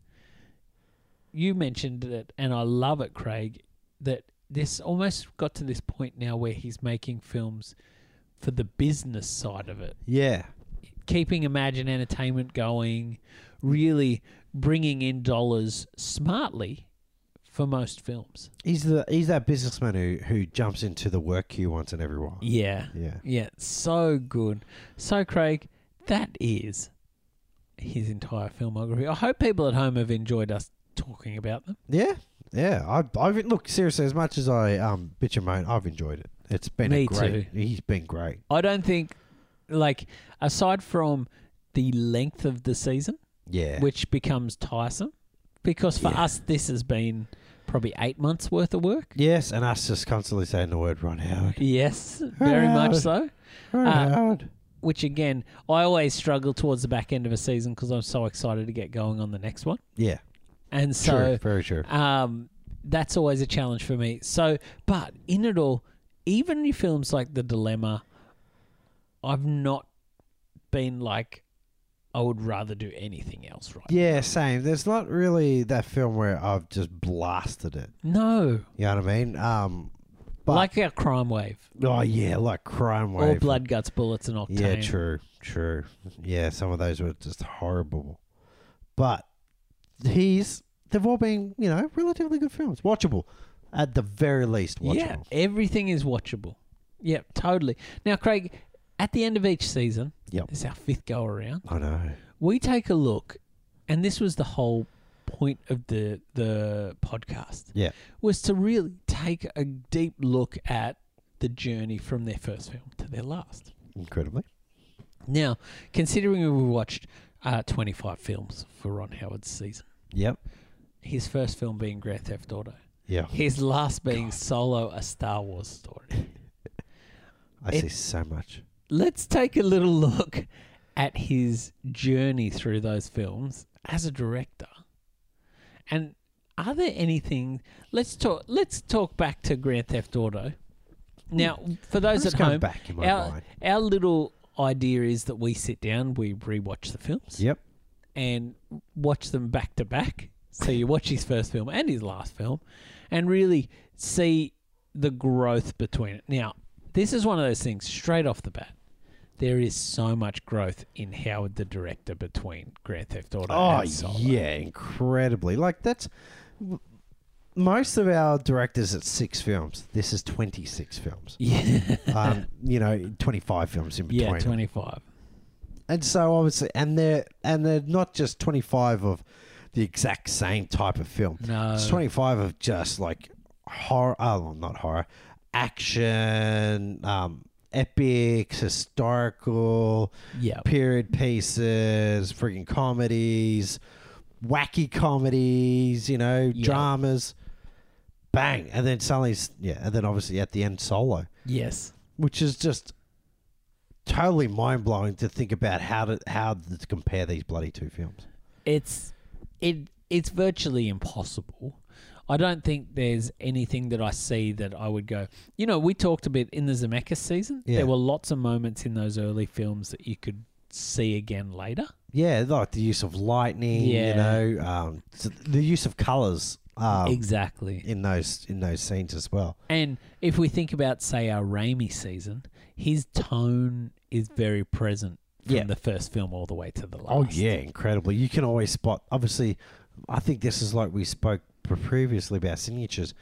[SPEAKER 1] You mentioned it, and I love it, Craig. That this almost got to this point now where he's making films for the business side of it
[SPEAKER 2] Yeah.
[SPEAKER 1] keeping Imagine Entertainment going, really bringing in dollars smartly for most films.
[SPEAKER 2] He's the he's that businessman who, who jumps into the work he wants and every while.
[SPEAKER 1] Yeah.
[SPEAKER 2] Yeah.
[SPEAKER 1] Yeah. So good. So, Craig, that is his entire filmography. I hope people at home have enjoyed us talking about them.
[SPEAKER 2] Yeah. Yeah. I I've look seriously as much as I um bitch and moan, I've enjoyed it. It's been
[SPEAKER 1] Me
[SPEAKER 2] a great he's been great.
[SPEAKER 1] I don't think, like, aside from the length of the season,
[SPEAKER 2] Yeah.
[SPEAKER 1] which becomes tiresome, because for
[SPEAKER 2] Yeah.
[SPEAKER 1] us, this has been probably eight months worth of work.
[SPEAKER 2] yes, and us just constantly saying the word Ron Howard.
[SPEAKER 1] Yes, very much so.
[SPEAKER 2] Howard. Ron
[SPEAKER 1] Uh,
[SPEAKER 2] Howard.
[SPEAKER 1] which again I always struggle towards the back end of a season because I'm so excited to get going on the next one,
[SPEAKER 2] Yeah.
[SPEAKER 1] and
[SPEAKER 2] True.
[SPEAKER 1] so
[SPEAKER 2] Very true.
[SPEAKER 1] um, that's always a challenge for me. So, but in it all, even in films like The Dilemma, I've not been like I would rather do anything else right
[SPEAKER 2] Yeah, same. There's not really that film where I've just blasted it.
[SPEAKER 1] No.
[SPEAKER 2] You know what I mean? Um, but
[SPEAKER 1] like our crime wave.
[SPEAKER 2] oh yeah, like Crime
[SPEAKER 1] All
[SPEAKER 2] Wave.
[SPEAKER 1] blood, guts, bullets, and octane.
[SPEAKER 2] Yeah, true, true. Yeah, some of those were just horrible. But he's they've all been, you know, relatively good films. Watchable. At the very least, watchable.
[SPEAKER 1] Yeah, everything is watchable. Yep, totally. Now, Craig, at the end of each season,
[SPEAKER 2] Yep.
[SPEAKER 1] this is our fifth go around.
[SPEAKER 2] I know.
[SPEAKER 1] We take a look, and this was the whole point of the the podcast.
[SPEAKER 2] Yeah.
[SPEAKER 1] was to really take a deep look at the journey from their first film to their last.
[SPEAKER 2] Incredibly.
[SPEAKER 1] Now, considering we watched uh, 25 films for Ron Howard's season,
[SPEAKER 2] Yep.
[SPEAKER 1] his first film being Grand Theft Auto,
[SPEAKER 2] Yeah.
[SPEAKER 1] his last being Solo, a Star Wars story.
[SPEAKER 2] I
[SPEAKER 1] It-
[SPEAKER 2] see so much.
[SPEAKER 1] Let's take a little look at his journey through those films as a director. And are there anything let's talk let's talk back to Grand Theft Auto. Now, for
[SPEAKER 2] Mm. I'm
[SPEAKER 1] those
[SPEAKER 2] just
[SPEAKER 1] at
[SPEAKER 2] going
[SPEAKER 1] home,
[SPEAKER 2] back in my
[SPEAKER 1] our-
[SPEAKER 2] mind.
[SPEAKER 1] our little idea is that we sit down, we rewatch the films,
[SPEAKER 2] Yep.
[SPEAKER 1] and watch them back to back. So you watch his first film and his last film, and really see the growth between it. Now, this is one of those things straight off the bat. There is so much growth in Howard the director between Grand Theft Auto
[SPEAKER 2] Oh
[SPEAKER 1] and Solo.
[SPEAKER 2] yeah, incredibly. Like that's most of our directors at six films. This is twenty six films.
[SPEAKER 1] Yeah.
[SPEAKER 2] um, you know, twenty five films in between.
[SPEAKER 1] yeah, 25.
[SPEAKER 2] And so obviously, and they're and they're not just twenty five of the exact same type of film.
[SPEAKER 1] No.
[SPEAKER 2] It's twenty five of just like horror. Oh, well, not horror, action, um, epics, historical,
[SPEAKER 1] Yeah.
[SPEAKER 2] period pieces, freaking comedies, wacky comedies. You know,
[SPEAKER 1] Yeah.
[SPEAKER 2] dramas. Bang, and then suddenly, s- yeah, and then obviously at the end, solo
[SPEAKER 1] Yes.
[SPEAKER 2] which is just totally mind blowing to think about how to how to compare these bloody two films.
[SPEAKER 1] it's it it's virtually impossible. I don't think there's anything that I see that I would go. You know, we talked a bit in the Zemeckis season.
[SPEAKER 2] Yeah.
[SPEAKER 1] There were lots of moments in those early films that you could see again later.
[SPEAKER 2] Yeah, like the use of lightning,
[SPEAKER 1] Yeah.
[SPEAKER 2] you know, um, s- the use of colors um,
[SPEAKER 1] Exactly.
[SPEAKER 2] in those in those scenes as well.
[SPEAKER 1] And if we think about, say, our Raimi season, his tone is very present from
[SPEAKER 2] Yeah.
[SPEAKER 1] the first film all the way to the last.
[SPEAKER 2] Oh yeah, incredibly. You can always spot. Obviously, I think this is like we spoke pre- previously about signatures.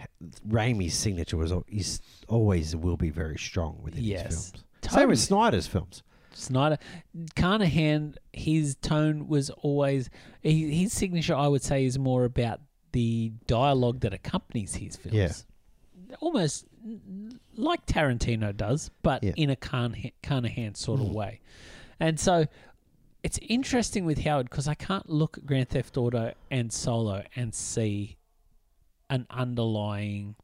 [SPEAKER 2] H- Raimi's signature was al- is always will be very strong within his
[SPEAKER 1] Yes.
[SPEAKER 2] films. Same
[SPEAKER 1] Totally.
[SPEAKER 2] with Snyder's films.
[SPEAKER 1] Snyder, Carnahan, his tone was always he, his signature. I would say is more about the dialogue that accompanies his films. almost like Tarantino does, but
[SPEAKER 2] Yeah. Mm.
[SPEAKER 1] in a Carnahan, Carnahan sort of way. And so it's interesting with Howard because I can't look at Grand Theft Auto and Solo and see an underlying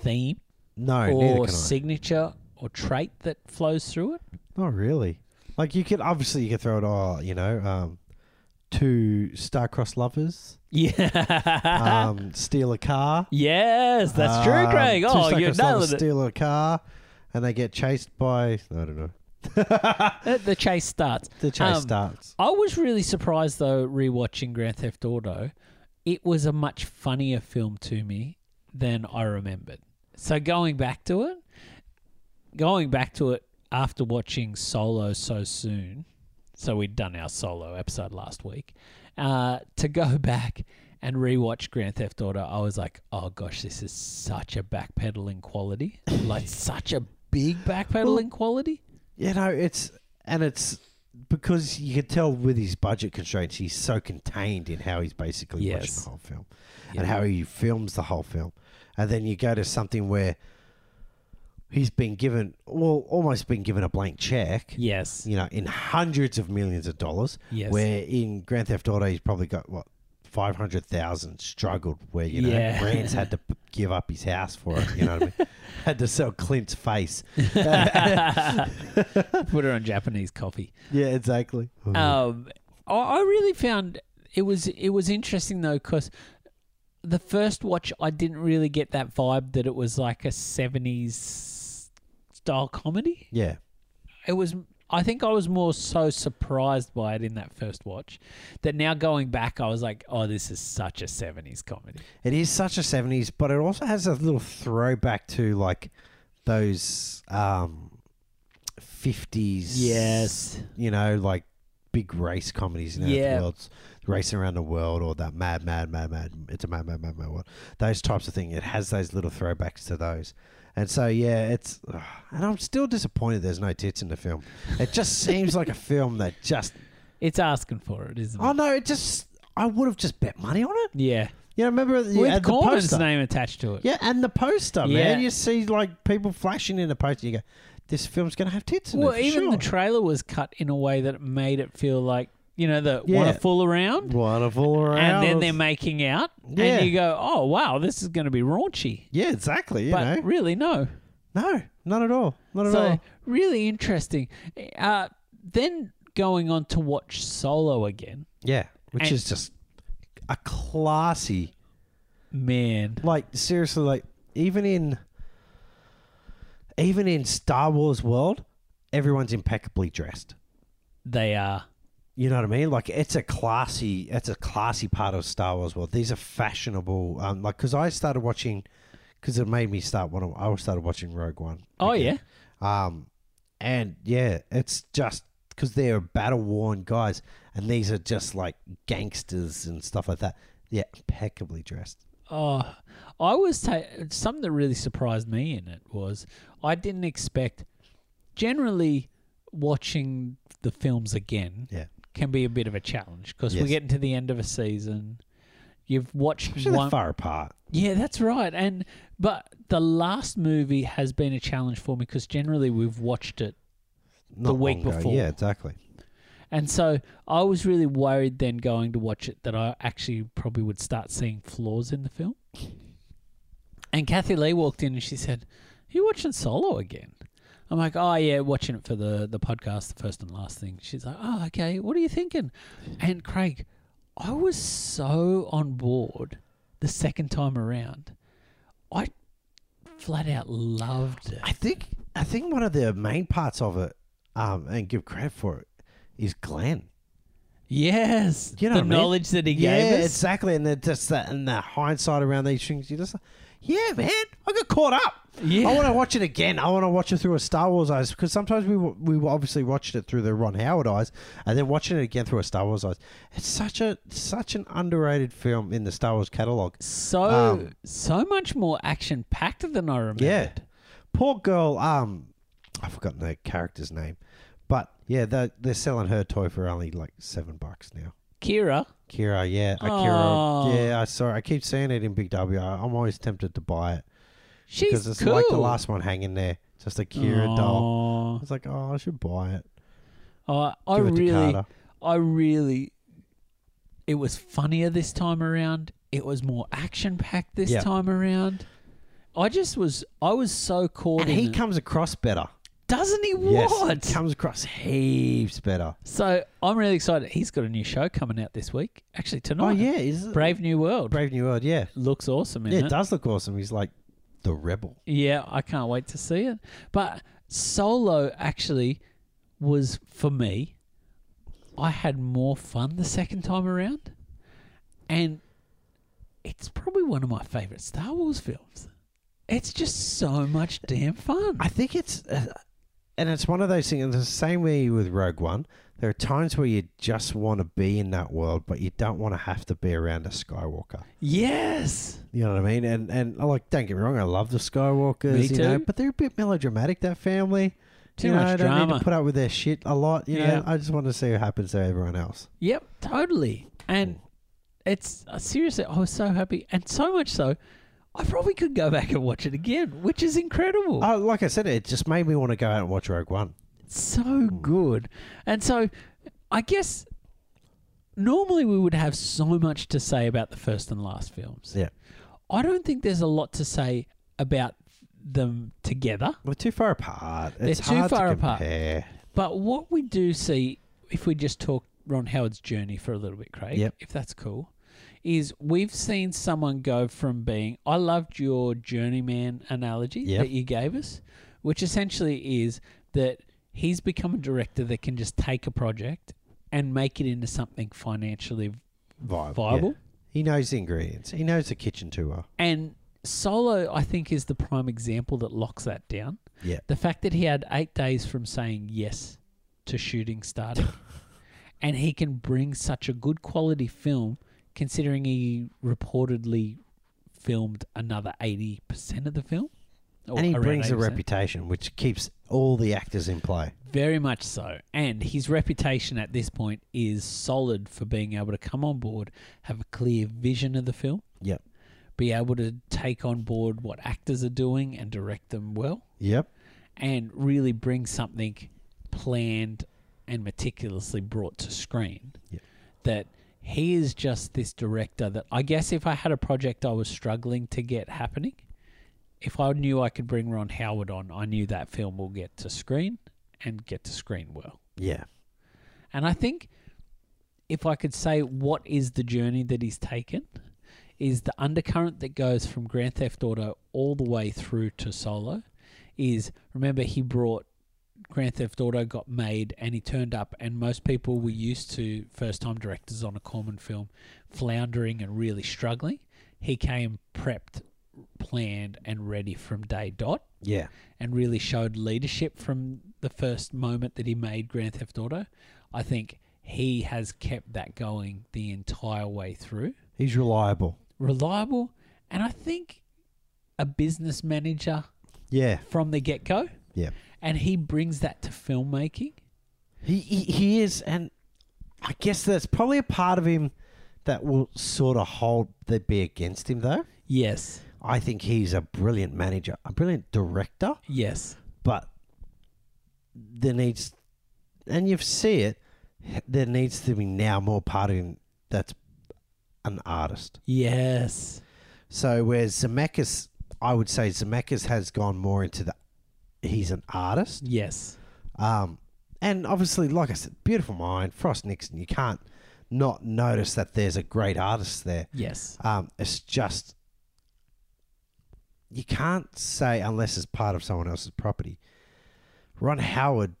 [SPEAKER 1] theme
[SPEAKER 2] No, neither
[SPEAKER 1] or
[SPEAKER 2] can I.
[SPEAKER 1] signature or trait that flows through it.
[SPEAKER 2] Not really. Like you could obviously you could throw it all, you know, um, two star-crossed lovers,
[SPEAKER 1] Yeah.
[SPEAKER 2] um, steal a car.
[SPEAKER 1] yes, that's
[SPEAKER 2] um,
[SPEAKER 1] true, Craig.
[SPEAKER 2] two
[SPEAKER 1] Oh, you're
[SPEAKER 2] star-crossed lovers
[SPEAKER 1] nailing it.
[SPEAKER 2] Steal a car, and they get chased by I don't know.
[SPEAKER 1] Uh, The chase starts.
[SPEAKER 2] The chase
[SPEAKER 1] Um,
[SPEAKER 2] starts.
[SPEAKER 1] I was really surprised though rewatching Grand Theft Auto. It was a much funnier film to me than I remembered. So going back to it, going back to it after watching Solo so soon, so we'd done our Solo episode last week, uh, to go back and rewatch Grand Theft Auto, I was like, oh gosh, this is such a backpedaling quality, like such a big backpedaling quality.
[SPEAKER 2] You know, it's and it's because you could tell with his budget constraints, he's so contained in how he's basically watching
[SPEAKER 1] Yes.
[SPEAKER 2] the whole film
[SPEAKER 1] Yeah.
[SPEAKER 2] and how he films the whole film, and then you go to something where he's been given, well, almost been given a blank check.
[SPEAKER 1] Yes.
[SPEAKER 2] you know, in hundreds of millions of dollars.
[SPEAKER 1] Yes.
[SPEAKER 2] Where in Grand Theft Auto, he's probably got what five hundred thousand struggled. Where you know,
[SPEAKER 1] Yeah.
[SPEAKER 2] Grant's had to p- give up his house for it. You know, what I mean? had to sell Clint's face. yeah,
[SPEAKER 1] Put her on Japanese coffee.
[SPEAKER 2] exactly.
[SPEAKER 1] Um, I, I really found it was it was interesting though because the first watch I didn't really get that vibe that it was like a seventies style comedy.
[SPEAKER 2] yeah,
[SPEAKER 1] It was I think I was more so surprised by it in that first watch that now going back, I was like, oh, this is such a 70s comedy.
[SPEAKER 2] It is such a 70s, but it also has a little throwback to like those um, 50s. You know, like big race comedies in
[SPEAKER 1] Yeah.
[SPEAKER 2] the world, racing around the world or that mad, mad, mad, mad. It's a mad, mad, mad, mad world. Those types of thing. It has those little throwbacks to those. And so, yeah, it's. ugh, and I'm still disappointed there's no tits in the film. It just seems like a film that just.
[SPEAKER 1] It's asking for it, isn't it?
[SPEAKER 2] Oh, no, it just. I would have just bet money on it.
[SPEAKER 1] yeah.
[SPEAKER 2] You know, remember yeah,
[SPEAKER 1] With
[SPEAKER 2] at the
[SPEAKER 1] Corman's
[SPEAKER 2] poster.
[SPEAKER 1] name attached to it.
[SPEAKER 2] Yeah, and the poster,
[SPEAKER 1] Yeah.
[SPEAKER 2] man. You see like people flashing in the poster. You go, this film's gonna have tits in
[SPEAKER 1] Well,
[SPEAKER 2] it. for
[SPEAKER 1] even
[SPEAKER 2] sure.
[SPEAKER 1] the trailer was cut in a way that made it feel like, you know, the
[SPEAKER 2] Yeah.
[SPEAKER 1] want to fool around.
[SPEAKER 2] Wonderful
[SPEAKER 1] and
[SPEAKER 2] around.
[SPEAKER 1] then they're making out,
[SPEAKER 2] Yeah.
[SPEAKER 1] and you go, "Oh wow, this is going to be raunchy,"
[SPEAKER 2] yeah, exactly. You
[SPEAKER 1] but
[SPEAKER 2] know,
[SPEAKER 1] really no.
[SPEAKER 2] no, not at all, not at
[SPEAKER 1] So
[SPEAKER 2] all.
[SPEAKER 1] really interesting. Uh, then going on to watch Solo again,
[SPEAKER 2] Yeah, which
[SPEAKER 1] and-
[SPEAKER 2] is just a classy,
[SPEAKER 1] man.
[SPEAKER 2] like seriously, like even in even in Star Wars world, everyone's impeccably dressed.
[SPEAKER 1] They are
[SPEAKER 2] You know what I mean? Like it's a classy, it's a classy part of Star Wars world. These are fashionable, um, like because I started watching, because it made me start. One, of- I started watching Rogue One.
[SPEAKER 1] Oh,
[SPEAKER 2] again. um, and yeah, it's just because they're battle worn guys, and these are just like gangsters and stuff like that. Yeah, impeccably dressed.
[SPEAKER 1] Oh, I was ta- something that really surprised me in it was I didn't expect. Generally, watching the films again
[SPEAKER 2] Yeah.
[SPEAKER 1] can be a bit of a challenge because we're
[SPEAKER 2] Yes.
[SPEAKER 1] getting to the end of a season. You've watched
[SPEAKER 2] Especially
[SPEAKER 1] one.
[SPEAKER 2] they're far apart.
[SPEAKER 1] Yeah, that's right. And but the last movie has been a challenge for me because generally we've watched it,
[SPEAKER 2] Not
[SPEAKER 1] week
[SPEAKER 2] long ago.
[SPEAKER 1] before.
[SPEAKER 2] Yeah, exactly.
[SPEAKER 1] and so I was really worried then going to watch it that I actually probably would start seeing flaws in the film. And Kathy Lee walked in and she said, "Are you watching Solo again?" I'm like, "Oh yeah, watching it for the the podcast, the first and last thing." She's like, "Oh okay, what are you thinking?" And Craig, I was so on board the second time around. I flat out loved it.
[SPEAKER 2] I think I think one of the main parts of it, um, and give credit for it, is Glenn.
[SPEAKER 1] Yes,
[SPEAKER 2] You know
[SPEAKER 1] the
[SPEAKER 2] what I mean?
[SPEAKER 1] knowledge that he
[SPEAKER 2] yeah,
[SPEAKER 1] gave us.
[SPEAKER 2] exactly. And then just that and that hindsight around these things, you just like, yeah, man, I got caught up.
[SPEAKER 1] Yeah.
[SPEAKER 2] I want to watch it again. I want to watch it through a Star Wars eyes because sometimes we wa- we obviously watched it through the Ron Howard eyes, and then watching it again through a Star Wars eyes. It's such a such an underrated film in the Star Wars catalog.
[SPEAKER 1] So
[SPEAKER 2] Um,
[SPEAKER 1] so much more action packed than I remember.
[SPEAKER 2] Yeah, poor girl. Um, I've forgotten the character's name, but yeah, they're, they're selling her toy for only like seven bucks now.
[SPEAKER 1] Kira.
[SPEAKER 2] Kira, yeah, Akira,
[SPEAKER 1] Oh.
[SPEAKER 2] yeah. I saw. I keep seeing it in Big W. I- I'm always tempted to buy it
[SPEAKER 1] She's
[SPEAKER 2] because it's
[SPEAKER 1] cool.
[SPEAKER 2] like the last one hanging there, just a Kira doll. I
[SPEAKER 1] doll.
[SPEAKER 2] was like, oh, I should buy it.
[SPEAKER 1] I
[SPEAKER 2] Give it to
[SPEAKER 1] really,
[SPEAKER 2] Carter.
[SPEAKER 1] I really. It was funnier this time around. It was more action packed this
[SPEAKER 2] Yeah.
[SPEAKER 1] time around. I just was. I was so caught
[SPEAKER 2] And
[SPEAKER 1] in.
[SPEAKER 2] he
[SPEAKER 1] it.
[SPEAKER 2] comes across better.
[SPEAKER 1] Doesn't he?
[SPEAKER 2] Yes,
[SPEAKER 1] What?
[SPEAKER 2] he comes across heaps better.
[SPEAKER 1] so I'm really excited. He's got a new show coming out this week. Actually tonight.
[SPEAKER 2] Oh yeah, is it
[SPEAKER 1] Brave New World.
[SPEAKER 2] Brave New World? Yeah,
[SPEAKER 1] looks awesome in
[SPEAKER 2] yeah,
[SPEAKER 1] it.
[SPEAKER 2] it does look awesome. He's like the rebel.
[SPEAKER 1] Yeah, I can't wait to see it. But Solo actually was for me. I had more fun the second time around, and it's probably one of my favorite Star Wars films. It's just so much damn fun.
[SPEAKER 2] I think it's, uh, and it's one of those things. It's the same way with Rogue One. There are times where you just want to be in that world, but you don't want to have to be around a Skywalker.
[SPEAKER 1] yes,
[SPEAKER 2] You know what I mean? And and uh, like, don't get me wrong, I love the Skywalkers,
[SPEAKER 1] Me
[SPEAKER 2] you know,
[SPEAKER 1] too.
[SPEAKER 2] but they're a bit melodramatic. That family,
[SPEAKER 1] too
[SPEAKER 2] you know, I
[SPEAKER 1] much
[SPEAKER 2] don't need
[SPEAKER 1] drama.
[SPEAKER 2] to put up with their shit a lot. You
[SPEAKER 1] Yeah.
[SPEAKER 2] know, I just want to see what happens to everyone else.
[SPEAKER 1] Yep, totally. And it's uh, seriously, I was so happy, and so much so, I probably could go back and watch it again, which is incredible.
[SPEAKER 2] Oh, like I said, it just made me want to go out and watch Rogue One.
[SPEAKER 1] so good. And so I guess normally we would have so much to say about the first and last films.
[SPEAKER 2] Yeah,
[SPEAKER 1] I don't think there's a lot to say about them together,
[SPEAKER 2] we're too far apart.
[SPEAKER 1] They're
[SPEAKER 2] it's
[SPEAKER 1] too
[SPEAKER 2] hard
[SPEAKER 1] far
[SPEAKER 2] to
[SPEAKER 1] apart.
[SPEAKER 2] compare.
[SPEAKER 1] but what we do see if we just talk Ron Howard's journey for a little bit, Craig,
[SPEAKER 2] Yep.
[SPEAKER 1] if that's cool, is we've seen someone go from being I loved your journeyman analogy
[SPEAKER 2] Yep.
[SPEAKER 1] that you gave us, which essentially is that he's become a director that can just take a project and make it into something financially
[SPEAKER 2] Viable. Uh, yeah.
[SPEAKER 1] viable.
[SPEAKER 2] He knows the ingredients. He knows the kitchen too well.
[SPEAKER 1] And Solo, I think, is the prime example that locks that down.
[SPEAKER 2] Yeah.
[SPEAKER 1] The fact that he had eight days from saying yes to shooting starting, and he can bring such a good quality film, considering he reportedly filmed another 80% of the film. or
[SPEAKER 2] and he
[SPEAKER 1] Oh, around
[SPEAKER 2] brings a
[SPEAKER 1] 80%.
[SPEAKER 2] reputation which keeps all the actors in play.
[SPEAKER 1] Very much so. And his reputation at this point is solid for being able to come on board, have a clear vision of the film.
[SPEAKER 2] Yep.
[SPEAKER 1] Be able to take on board what actors are doing and direct them well
[SPEAKER 2] Yep.
[SPEAKER 1] and really bring something planned and meticulously brought to screen.
[SPEAKER 2] Yeah.
[SPEAKER 1] That he is just this director that I guess if I had a project I was struggling to get happening, if I knew I could bring Ron Howard on, I knew that film will get to screen and get to screen well.
[SPEAKER 2] Yeah.
[SPEAKER 1] And I think if I could say what is the journey that he's taken, is the undercurrent that goes from Grand Theft Auto all the way through to Solo. Is remember he brought Grand Theft Auto got made and he turned up, and most people were used to first time directors on a common film floundering and really struggling. He came prepped, planned, and ready from day dot
[SPEAKER 2] Yeah.
[SPEAKER 1] and really showed leadership from the first moment that he made Grand Theft Auto, I think he has kept that going the entire way through.
[SPEAKER 2] He's reliable.
[SPEAKER 1] Reliable, and I think a business manager
[SPEAKER 2] Yeah.
[SPEAKER 1] from the get go.
[SPEAKER 2] Yeah.
[SPEAKER 1] And he brings that to filmmaking.
[SPEAKER 2] He, he he is, and I guess that's probably a part of him that will sort of hold that be against him though.
[SPEAKER 1] Yes.
[SPEAKER 2] I think he's a brilliant manager, a brilliant director,
[SPEAKER 1] Yes.
[SPEAKER 2] but there needs, and you see it, there needs to be now more part of him that's an artist.
[SPEAKER 1] Yes.
[SPEAKER 2] So whereas Zemeckis, I would say Zemeckis has gone more into the, he's an artist.
[SPEAKER 1] Yes.
[SPEAKER 2] Um, and obviously, like I said, beautiful mind, Frost Nixon. You can't not notice that there's a great artist there.
[SPEAKER 1] Yes.
[SPEAKER 2] Um, it's just you can't say unless it's part of someone else's property. Ron Howard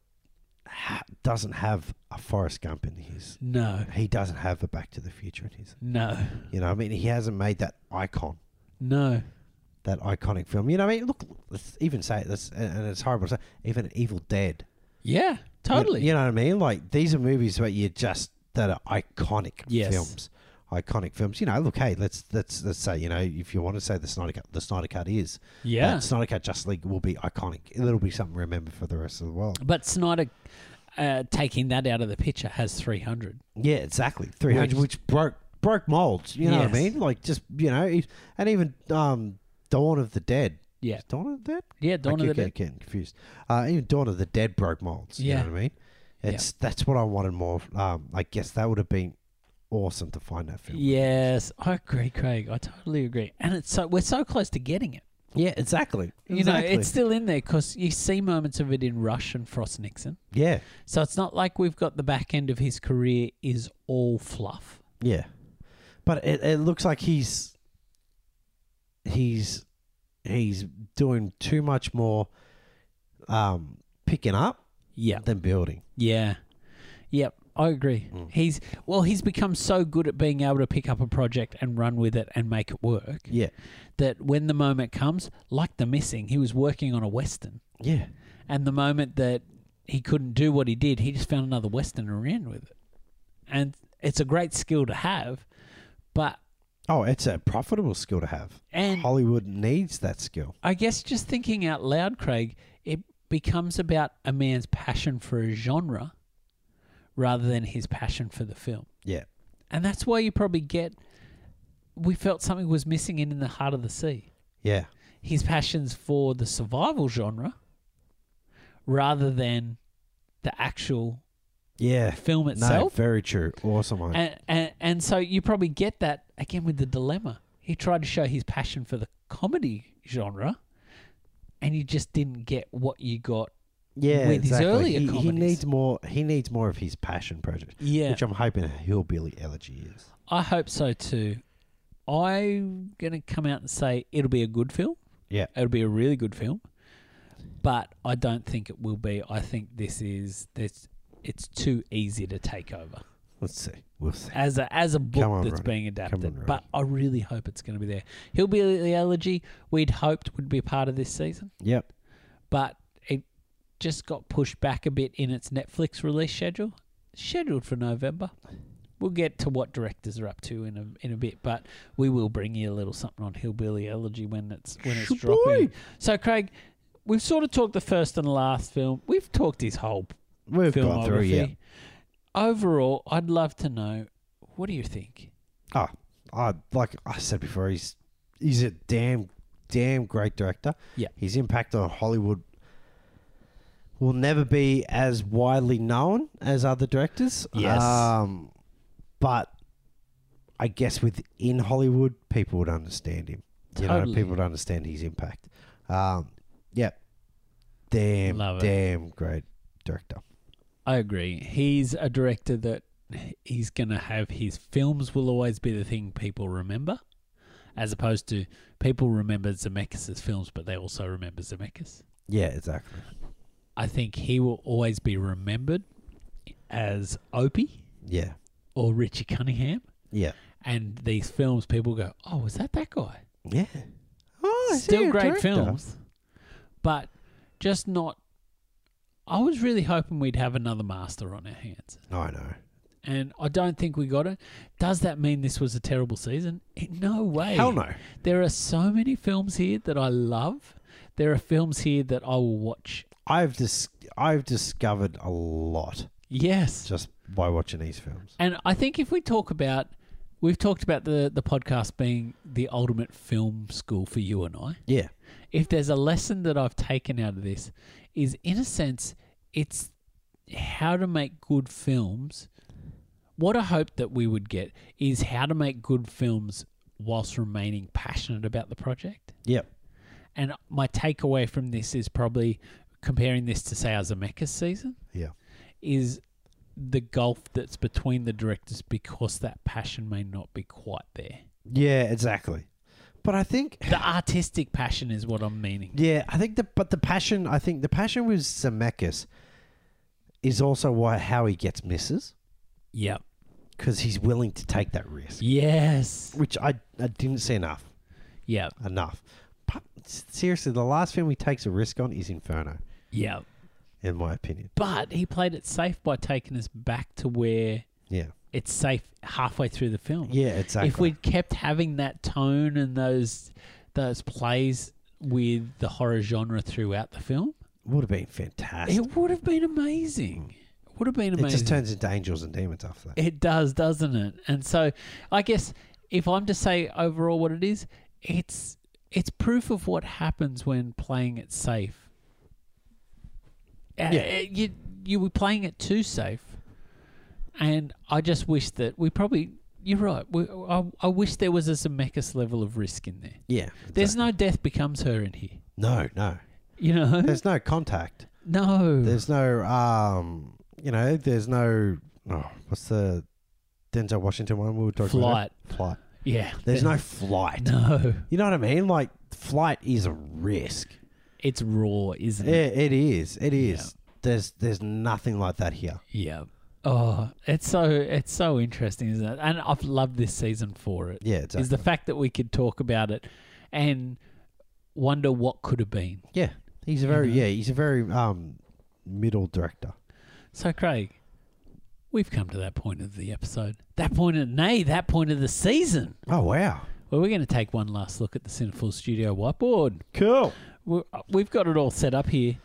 [SPEAKER 2] ha- doesn't have a Forrest Gump in his.
[SPEAKER 1] No.
[SPEAKER 2] He doesn't have a Back to the Future in his.
[SPEAKER 1] No.
[SPEAKER 2] You know, what I mean, he hasn't made that icon
[SPEAKER 1] No.
[SPEAKER 2] that iconic film. You know, what I mean, look, let's even say this, and and it's horrible to say, even Evil Dead.
[SPEAKER 1] Yeah.
[SPEAKER 2] You-
[SPEAKER 1] Totally.
[SPEAKER 2] You, know what I mean? Like these are movies that you just that are iconic
[SPEAKER 1] Yes.
[SPEAKER 2] films. Iconic films. You know, look, hey, let's let's let's say, you know, if you want to say the Snyder Cut the Snyder Cut is.
[SPEAKER 1] Yeah.
[SPEAKER 2] That Snyder Cut Just League will be iconic. It'll be something remembered for the rest of the world.
[SPEAKER 1] But Snyder uh, taking that out of the picture has 300.
[SPEAKER 2] Yeah, exactly. Three hundred
[SPEAKER 1] Which-
[SPEAKER 2] which, broke broke molds. You know what I
[SPEAKER 1] Yes.
[SPEAKER 2] mean? Like just you know, if- and even um Dawn of the Dead.
[SPEAKER 1] Yeah.
[SPEAKER 2] Is Dawn of the Dead?
[SPEAKER 1] Yeah. Dawn
[SPEAKER 2] I
[SPEAKER 1] of the
[SPEAKER 2] keep
[SPEAKER 1] Dead.
[SPEAKER 2] get- getting confused. Uh, even Dawn of the Dead broke molds.
[SPEAKER 1] Yeah.
[SPEAKER 2] You know what I mean?
[SPEAKER 1] Yeah.
[SPEAKER 2] It's that's what I wanted more. of. Um, I guess that would have been awesome to find that film.
[SPEAKER 1] Yes, I agree, Craig. I totally agree. And it's so we're so close to getting it.
[SPEAKER 2] Yeah, exactly.
[SPEAKER 1] You know, it's still in there because you see moments of it in Rush and Frost Nixon.
[SPEAKER 2] yeah,
[SPEAKER 1] So it's not like we've got the back end of his career is all fluff.
[SPEAKER 2] yeah. But it, it looks like he's he's he's doing too much more um, picking up
[SPEAKER 1] Yeah,
[SPEAKER 2] than building.
[SPEAKER 1] yeah, yep. I agree.
[SPEAKER 2] Mm.
[SPEAKER 1] He's well, he's become so good at being able to pick up a project and run with it and make it work
[SPEAKER 2] Yeah,
[SPEAKER 1] that when the moment comes, like the missing, he was working on a western,
[SPEAKER 2] yeah,
[SPEAKER 1] and the moment that he couldn't do what he did, he just found another western and ran with it. And it's a great skill to have, but
[SPEAKER 2] Oh, it's a profitable skill to have.
[SPEAKER 1] and
[SPEAKER 2] Hollywood needs that skill.
[SPEAKER 1] I guess just thinking out loud, Craig, it becomes about a man's passion for a genre rather than his passion for the film.
[SPEAKER 2] Yeah,
[SPEAKER 1] And that's why you probably get we felt something was missing in, in the heart of the sea.
[SPEAKER 2] yeah.
[SPEAKER 1] His passions for the survival genre rather than the actual
[SPEAKER 2] Yeah.
[SPEAKER 1] film
[SPEAKER 2] No,
[SPEAKER 1] itself.
[SPEAKER 2] very true. Awesome one.
[SPEAKER 1] And, and and so you probably get that again with the dilemma. He tried to show his passion for the comedy genre, and you just didn't get what you got.
[SPEAKER 2] yeah,
[SPEAKER 1] with his
[SPEAKER 2] exactly.
[SPEAKER 1] earlier
[SPEAKER 2] he, he
[SPEAKER 1] comedies.
[SPEAKER 2] needs more. He needs more of his passion project,
[SPEAKER 1] Yeah,
[SPEAKER 2] which I'm hoping a hillbilly elegy is.
[SPEAKER 1] I hope so too. I'm gonna come out and say it'll be a good film.
[SPEAKER 2] Yeah.
[SPEAKER 1] it'll be a really good film. but I don't think it will be. I think this is this. It's too easy to take over
[SPEAKER 2] Let's see. We'll see.
[SPEAKER 1] as a as a book
[SPEAKER 2] Come on,
[SPEAKER 1] that's
[SPEAKER 2] Ronnie.
[SPEAKER 1] being
[SPEAKER 2] on,
[SPEAKER 1] adapted.
[SPEAKER 2] Ronnie.
[SPEAKER 1] But I really hope it's going to be there. Hillbilly Elegy, we'd hoped would be part of this season,
[SPEAKER 2] Yep.
[SPEAKER 1] but it just got pushed back a bit in its Netflix release schedule, scheduled for November. We'll get to what directors are up to in a in a bit, but we will bring you a little something on Hillbilly Elegy when it's when it's
[SPEAKER 2] Shaboy.
[SPEAKER 1] dropping. So, Craig, we've sort of talked the first and last film. We've talked his whole
[SPEAKER 2] We've gone through. Yeah.
[SPEAKER 1] filmography. Overall, I'd love to know what do you think?
[SPEAKER 2] Oh, I like I said before, he's he's a damn damn great director.
[SPEAKER 1] Yeah.
[SPEAKER 2] His impact on Hollywood will never be as widely known as other directors.
[SPEAKER 1] Yes.
[SPEAKER 2] Um but I guess within Hollywood people would understand him. You
[SPEAKER 1] Totally.
[SPEAKER 2] know, people would understand his impact. Um yeah. Damn
[SPEAKER 1] Love it.
[SPEAKER 2] damn great director.
[SPEAKER 1] I agree. He's a director that he's going to have his films will always be the thing people remember, as opposed to people remember Zemeckis' films, but they also remember Zemeckis.
[SPEAKER 2] Yeah, exactly.
[SPEAKER 1] I think he will always be remembered as Opie
[SPEAKER 2] Yeah.
[SPEAKER 1] or Richie Cunningham.
[SPEAKER 2] Yeah.
[SPEAKER 1] And these films, people go, oh, was that that guy?
[SPEAKER 2] Yeah. Oh, I see
[SPEAKER 1] still
[SPEAKER 2] a
[SPEAKER 1] great
[SPEAKER 2] director.
[SPEAKER 1] films, but just not. I was really hoping we'd have another master on our hands,
[SPEAKER 2] I know.
[SPEAKER 1] and I don't think we got it. Does that mean this was a terrible season? In no way.
[SPEAKER 2] Hell no.
[SPEAKER 1] There are so many films here that I love. There are films here that I will watch.
[SPEAKER 2] I've dis- I've discovered a lot
[SPEAKER 1] Yes.
[SPEAKER 2] just by watching these films.
[SPEAKER 1] And I think if we talk about, we've talked about the the podcast being the ultimate film school for you and I.
[SPEAKER 2] Yeah,
[SPEAKER 1] if there's a lesson that I've taken out of this, is in a sense, it's how to make good films. What I hoped that we would get is how to make good films whilst remaining passionate about the project.
[SPEAKER 2] yep,
[SPEAKER 1] And my takeaway from this is probably comparing this to, say, our Zemeckis season,
[SPEAKER 2] yeah,
[SPEAKER 1] is the gulf that's between the directors because that passion may not be quite there.
[SPEAKER 2] yeah, exactly. But I think
[SPEAKER 1] The artistic passion is what I'm meaning.
[SPEAKER 2] yeah, I think the but the passion I think the passion with Zemeckis is also why how he gets misses
[SPEAKER 1] Yep.
[SPEAKER 2] because he's willing to take that risk,
[SPEAKER 1] Yes.
[SPEAKER 2] which I I didn't see enough
[SPEAKER 1] Yep.
[SPEAKER 2] enough. But seriously, the last film he takes a risk on is Inferno,
[SPEAKER 1] Yep.
[SPEAKER 2] in my opinion.
[SPEAKER 1] But he played it safe by taking us back to where
[SPEAKER 2] Yeah,
[SPEAKER 1] it's safe halfway through the film.
[SPEAKER 2] yeah, exactly.
[SPEAKER 1] If we'd kept having that tone and those those plays with the horror genre throughout the film,
[SPEAKER 2] would have been fantastic.
[SPEAKER 1] it would have been amazing. It would have been amazing.
[SPEAKER 2] It just turns into angels and demons after that.
[SPEAKER 1] It does, doesn't it? And so I guess if I'm to say overall what it is, it's it's proof of what happens when playing it safe. Uh,
[SPEAKER 2] Yeah.
[SPEAKER 1] you you were playing it too safe. And I just wish that we probably you're right. We, I, I wish there was a Zemeckis level of risk in there.
[SPEAKER 2] Yeah.
[SPEAKER 1] There's no death becomes her in here.
[SPEAKER 2] No, no.
[SPEAKER 1] You know?
[SPEAKER 2] There's no contact.
[SPEAKER 1] no.
[SPEAKER 2] There's no um you know, there's no oh, what's the Denzel Washington one we were talking
[SPEAKER 1] flight.
[SPEAKER 2] about? Flight.
[SPEAKER 1] Yeah.
[SPEAKER 2] There's no flight.
[SPEAKER 1] No.
[SPEAKER 2] You know what I mean? Like flight is a risk.
[SPEAKER 1] It's raw, isn't
[SPEAKER 2] It,
[SPEAKER 1] it?
[SPEAKER 2] it is. It is.
[SPEAKER 1] Mm. Yeah.
[SPEAKER 2] There's there's nothing like that here.
[SPEAKER 1] Yeah. Oh, it's so it's so interesting, isn't it? And I've loved this season for it. Is
[SPEAKER 2] Yeah, exactly.
[SPEAKER 1] the fact that we could talk about it and wonder what could have been.
[SPEAKER 2] yeah. He's a very
[SPEAKER 1] You know.
[SPEAKER 2] yeah, he's a very um middle director.
[SPEAKER 1] So, Craig, we've come to that point of the episode, that point of nay, that point of the season,
[SPEAKER 2] Oh wow.
[SPEAKER 1] where we're going to take one last look at the Cinefull Studio whiteboard.
[SPEAKER 2] Cool.
[SPEAKER 1] We're, uh, we've got it all set up here.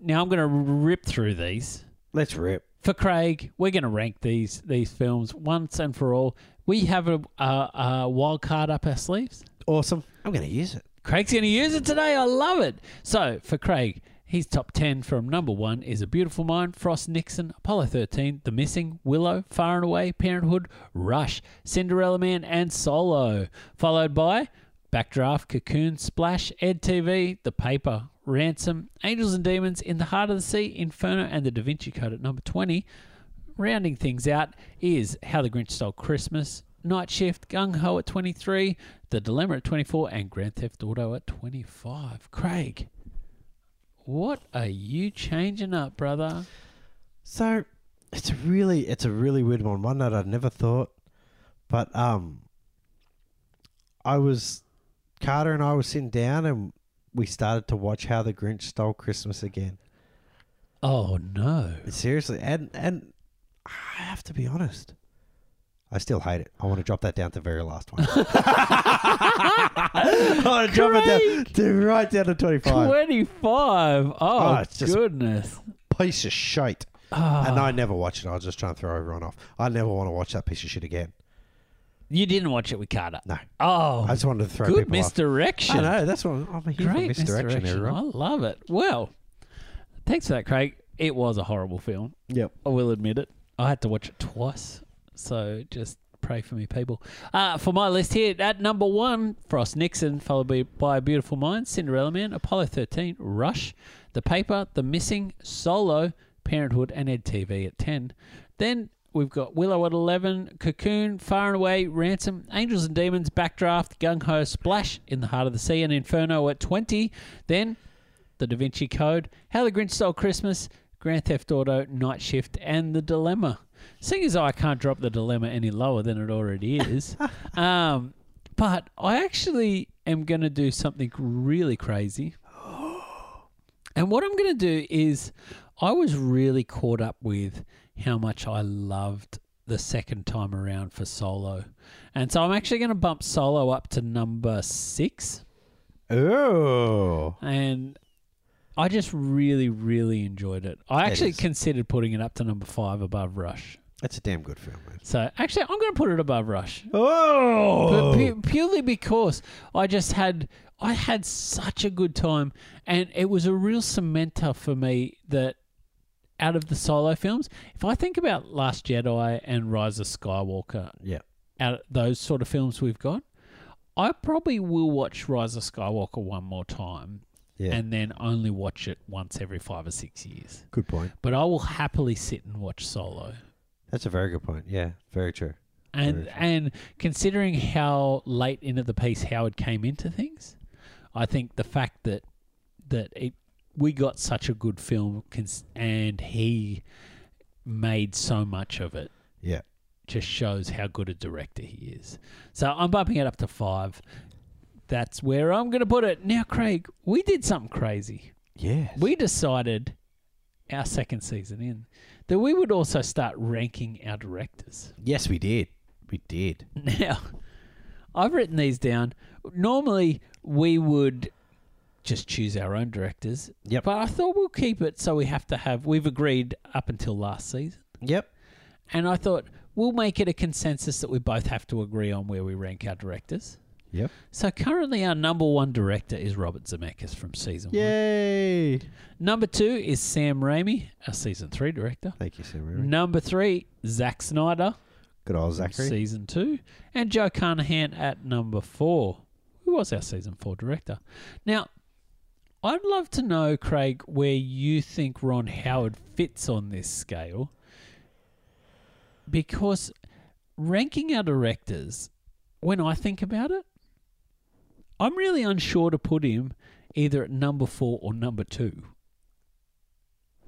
[SPEAKER 1] Now I'm going to rip through these.
[SPEAKER 2] Let's rip.
[SPEAKER 1] for Craig, we're going to rank these these films once and for all. We have a, a, a wild card up our sleeves.
[SPEAKER 2] Awesome. I'm gonna use it.
[SPEAKER 1] Craig's going to use it today. I love it. So for Craig, his top ten from number one is A Beautiful Mind, Frost Nixon, Apollo 13, The Missing, Willow, Far and Away, Parenthood, Rush, Cinderella Man, and Solo. Followed by Backdraft, Cocoon, Splash, Ed TV, The Paper, Ransom, Angels and Demons, In the Heart of the Sea, Inferno, and The Da Vinci Code at number 20. Rounding things out is How the Grinch Stole Christmas, Night Shift, Gung Ho at 23, The Dilemma at 24, and Grand Theft Auto at 25. Craig, What are you changing up, brother?
[SPEAKER 2] So it's a really it's a really weird one. One that I'd never thought, but um, I was Carter and I were sitting down and we started to watch How the Grinch Stole Christmas again.
[SPEAKER 1] Oh no.
[SPEAKER 2] Seriously, and and I have to be honest, I still hate it. I want to drop that down to the very last one. I want to drop it down to right down to twenty five.
[SPEAKER 1] 25. Oh,
[SPEAKER 2] Oh, it's just-
[SPEAKER 1] goodness.
[SPEAKER 2] Piece of shit.
[SPEAKER 1] Ah.
[SPEAKER 2] And I never watch it. I was just trying to throw everyone off. I never want to watch that piece of shit again.
[SPEAKER 1] You didn't watch it with Carter.
[SPEAKER 2] No.
[SPEAKER 1] Oh,
[SPEAKER 2] I just wanted to throw
[SPEAKER 1] good
[SPEAKER 2] people off.
[SPEAKER 1] misdirection.
[SPEAKER 2] I know that's what I'm, I'm here for
[SPEAKER 1] Great
[SPEAKER 2] misdirection,
[SPEAKER 1] misdirection. I
[SPEAKER 2] everyone.
[SPEAKER 1] love it. Well, thanks for that, Craig. It was a horrible film.
[SPEAKER 2] Yep.
[SPEAKER 1] I will admit it. I had to watch it twice. So just pray for me, people. Uh, for my list here, at number one, Frost Nixon, followed by, by Beautiful Mind, Cinderella Man, Apollo 13, Rush, The Paper, The Missing, Solo, Parenthood, and Ed TV at 10. Then we've got Willow at 11, Cocoon, Far and Away, Ransom, Angels and Demons, Backdraft, Gung Ho, Splash, In the Heart of the Sea, and Inferno at 20. Then the Da Vinci Code, How the Grinch Stole Christmas, Grand Theft Auto, Night Shift, and The Dilemma. Seeing as though I can't drop The Dilemma any lower than it already is, um, but I actually am going to do something really crazy. And what I'm going to do is, I was really caught up with how much I loved the second time around for Solo. And so I'm actually going to bump Solo up to number six
[SPEAKER 2] Oh.
[SPEAKER 1] and I just really, really enjoyed it. I
[SPEAKER 2] It
[SPEAKER 1] actually
[SPEAKER 2] is.
[SPEAKER 1] considered putting it up to number five above Rush.
[SPEAKER 2] That's a damn good film, man.
[SPEAKER 1] So actually, I'm going to put it above Rush,
[SPEAKER 2] Oh.
[SPEAKER 1] but pu- purely because I just had I had such a good time, and it was a real cementer for me that out of the solo films, if I think about Last Jedi and Rise of Skywalker,
[SPEAKER 2] yeah.
[SPEAKER 1] out of those sort of films we've got, I probably will watch Rise of Skywalker one more time
[SPEAKER 2] Yeah.
[SPEAKER 1] and then only watch it once every five or six years.
[SPEAKER 2] good point.
[SPEAKER 1] But I will happily sit and watch Solo.
[SPEAKER 2] That's a very good point. Yeah. Very true.
[SPEAKER 1] And and considering how late into the piece Howard came into things, I think the fact that that it we got such a good film cons- and he made so much of it
[SPEAKER 2] Yeah.
[SPEAKER 1] just shows how good a director he is. So I'm bumping it up to five. That's where I'm going to put it. Now, Craig, we did something crazy.
[SPEAKER 2] Yes.
[SPEAKER 1] we decided our second season in that we would also start ranking our directors.
[SPEAKER 2] yes, we did. We did.
[SPEAKER 1] Now, I've written these down. Normally, we would just choose our own directors.
[SPEAKER 2] Yep.
[SPEAKER 1] But I thought we'll keep it so we have to have, we've agreed up until last season.
[SPEAKER 2] Yep.
[SPEAKER 1] And I thought we'll make it a consensus that we both have to agree on where we rank our directors.
[SPEAKER 2] Yep.
[SPEAKER 1] So currently, our number one director is Robert Zemeckis from season one.
[SPEAKER 2] Yay.
[SPEAKER 1] Number two is Sam Raimi, our season three director.
[SPEAKER 2] Thank you, Sam. Raimi.
[SPEAKER 1] Number three, Zack Snyder,
[SPEAKER 2] Good old Zachary.
[SPEAKER 1] season two, and Joe Carnahan at number four, who was our season four director. Now, I'd love to know, Craig, where you think Ron Howard fits on this scale, because ranking our directors, when I think about it, I'm really unsure to put him either at number four or number two.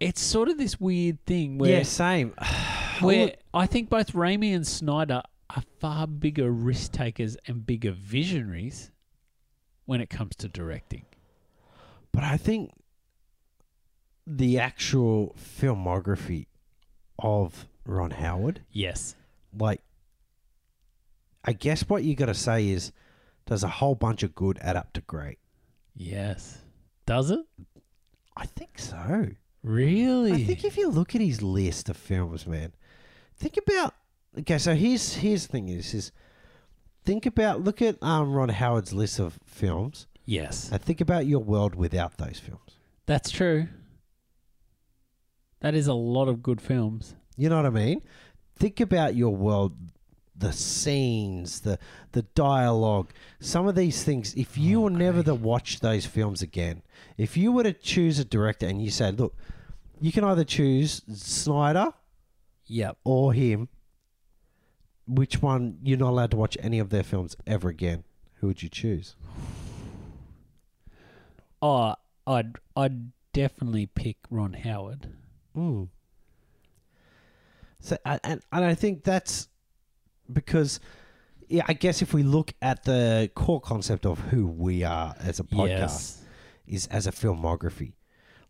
[SPEAKER 1] It's sort of this weird thing where
[SPEAKER 2] yeah. Same. Oh,
[SPEAKER 1] where I think both Raimi and Snyder are far bigger risk takers and bigger visionaries when it comes to directing.
[SPEAKER 2] But I think the actual filmography of Ron Howard
[SPEAKER 1] Yes.
[SPEAKER 2] like I guess what you got to say is does a whole bunch of good add up to great?
[SPEAKER 1] Yes. Does it?
[SPEAKER 2] I think so.
[SPEAKER 1] Really?
[SPEAKER 2] I think if you look at his list of films, man, think about okay. So here's here's the thing is is think about look at um, Ron Howard's list of films
[SPEAKER 1] yes.
[SPEAKER 2] and think about your world without those films.
[SPEAKER 1] That's true. That is a lot of good films.
[SPEAKER 2] You know what I mean? Think about your world, the scenes, the the dialogue, some of these things. If you
[SPEAKER 1] Oh,
[SPEAKER 2] were never
[SPEAKER 1] great.
[SPEAKER 2] to watch those films again, if you were to choose a director and you say, look, you can either choose Snyder
[SPEAKER 1] Yep.
[SPEAKER 2] or him, which one you're not allowed to watch any of their films ever again? Who would you choose?
[SPEAKER 1] Oh, I'd I'd definitely pick Ron Howard.
[SPEAKER 2] Mm. So, and and and I think that's because, yeah, I guess if we look at the core concept of who we are as a podcast,
[SPEAKER 1] Yes.
[SPEAKER 2] is as a filmography,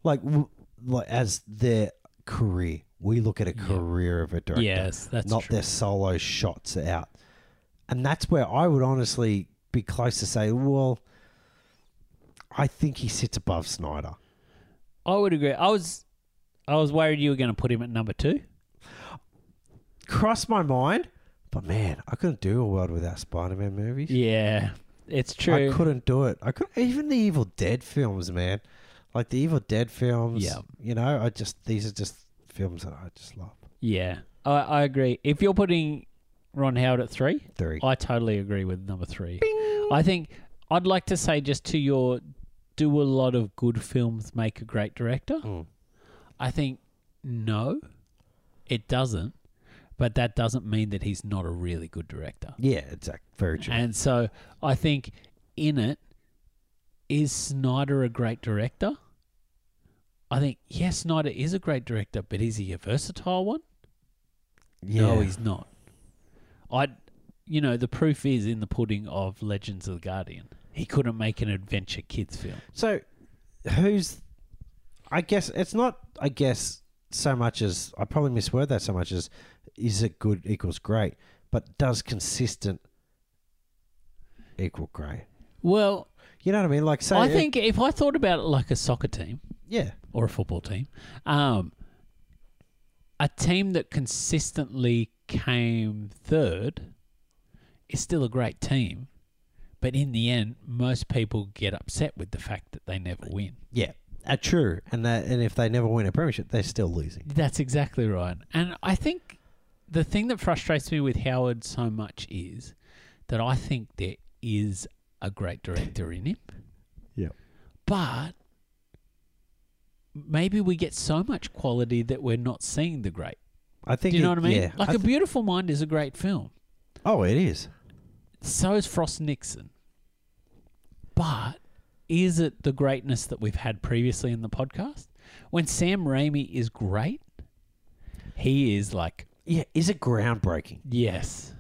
[SPEAKER 2] like, w- like as their career. We look at a
[SPEAKER 1] Yeah.
[SPEAKER 2] career of a director,
[SPEAKER 1] Yes, that's
[SPEAKER 2] not
[SPEAKER 1] true.
[SPEAKER 2] their solo shots out. And that's where I would honestly be close to say, well, I think he sits above Snyder.
[SPEAKER 1] I would agree. I was I was worried you were going to put him at number 2.
[SPEAKER 2] Crossed my mind, but man, I couldn't do a world without Spider-Man movies.
[SPEAKER 1] Yeah. It's
[SPEAKER 2] I
[SPEAKER 1] true.
[SPEAKER 2] couldn't do it. I could even the Evil Dead films, man. Like the Evil Dead films.
[SPEAKER 1] Yeah.
[SPEAKER 2] You know, I just these are just films that I just love.
[SPEAKER 1] Yeah. I, I agree. If you're putting Ron Howard at 3,
[SPEAKER 2] Three.
[SPEAKER 1] I totally agree with number 3. I think I'd like to say just to your do a lot of good films make a great director.
[SPEAKER 2] Mm.
[SPEAKER 1] I think no, it doesn't. But that doesn't mean that he's not a really good director.
[SPEAKER 2] Yeah, exactly. Very true.
[SPEAKER 1] And so I think in it, is Snyder a great director? I think, yes, Snyder is a great director, but is he a versatile one?
[SPEAKER 2] yeah.
[SPEAKER 1] No, he's not. I, you know, the proof is in the pudding of Legends of the Guardian. He couldn't make an adventure kids film.
[SPEAKER 2] So, who's? I guess it's not. I guess so much as I probably misword that so much as is it good equals great, but does consistent equal great?
[SPEAKER 1] Well,
[SPEAKER 2] You know what I mean? Like, say,
[SPEAKER 1] I
[SPEAKER 2] it-
[SPEAKER 1] think if I thought about it like a soccer team,
[SPEAKER 2] yeah,
[SPEAKER 1] or a football team, um, a team that consistently came third is still a great team. But in the end, most people get upset with the fact that they never win.
[SPEAKER 2] yeah, uh, true. And that, and if they never win a premiership, they're still losing.
[SPEAKER 1] That's exactly right. And I think the thing that frustrates me with Howard so much is that I think there is a great director in him.
[SPEAKER 2] Yep.
[SPEAKER 1] But maybe we get so much quality that we're not seeing the great.
[SPEAKER 2] I think
[SPEAKER 1] Do you know
[SPEAKER 2] it-
[SPEAKER 1] what I mean?
[SPEAKER 2] Yeah.
[SPEAKER 1] Like
[SPEAKER 2] I
[SPEAKER 1] A
[SPEAKER 2] th-
[SPEAKER 1] Beautiful Mind is a great film.
[SPEAKER 2] oh, it is.
[SPEAKER 1] So is Frost Nixon. But is it the greatness that we've had previously in the podcast? When Sam Raimi is great, he is like,
[SPEAKER 2] Yeah, is it groundbreaking?
[SPEAKER 1] yes.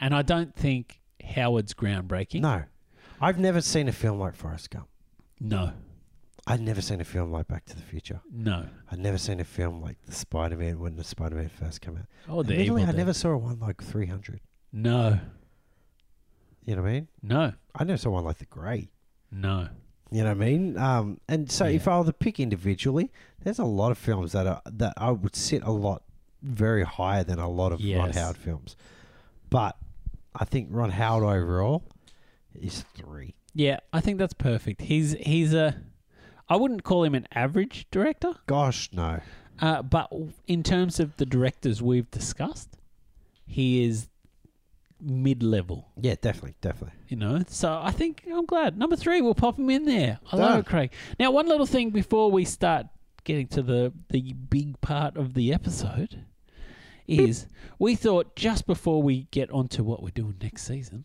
[SPEAKER 1] And I don't think Howard's groundbreaking.
[SPEAKER 2] No, I've never seen a film like Forrest Gump.
[SPEAKER 1] No.
[SPEAKER 2] I've never seen a film like Back to the Future.
[SPEAKER 1] No.
[SPEAKER 2] I'd never seen a film like the Spider Man when the Spider Man first came out.
[SPEAKER 1] Oh, the
[SPEAKER 2] Admittedly,
[SPEAKER 1] evil
[SPEAKER 2] I
[SPEAKER 1] Dead.
[SPEAKER 2] never saw one like 300.
[SPEAKER 1] No.
[SPEAKER 2] You know what I mean?
[SPEAKER 1] No.
[SPEAKER 2] I never saw one like The Grey.
[SPEAKER 1] No.
[SPEAKER 2] You know what I mean? Um, and so, if I were to pick individually, there's a lot of films that are that I would sit a lot very higher than a lot of Ron
[SPEAKER 1] Yes.
[SPEAKER 2] Howard films. But I think Ron Howard overall is three.
[SPEAKER 1] Yeah, I think that's perfect. He's he's a I wouldn't call him an average director,
[SPEAKER 2] Gosh, no.
[SPEAKER 1] uh, but w- in terms of the directors we've discussed, he is mid-level.
[SPEAKER 2] Yeah, definitely, definitely.
[SPEAKER 1] You know, so I think I'm glad number three. We'll pop him in there. I
[SPEAKER 2] Done.
[SPEAKER 1] love it, Craig. Now, one little thing before we start getting to the the big part of the episode is we thought just before we get onto what we're doing next season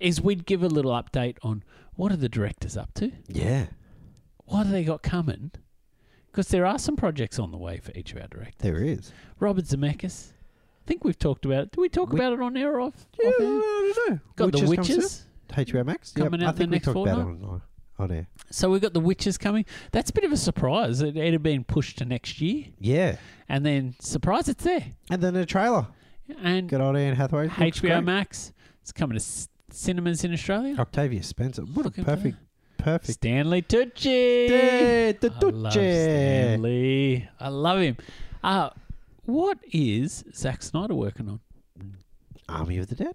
[SPEAKER 1] is we'd give a little update on what are the directors up to
[SPEAKER 2] Yeah,
[SPEAKER 1] what have they got coming? Because there are some projects on the way for each of our directors.
[SPEAKER 2] there is.
[SPEAKER 1] Robert Zemeckis. I think we've talked about it. Did we talk
[SPEAKER 2] We-
[SPEAKER 1] about it on air or off?
[SPEAKER 2] Yeah,
[SPEAKER 1] off
[SPEAKER 2] I
[SPEAKER 1] air?
[SPEAKER 2] don't know.
[SPEAKER 1] Got the
[SPEAKER 2] comes
[SPEAKER 1] Witches.
[SPEAKER 2] out. HBO Max.
[SPEAKER 1] coming out
[SPEAKER 2] yep, I
[SPEAKER 1] the
[SPEAKER 2] think
[SPEAKER 1] next
[SPEAKER 2] we talked about
[SPEAKER 1] fortnight.
[SPEAKER 2] it on, on air.
[SPEAKER 1] So we've got the Witches coming. That's a bit of a surprise. It, it had been pushed to next year.
[SPEAKER 2] Yeah.
[SPEAKER 1] And then, surprise, it's there.
[SPEAKER 2] And then a trailer.
[SPEAKER 1] And
[SPEAKER 2] Good old Anne Hathaway. Looks
[SPEAKER 1] HBO
[SPEAKER 2] great.
[SPEAKER 1] Max. It's coming to c- cinemas in Australia.
[SPEAKER 2] Octavia Spencer. What
[SPEAKER 1] Looking
[SPEAKER 2] a
[SPEAKER 1] for
[SPEAKER 2] perfect, perfect.
[SPEAKER 1] Stanley Tucci.
[SPEAKER 2] day. The
[SPEAKER 1] I love
[SPEAKER 2] Duce.
[SPEAKER 1] Stanley. I love him. Uh, what is Zack Snyder working on?
[SPEAKER 2] Army of the Dead.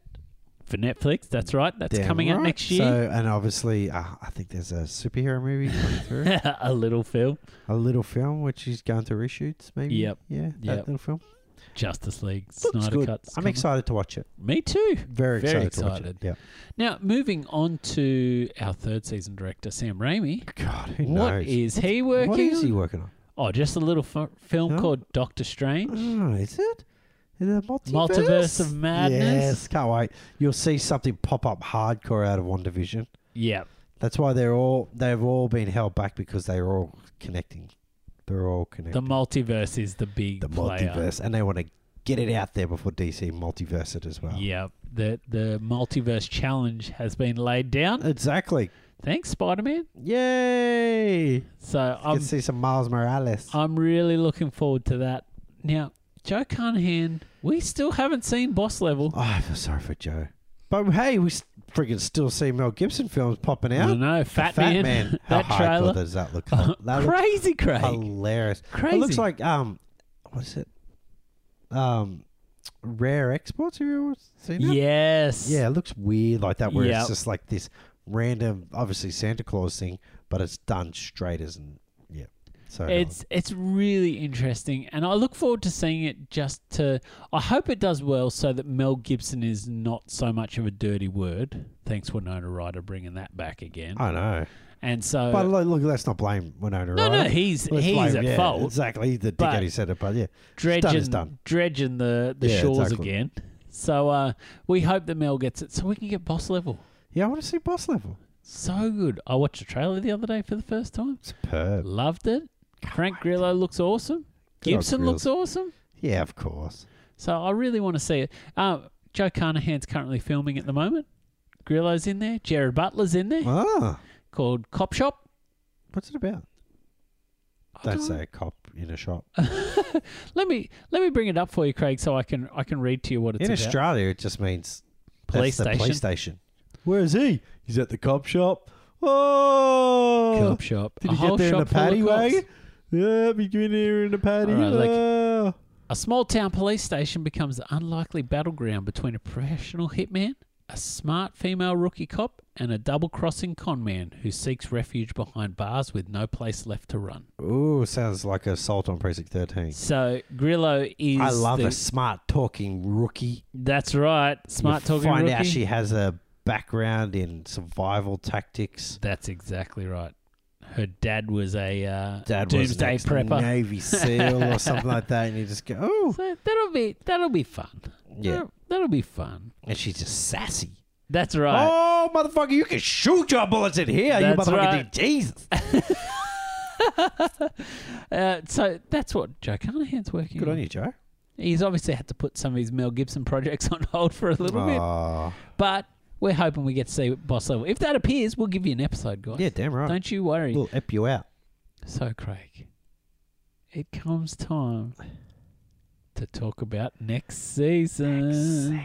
[SPEAKER 1] for Netflix. That's right. That's
[SPEAKER 2] Damn
[SPEAKER 1] coming out
[SPEAKER 2] right.
[SPEAKER 1] next year.
[SPEAKER 2] So, and obviously, uh, I think there's a superhero movie coming through.
[SPEAKER 1] a little film,
[SPEAKER 2] a little film, which is going through reshoots, maybe.
[SPEAKER 1] Yep.
[SPEAKER 2] Yeah, that
[SPEAKER 1] Yep.
[SPEAKER 2] little film.
[SPEAKER 1] Justice League,
[SPEAKER 2] Looks
[SPEAKER 1] Snyder
[SPEAKER 2] good.
[SPEAKER 1] cuts.
[SPEAKER 2] I'm
[SPEAKER 1] coming.
[SPEAKER 2] excited to watch it.
[SPEAKER 1] Me too.
[SPEAKER 2] Very,
[SPEAKER 1] Very
[SPEAKER 2] excited,
[SPEAKER 1] excited.
[SPEAKER 2] to watch it.
[SPEAKER 1] Now moving on to our third season director, Sam Raimi.
[SPEAKER 2] Yeah. God, who
[SPEAKER 1] What
[SPEAKER 2] knows?
[SPEAKER 1] is he working?
[SPEAKER 2] what is he
[SPEAKER 1] on?
[SPEAKER 2] working on?
[SPEAKER 1] Oh, just a little f- film
[SPEAKER 2] Huh?
[SPEAKER 1] called Doctor Strange.
[SPEAKER 2] Oh, is it? Is it a multiverse?
[SPEAKER 1] Multiverse of madness?
[SPEAKER 2] Yes, can't wait. You'll see something pop up hardcore out of one division.
[SPEAKER 1] Yeah,
[SPEAKER 2] That's why they're all they've all been held back because they're all connecting. They're all
[SPEAKER 1] The
[SPEAKER 2] connected.
[SPEAKER 1] multiverse is the big
[SPEAKER 2] The,
[SPEAKER 1] player.
[SPEAKER 2] multiverse, and they want to get it out there before DC multiverse it as well.
[SPEAKER 1] Yeah, the the multiverse challenge has been laid
[SPEAKER 2] Uh,
[SPEAKER 1] down.
[SPEAKER 2] Exactly.
[SPEAKER 1] Thanks, Spider Man.
[SPEAKER 2] Yay! You
[SPEAKER 1] So
[SPEAKER 2] can
[SPEAKER 1] I'm
[SPEAKER 2] see some Miles Morales.
[SPEAKER 1] I'm really looking forward to that. Now, Joe Carnahan, we still haven't seen Boss Level.
[SPEAKER 2] Oh, I feel sorry for Joe. But hey, we s- freaking still see Mel Gibson films popping
[SPEAKER 1] I
[SPEAKER 2] out.
[SPEAKER 1] don't know, Fat,
[SPEAKER 2] The Fat
[SPEAKER 1] Man.
[SPEAKER 2] How
[SPEAKER 1] that
[SPEAKER 2] hardcore
[SPEAKER 1] trailer.
[SPEAKER 2] does that look? that looks
[SPEAKER 1] Crazy, Craig.
[SPEAKER 2] hilarious.
[SPEAKER 1] Crazy.
[SPEAKER 2] It looks like um, what is it? Um, rare exports. Have you ever seen that?
[SPEAKER 1] yes.
[SPEAKER 2] Yeah, it looks weird like that, where
[SPEAKER 1] Yep.
[SPEAKER 2] it's just like this random, obviously Santa Claus thing, but it's done straight as and yeah. So
[SPEAKER 1] It's it's really interesting, and I look forward to seeing it. Just to, I hope it does well, so that Mel Gibson is not so much of a dirty word. Thanks, Winona Ryder, bringing that back again.
[SPEAKER 2] I know,
[SPEAKER 1] and so,
[SPEAKER 2] but look, look, let's not blame Winona
[SPEAKER 1] Uh, no, no,
[SPEAKER 2] Ryder.
[SPEAKER 1] he's
[SPEAKER 2] Let's
[SPEAKER 1] he's
[SPEAKER 2] blame-
[SPEAKER 1] at
[SPEAKER 2] yeah,
[SPEAKER 1] fault.
[SPEAKER 2] Exactly, he's the
[SPEAKER 1] But
[SPEAKER 2] dickhead who said it, but yeah,
[SPEAKER 1] dredging,
[SPEAKER 2] done is done.
[SPEAKER 1] dredging the the
[SPEAKER 2] Yeah,
[SPEAKER 1] shores
[SPEAKER 2] exactly.
[SPEAKER 1] again. So uh, we hope that Mel gets it, so we can get boss level.
[SPEAKER 2] yeah. I want to see Boss Level.
[SPEAKER 1] So good. I watched a trailer the other day for the first time.
[SPEAKER 2] Superb.
[SPEAKER 1] Loved it. Frank Grillo looks awesome.
[SPEAKER 2] Good old
[SPEAKER 1] Gibson looks
[SPEAKER 2] Grills.
[SPEAKER 1] awesome.
[SPEAKER 2] Yeah, of course.
[SPEAKER 1] So I really want to see it. Uh, Joe Carnahan's currently filming at the moment. Grillo's in there. Jared Butler's in there.
[SPEAKER 2] Ah,
[SPEAKER 1] Called Cop Shop.
[SPEAKER 2] what's it about?
[SPEAKER 1] I
[SPEAKER 2] Don't
[SPEAKER 1] don't know.
[SPEAKER 2] say a cop in a shop.
[SPEAKER 1] Let me let me bring it up for you, Craig, so I can I can read to you what it's
[SPEAKER 2] in
[SPEAKER 1] about.
[SPEAKER 2] Australia, it just means
[SPEAKER 1] Police
[SPEAKER 2] that's the
[SPEAKER 1] station.
[SPEAKER 2] police station. Where is he? He's at the cop shop. Oh,
[SPEAKER 1] Cop Shop.
[SPEAKER 2] Did
[SPEAKER 1] a
[SPEAKER 2] he
[SPEAKER 1] whole
[SPEAKER 2] get there in
[SPEAKER 1] shop
[SPEAKER 2] a
[SPEAKER 1] full of
[SPEAKER 2] paddy
[SPEAKER 1] cops.
[SPEAKER 2] wagon? Yeah, he get there in a paddy.
[SPEAKER 1] All right, like-
[SPEAKER 2] Ah.
[SPEAKER 1] A small town police station becomes the unlikely battleground between a professional hitman, a smart female rookie cop, and a double crossing con man who seeks refuge behind bars with no place left to run.
[SPEAKER 2] Ooh, sounds like assault on precinct thirteen.
[SPEAKER 1] So Grillo is
[SPEAKER 2] I love
[SPEAKER 1] the,
[SPEAKER 2] a smart talking rookie.
[SPEAKER 1] That's right. Smart
[SPEAKER 2] You
[SPEAKER 1] talking
[SPEAKER 2] Find
[SPEAKER 1] rookie.
[SPEAKER 2] out she has a background in survival tactics.
[SPEAKER 1] That's exactly right. Her dad was a uh,
[SPEAKER 2] Dad
[SPEAKER 1] doomsday
[SPEAKER 2] was an
[SPEAKER 1] prepper.
[SPEAKER 2] Navy SEAL or something like that, and you just go, oh,
[SPEAKER 1] So that'll be that'll be fun.
[SPEAKER 2] yeah.
[SPEAKER 1] That'll, that'll be fun.
[SPEAKER 2] And she's just sassy.
[SPEAKER 1] That's right.
[SPEAKER 2] Oh, motherfucker, you can shoot your bullets in here,
[SPEAKER 1] That's
[SPEAKER 2] you motherfucker.
[SPEAKER 1] right.
[SPEAKER 2] Jesus.
[SPEAKER 1] Uh, so that's what Joe Carnahan's working
[SPEAKER 2] Good
[SPEAKER 1] on.
[SPEAKER 2] on you, Joe.
[SPEAKER 1] He's obviously had to put some of his Mel Gibson projects on hold for a little
[SPEAKER 2] Oh.
[SPEAKER 1] bit,
[SPEAKER 2] Aw.
[SPEAKER 1] but we're hoping we get to see Boss Level. If that appears, we'll give you an episode, guys.
[SPEAKER 2] yeah, damn right.
[SPEAKER 1] Don't you worry.
[SPEAKER 2] We'll ep you out.
[SPEAKER 1] So, Craig, it comes time to talk about next season.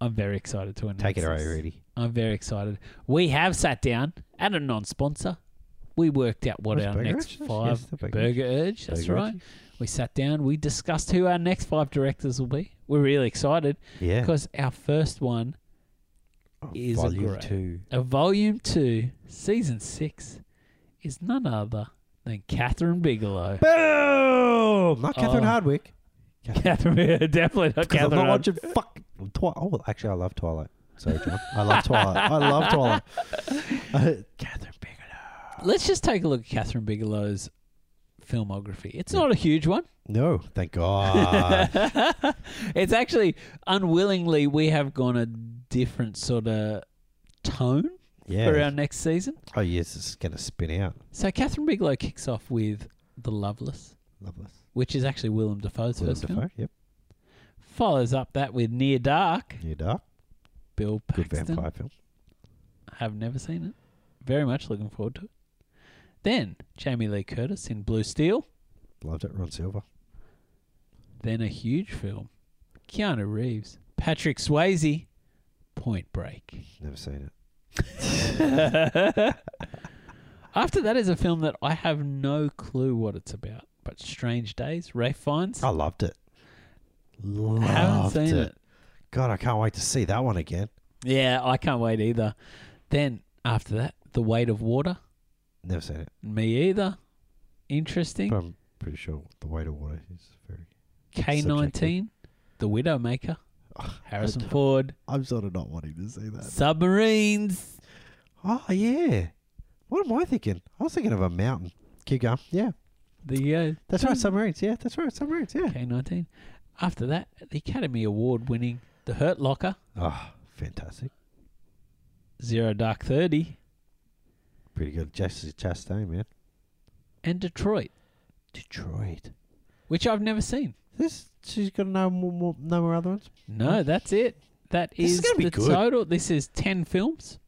[SPEAKER 1] I'm very excited to announce.
[SPEAKER 2] Take it
[SPEAKER 1] this.
[SPEAKER 2] away, Rudy.
[SPEAKER 1] I'm very excited. We have sat down at a non-sponsor. We worked out what
[SPEAKER 2] What's
[SPEAKER 1] our
[SPEAKER 2] Burger
[SPEAKER 1] next
[SPEAKER 2] Urge? Yes,
[SPEAKER 1] five
[SPEAKER 2] the Burger
[SPEAKER 1] burger urge. That's
[SPEAKER 2] Burger
[SPEAKER 1] right.
[SPEAKER 2] Urge.
[SPEAKER 1] We sat down. We discussed who our next five directors will be. We're really excited
[SPEAKER 2] Yeah. Oh,
[SPEAKER 1] because our first one is a
[SPEAKER 2] Volume
[SPEAKER 1] great.
[SPEAKER 2] two.
[SPEAKER 1] a Volume 2, Season 6, is none other than Catherine Bigelow.
[SPEAKER 2] Boom! Not Catherine
[SPEAKER 1] Oh.
[SPEAKER 2] Hardwick.
[SPEAKER 1] Catherine, definitely not
[SPEAKER 2] Because I'm
[SPEAKER 1] Catherine.
[SPEAKER 2] not watching fuck. Twi- oh, actually, I love Twilight. Sorry, John. I love Twilight. I love Twilight. Uh, Catherine Bigelow.
[SPEAKER 1] Let's just take a look at Catherine Bigelow's filmography. It's not a huge one.
[SPEAKER 2] No, thank God.
[SPEAKER 1] it's actually unwillingly we have gone a different sort of tone for
[SPEAKER 2] yeah.
[SPEAKER 1] our next season.
[SPEAKER 2] Oh, yes, it's going to spin out.
[SPEAKER 1] So Catherine Bigelow kicks off with The Loveless,
[SPEAKER 2] Loveless.
[SPEAKER 1] which is actually Willem Dafoe's
[SPEAKER 2] Willem
[SPEAKER 1] first film.
[SPEAKER 2] Dafoe, Yep.
[SPEAKER 1] Follows up that with Near Dark,
[SPEAKER 2] Near Dark.
[SPEAKER 1] Bill
[SPEAKER 2] Good
[SPEAKER 1] Paxton.
[SPEAKER 2] vampire film.
[SPEAKER 1] have never seen it. Very much looking forward to it. Then Jamie Lee Curtis in Blue Steel,
[SPEAKER 2] Loved it. Ron Silver.
[SPEAKER 1] then a huge film. Keanu Reeves, Patrick Swayze, Point Break.
[SPEAKER 2] Never seen it.
[SPEAKER 1] After that is a film that I have no clue what it's about, but Strange Days, Ray Fiennes.
[SPEAKER 2] I loved it. Loved
[SPEAKER 1] haven't seen it.
[SPEAKER 2] God, I can't wait to see that one again.
[SPEAKER 1] Yeah, I can't wait either. Then after that, The Weight of Water.
[SPEAKER 2] Never seen it.
[SPEAKER 1] Me either. Interesting.
[SPEAKER 2] But I'm pretty sure the weight of water is very.
[SPEAKER 1] K nineteen, The Widowmaker, Harrison Ford,
[SPEAKER 2] I'm sort of not wanting to see that.
[SPEAKER 1] Submarines.
[SPEAKER 2] Oh yeah. What am I thinking? I was thinking of a mountain. Keep going. Yeah,
[SPEAKER 1] There you go.
[SPEAKER 2] that's right. Submarines. Yeah, that's right. Submarines. Yeah.
[SPEAKER 1] K nineteen. After
[SPEAKER 2] Ah,
[SPEAKER 1] that, the Academy Award winning The Hurt Locker,
[SPEAKER 2] Oh, fantastic.
[SPEAKER 1] Zero Dark Thirty,
[SPEAKER 2] Pretty good. Jesse Chastain, man.
[SPEAKER 1] and Detroit,
[SPEAKER 2] Detroit.
[SPEAKER 1] which I've never seen.
[SPEAKER 2] This she's got no more, more no more other ones.
[SPEAKER 1] No, that's it. That
[SPEAKER 2] Hmm. This is
[SPEAKER 1] is
[SPEAKER 2] gonna be
[SPEAKER 1] the
[SPEAKER 2] good.
[SPEAKER 1] total. This is ten films.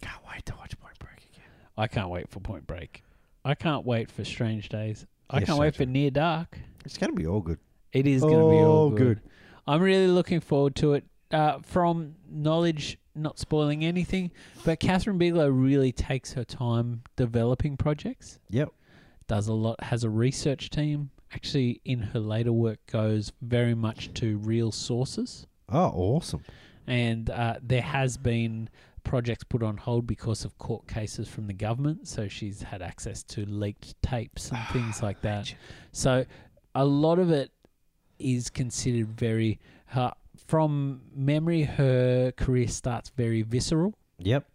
[SPEAKER 2] Can't wait to watch Point Break again.
[SPEAKER 1] I can't wait for Point Break. I can't wait for Strange Days. I
[SPEAKER 2] Yes,
[SPEAKER 1] can't
[SPEAKER 2] so
[SPEAKER 1] wait for
[SPEAKER 2] true.
[SPEAKER 1] Near Dark.
[SPEAKER 2] It's gonna be all good.
[SPEAKER 1] It is going to be all
[SPEAKER 2] Oh,
[SPEAKER 1] good.
[SPEAKER 2] good.
[SPEAKER 1] I'm really looking forward to it. Uh, from knowledge, not spoiling anything, but Catherine Bigelow really takes her time developing projects.
[SPEAKER 2] Yep.
[SPEAKER 1] Does a lot. Has a research team. Actually, in her later work, goes very much to real sources.
[SPEAKER 2] Oh, awesome.
[SPEAKER 1] and uh, there has been projects put on hold because of court cases from the government. So she's had access to leaked tapes and things like that.
[SPEAKER 2] legend.
[SPEAKER 1] So a lot of it is considered very, her, from memory, her career starts very visceral
[SPEAKER 2] Yep.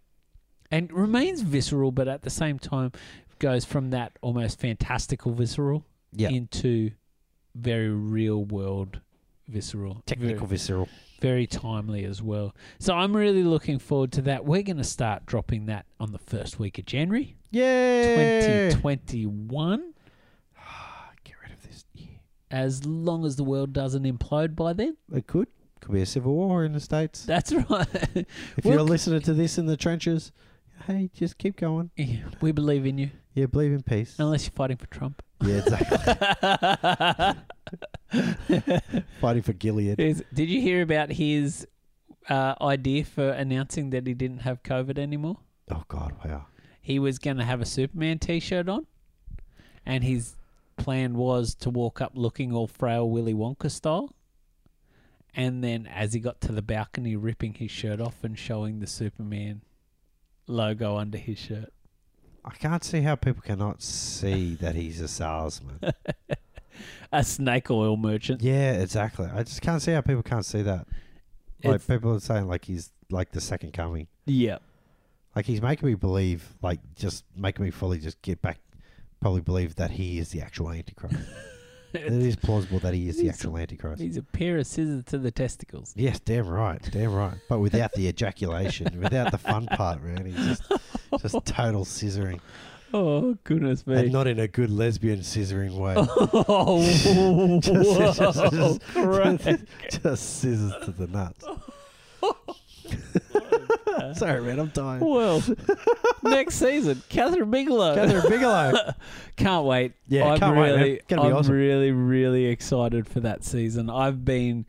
[SPEAKER 1] and remains visceral, but at the same time goes from that almost fantastical visceral
[SPEAKER 2] Yeah.
[SPEAKER 1] into very real world visceral
[SPEAKER 2] Technical visceral.
[SPEAKER 1] very timely as well. So I'm really looking forward to that. We're going to start dropping that on the first week of January
[SPEAKER 2] Yay!
[SPEAKER 1] 2021,
[SPEAKER 2] Get rid of this. year.
[SPEAKER 1] as long as the world doesn't implode by then.
[SPEAKER 2] It could could be a civil war in the states.
[SPEAKER 1] That's right.
[SPEAKER 2] If
[SPEAKER 1] Well,
[SPEAKER 2] you're listening to this in the trenches, hey, just keep going.
[SPEAKER 1] we believe in you,
[SPEAKER 2] Yeah, believe in peace.
[SPEAKER 1] unless you're fighting for Trump.
[SPEAKER 2] Yeah, exactly. Fighting for Gilead.
[SPEAKER 1] Is- Did you hear about his uh, idea for announcing that he didn't have COVID anymore?
[SPEAKER 2] Oh God, wow.
[SPEAKER 1] he was going to have a Superman T-shirt on, and his plan was to walk up looking all frail Willy Wonka style. And then, as he got to the balcony, ripping his shirt off and showing the Superman logo under his shirt.
[SPEAKER 2] I can't see how people cannot see that he's a salesman.
[SPEAKER 1] A snake oil merchant.
[SPEAKER 2] yeah, exactly. I just can't see how people can't see that. Like
[SPEAKER 1] It's-
[SPEAKER 2] people are saying, like he's like the second coming.
[SPEAKER 1] Yeah.
[SPEAKER 2] Like he's making me believe, like just making me fully just get back, probably believe that he is the actual Antichrist. it is plausible that he is the
[SPEAKER 1] He's-
[SPEAKER 2] actual Antichrist.
[SPEAKER 1] He's a pair of scissors to the testicles.
[SPEAKER 2] Yes, damn right, damn right. But without the ejaculation, without the fun part, man, he's just just total scissoring,
[SPEAKER 1] Oh goodness
[SPEAKER 2] and
[SPEAKER 1] me!
[SPEAKER 2] not in a good lesbian scissoring way.
[SPEAKER 1] oh,
[SPEAKER 2] Just- just-
[SPEAKER 1] whoa,
[SPEAKER 2] just-
[SPEAKER 1] Christ.
[SPEAKER 2] just scissors to the nuts. Sorry, man, I'm dying.
[SPEAKER 1] Well, next season, Catherine Bigelow.
[SPEAKER 2] Catherine Bigelow.
[SPEAKER 1] Can't wait.
[SPEAKER 2] Yeah,
[SPEAKER 1] I'm
[SPEAKER 2] can't wait, man.
[SPEAKER 1] really,
[SPEAKER 2] Gonna be
[SPEAKER 1] I'm
[SPEAKER 2] awesome.
[SPEAKER 1] really, really excited for that season. I've been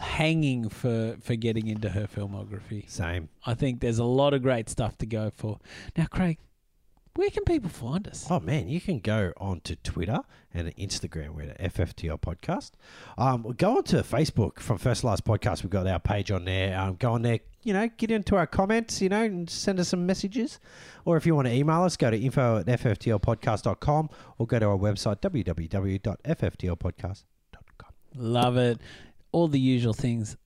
[SPEAKER 1] hanging for for getting into her filmography.
[SPEAKER 2] Same.
[SPEAKER 1] I think there's a lot of great stuff to go for. Now, Craig, where can people find us?
[SPEAKER 2] Oh man, you can go onto Twitter and Instagram. We're at FFTL Podcast. Um, go onto Facebook from First to Last Podcast. We've got our page on there. Um, go on there. You know, get into our comments. You know, and send us some messages. Or if you want to email us, go to info at fftlpodcast.com or go to our website www.fftlpodcast.com.
[SPEAKER 1] Love it. All the usual things.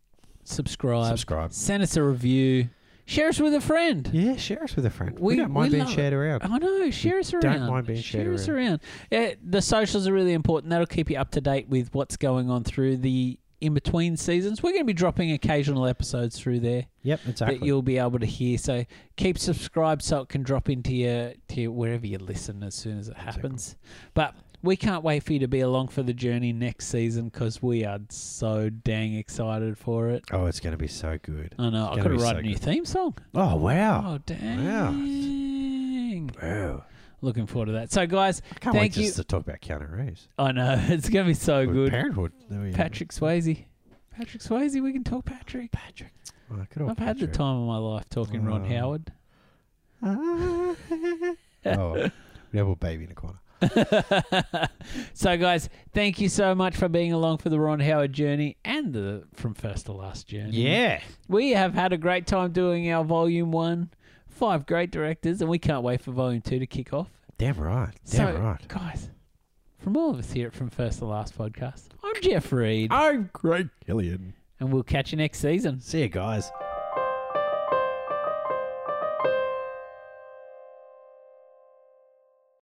[SPEAKER 1] Subscribe.
[SPEAKER 2] Subscribe.
[SPEAKER 1] Send us a review. Share us with a friend.
[SPEAKER 2] Yeah, share us with a friend. We,
[SPEAKER 1] We-
[SPEAKER 2] don't mind
[SPEAKER 1] we
[SPEAKER 2] being
[SPEAKER 1] love
[SPEAKER 2] shared around.
[SPEAKER 1] I know. Share us around.
[SPEAKER 2] don't mind being shared
[SPEAKER 1] share us around. Yeah, the socials are really important. That'll keep you up to date with what's going on through the in between seasons. We're going to be dropping occasional episodes through there
[SPEAKER 2] Yep, exactly.
[SPEAKER 1] that you'll be able to hear. So keep subscribed so it can drop into your to your, wherever you listen as soon as it happens. But we can't wait for you to be along for the journey next season because we are so dang excited for it.
[SPEAKER 2] oh, it's going to be so good.
[SPEAKER 1] I know. I
[SPEAKER 2] gonna
[SPEAKER 1] could
[SPEAKER 2] be
[SPEAKER 1] write
[SPEAKER 2] so
[SPEAKER 1] a new
[SPEAKER 2] good.
[SPEAKER 1] theme song.
[SPEAKER 2] Oh, wow.
[SPEAKER 1] Oh, dang.
[SPEAKER 2] Wow.
[SPEAKER 1] Looking forward to that. So, guys,
[SPEAKER 2] I can't
[SPEAKER 1] Oh. Thank
[SPEAKER 2] wait
[SPEAKER 1] you.
[SPEAKER 2] just to talk about Keanu Reeves.
[SPEAKER 1] I know it's gonna be so
[SPEAKER 2] With
[SPEAKER 1] good.
[SPEAKER 2] Parenthood. There we go.
[SPEAKER 1] Patrick Swayze, Patrick Swayze. We can talk Patrick. Patrick.
[SPEAKER 2] Oh, good old
[SPEAKER 1] I've had the
[SPEAKER 2] Patrick.
[SPEAKER 1] time of my life talking Ron
[SPEAKER 2] Oh.
[SPEAKER 1] Howard.
[SPEAKER 2] oh, we have a baby in the corner.
[SPEAKER 1] so, guys, thank you so much for being along for the Ron Howard journey and the from first to last journey. we have had a great time doing our volume one. Five great directors, and we can't wait for volume two to kick off.
[SPEAKER 2] Damn right. Damn
[SPEAKER 1] so,
[SPEAKER 2] right.
[SPEAKER 1] guys, from all of us here at From First to Last Podcast, I'm Jeff Reed,
[SPEAKER 2] I'm Greg Oh, Killian.
[SPEAKER 1] and we'll catch you next season.
[SPEAKER 2] See you guys.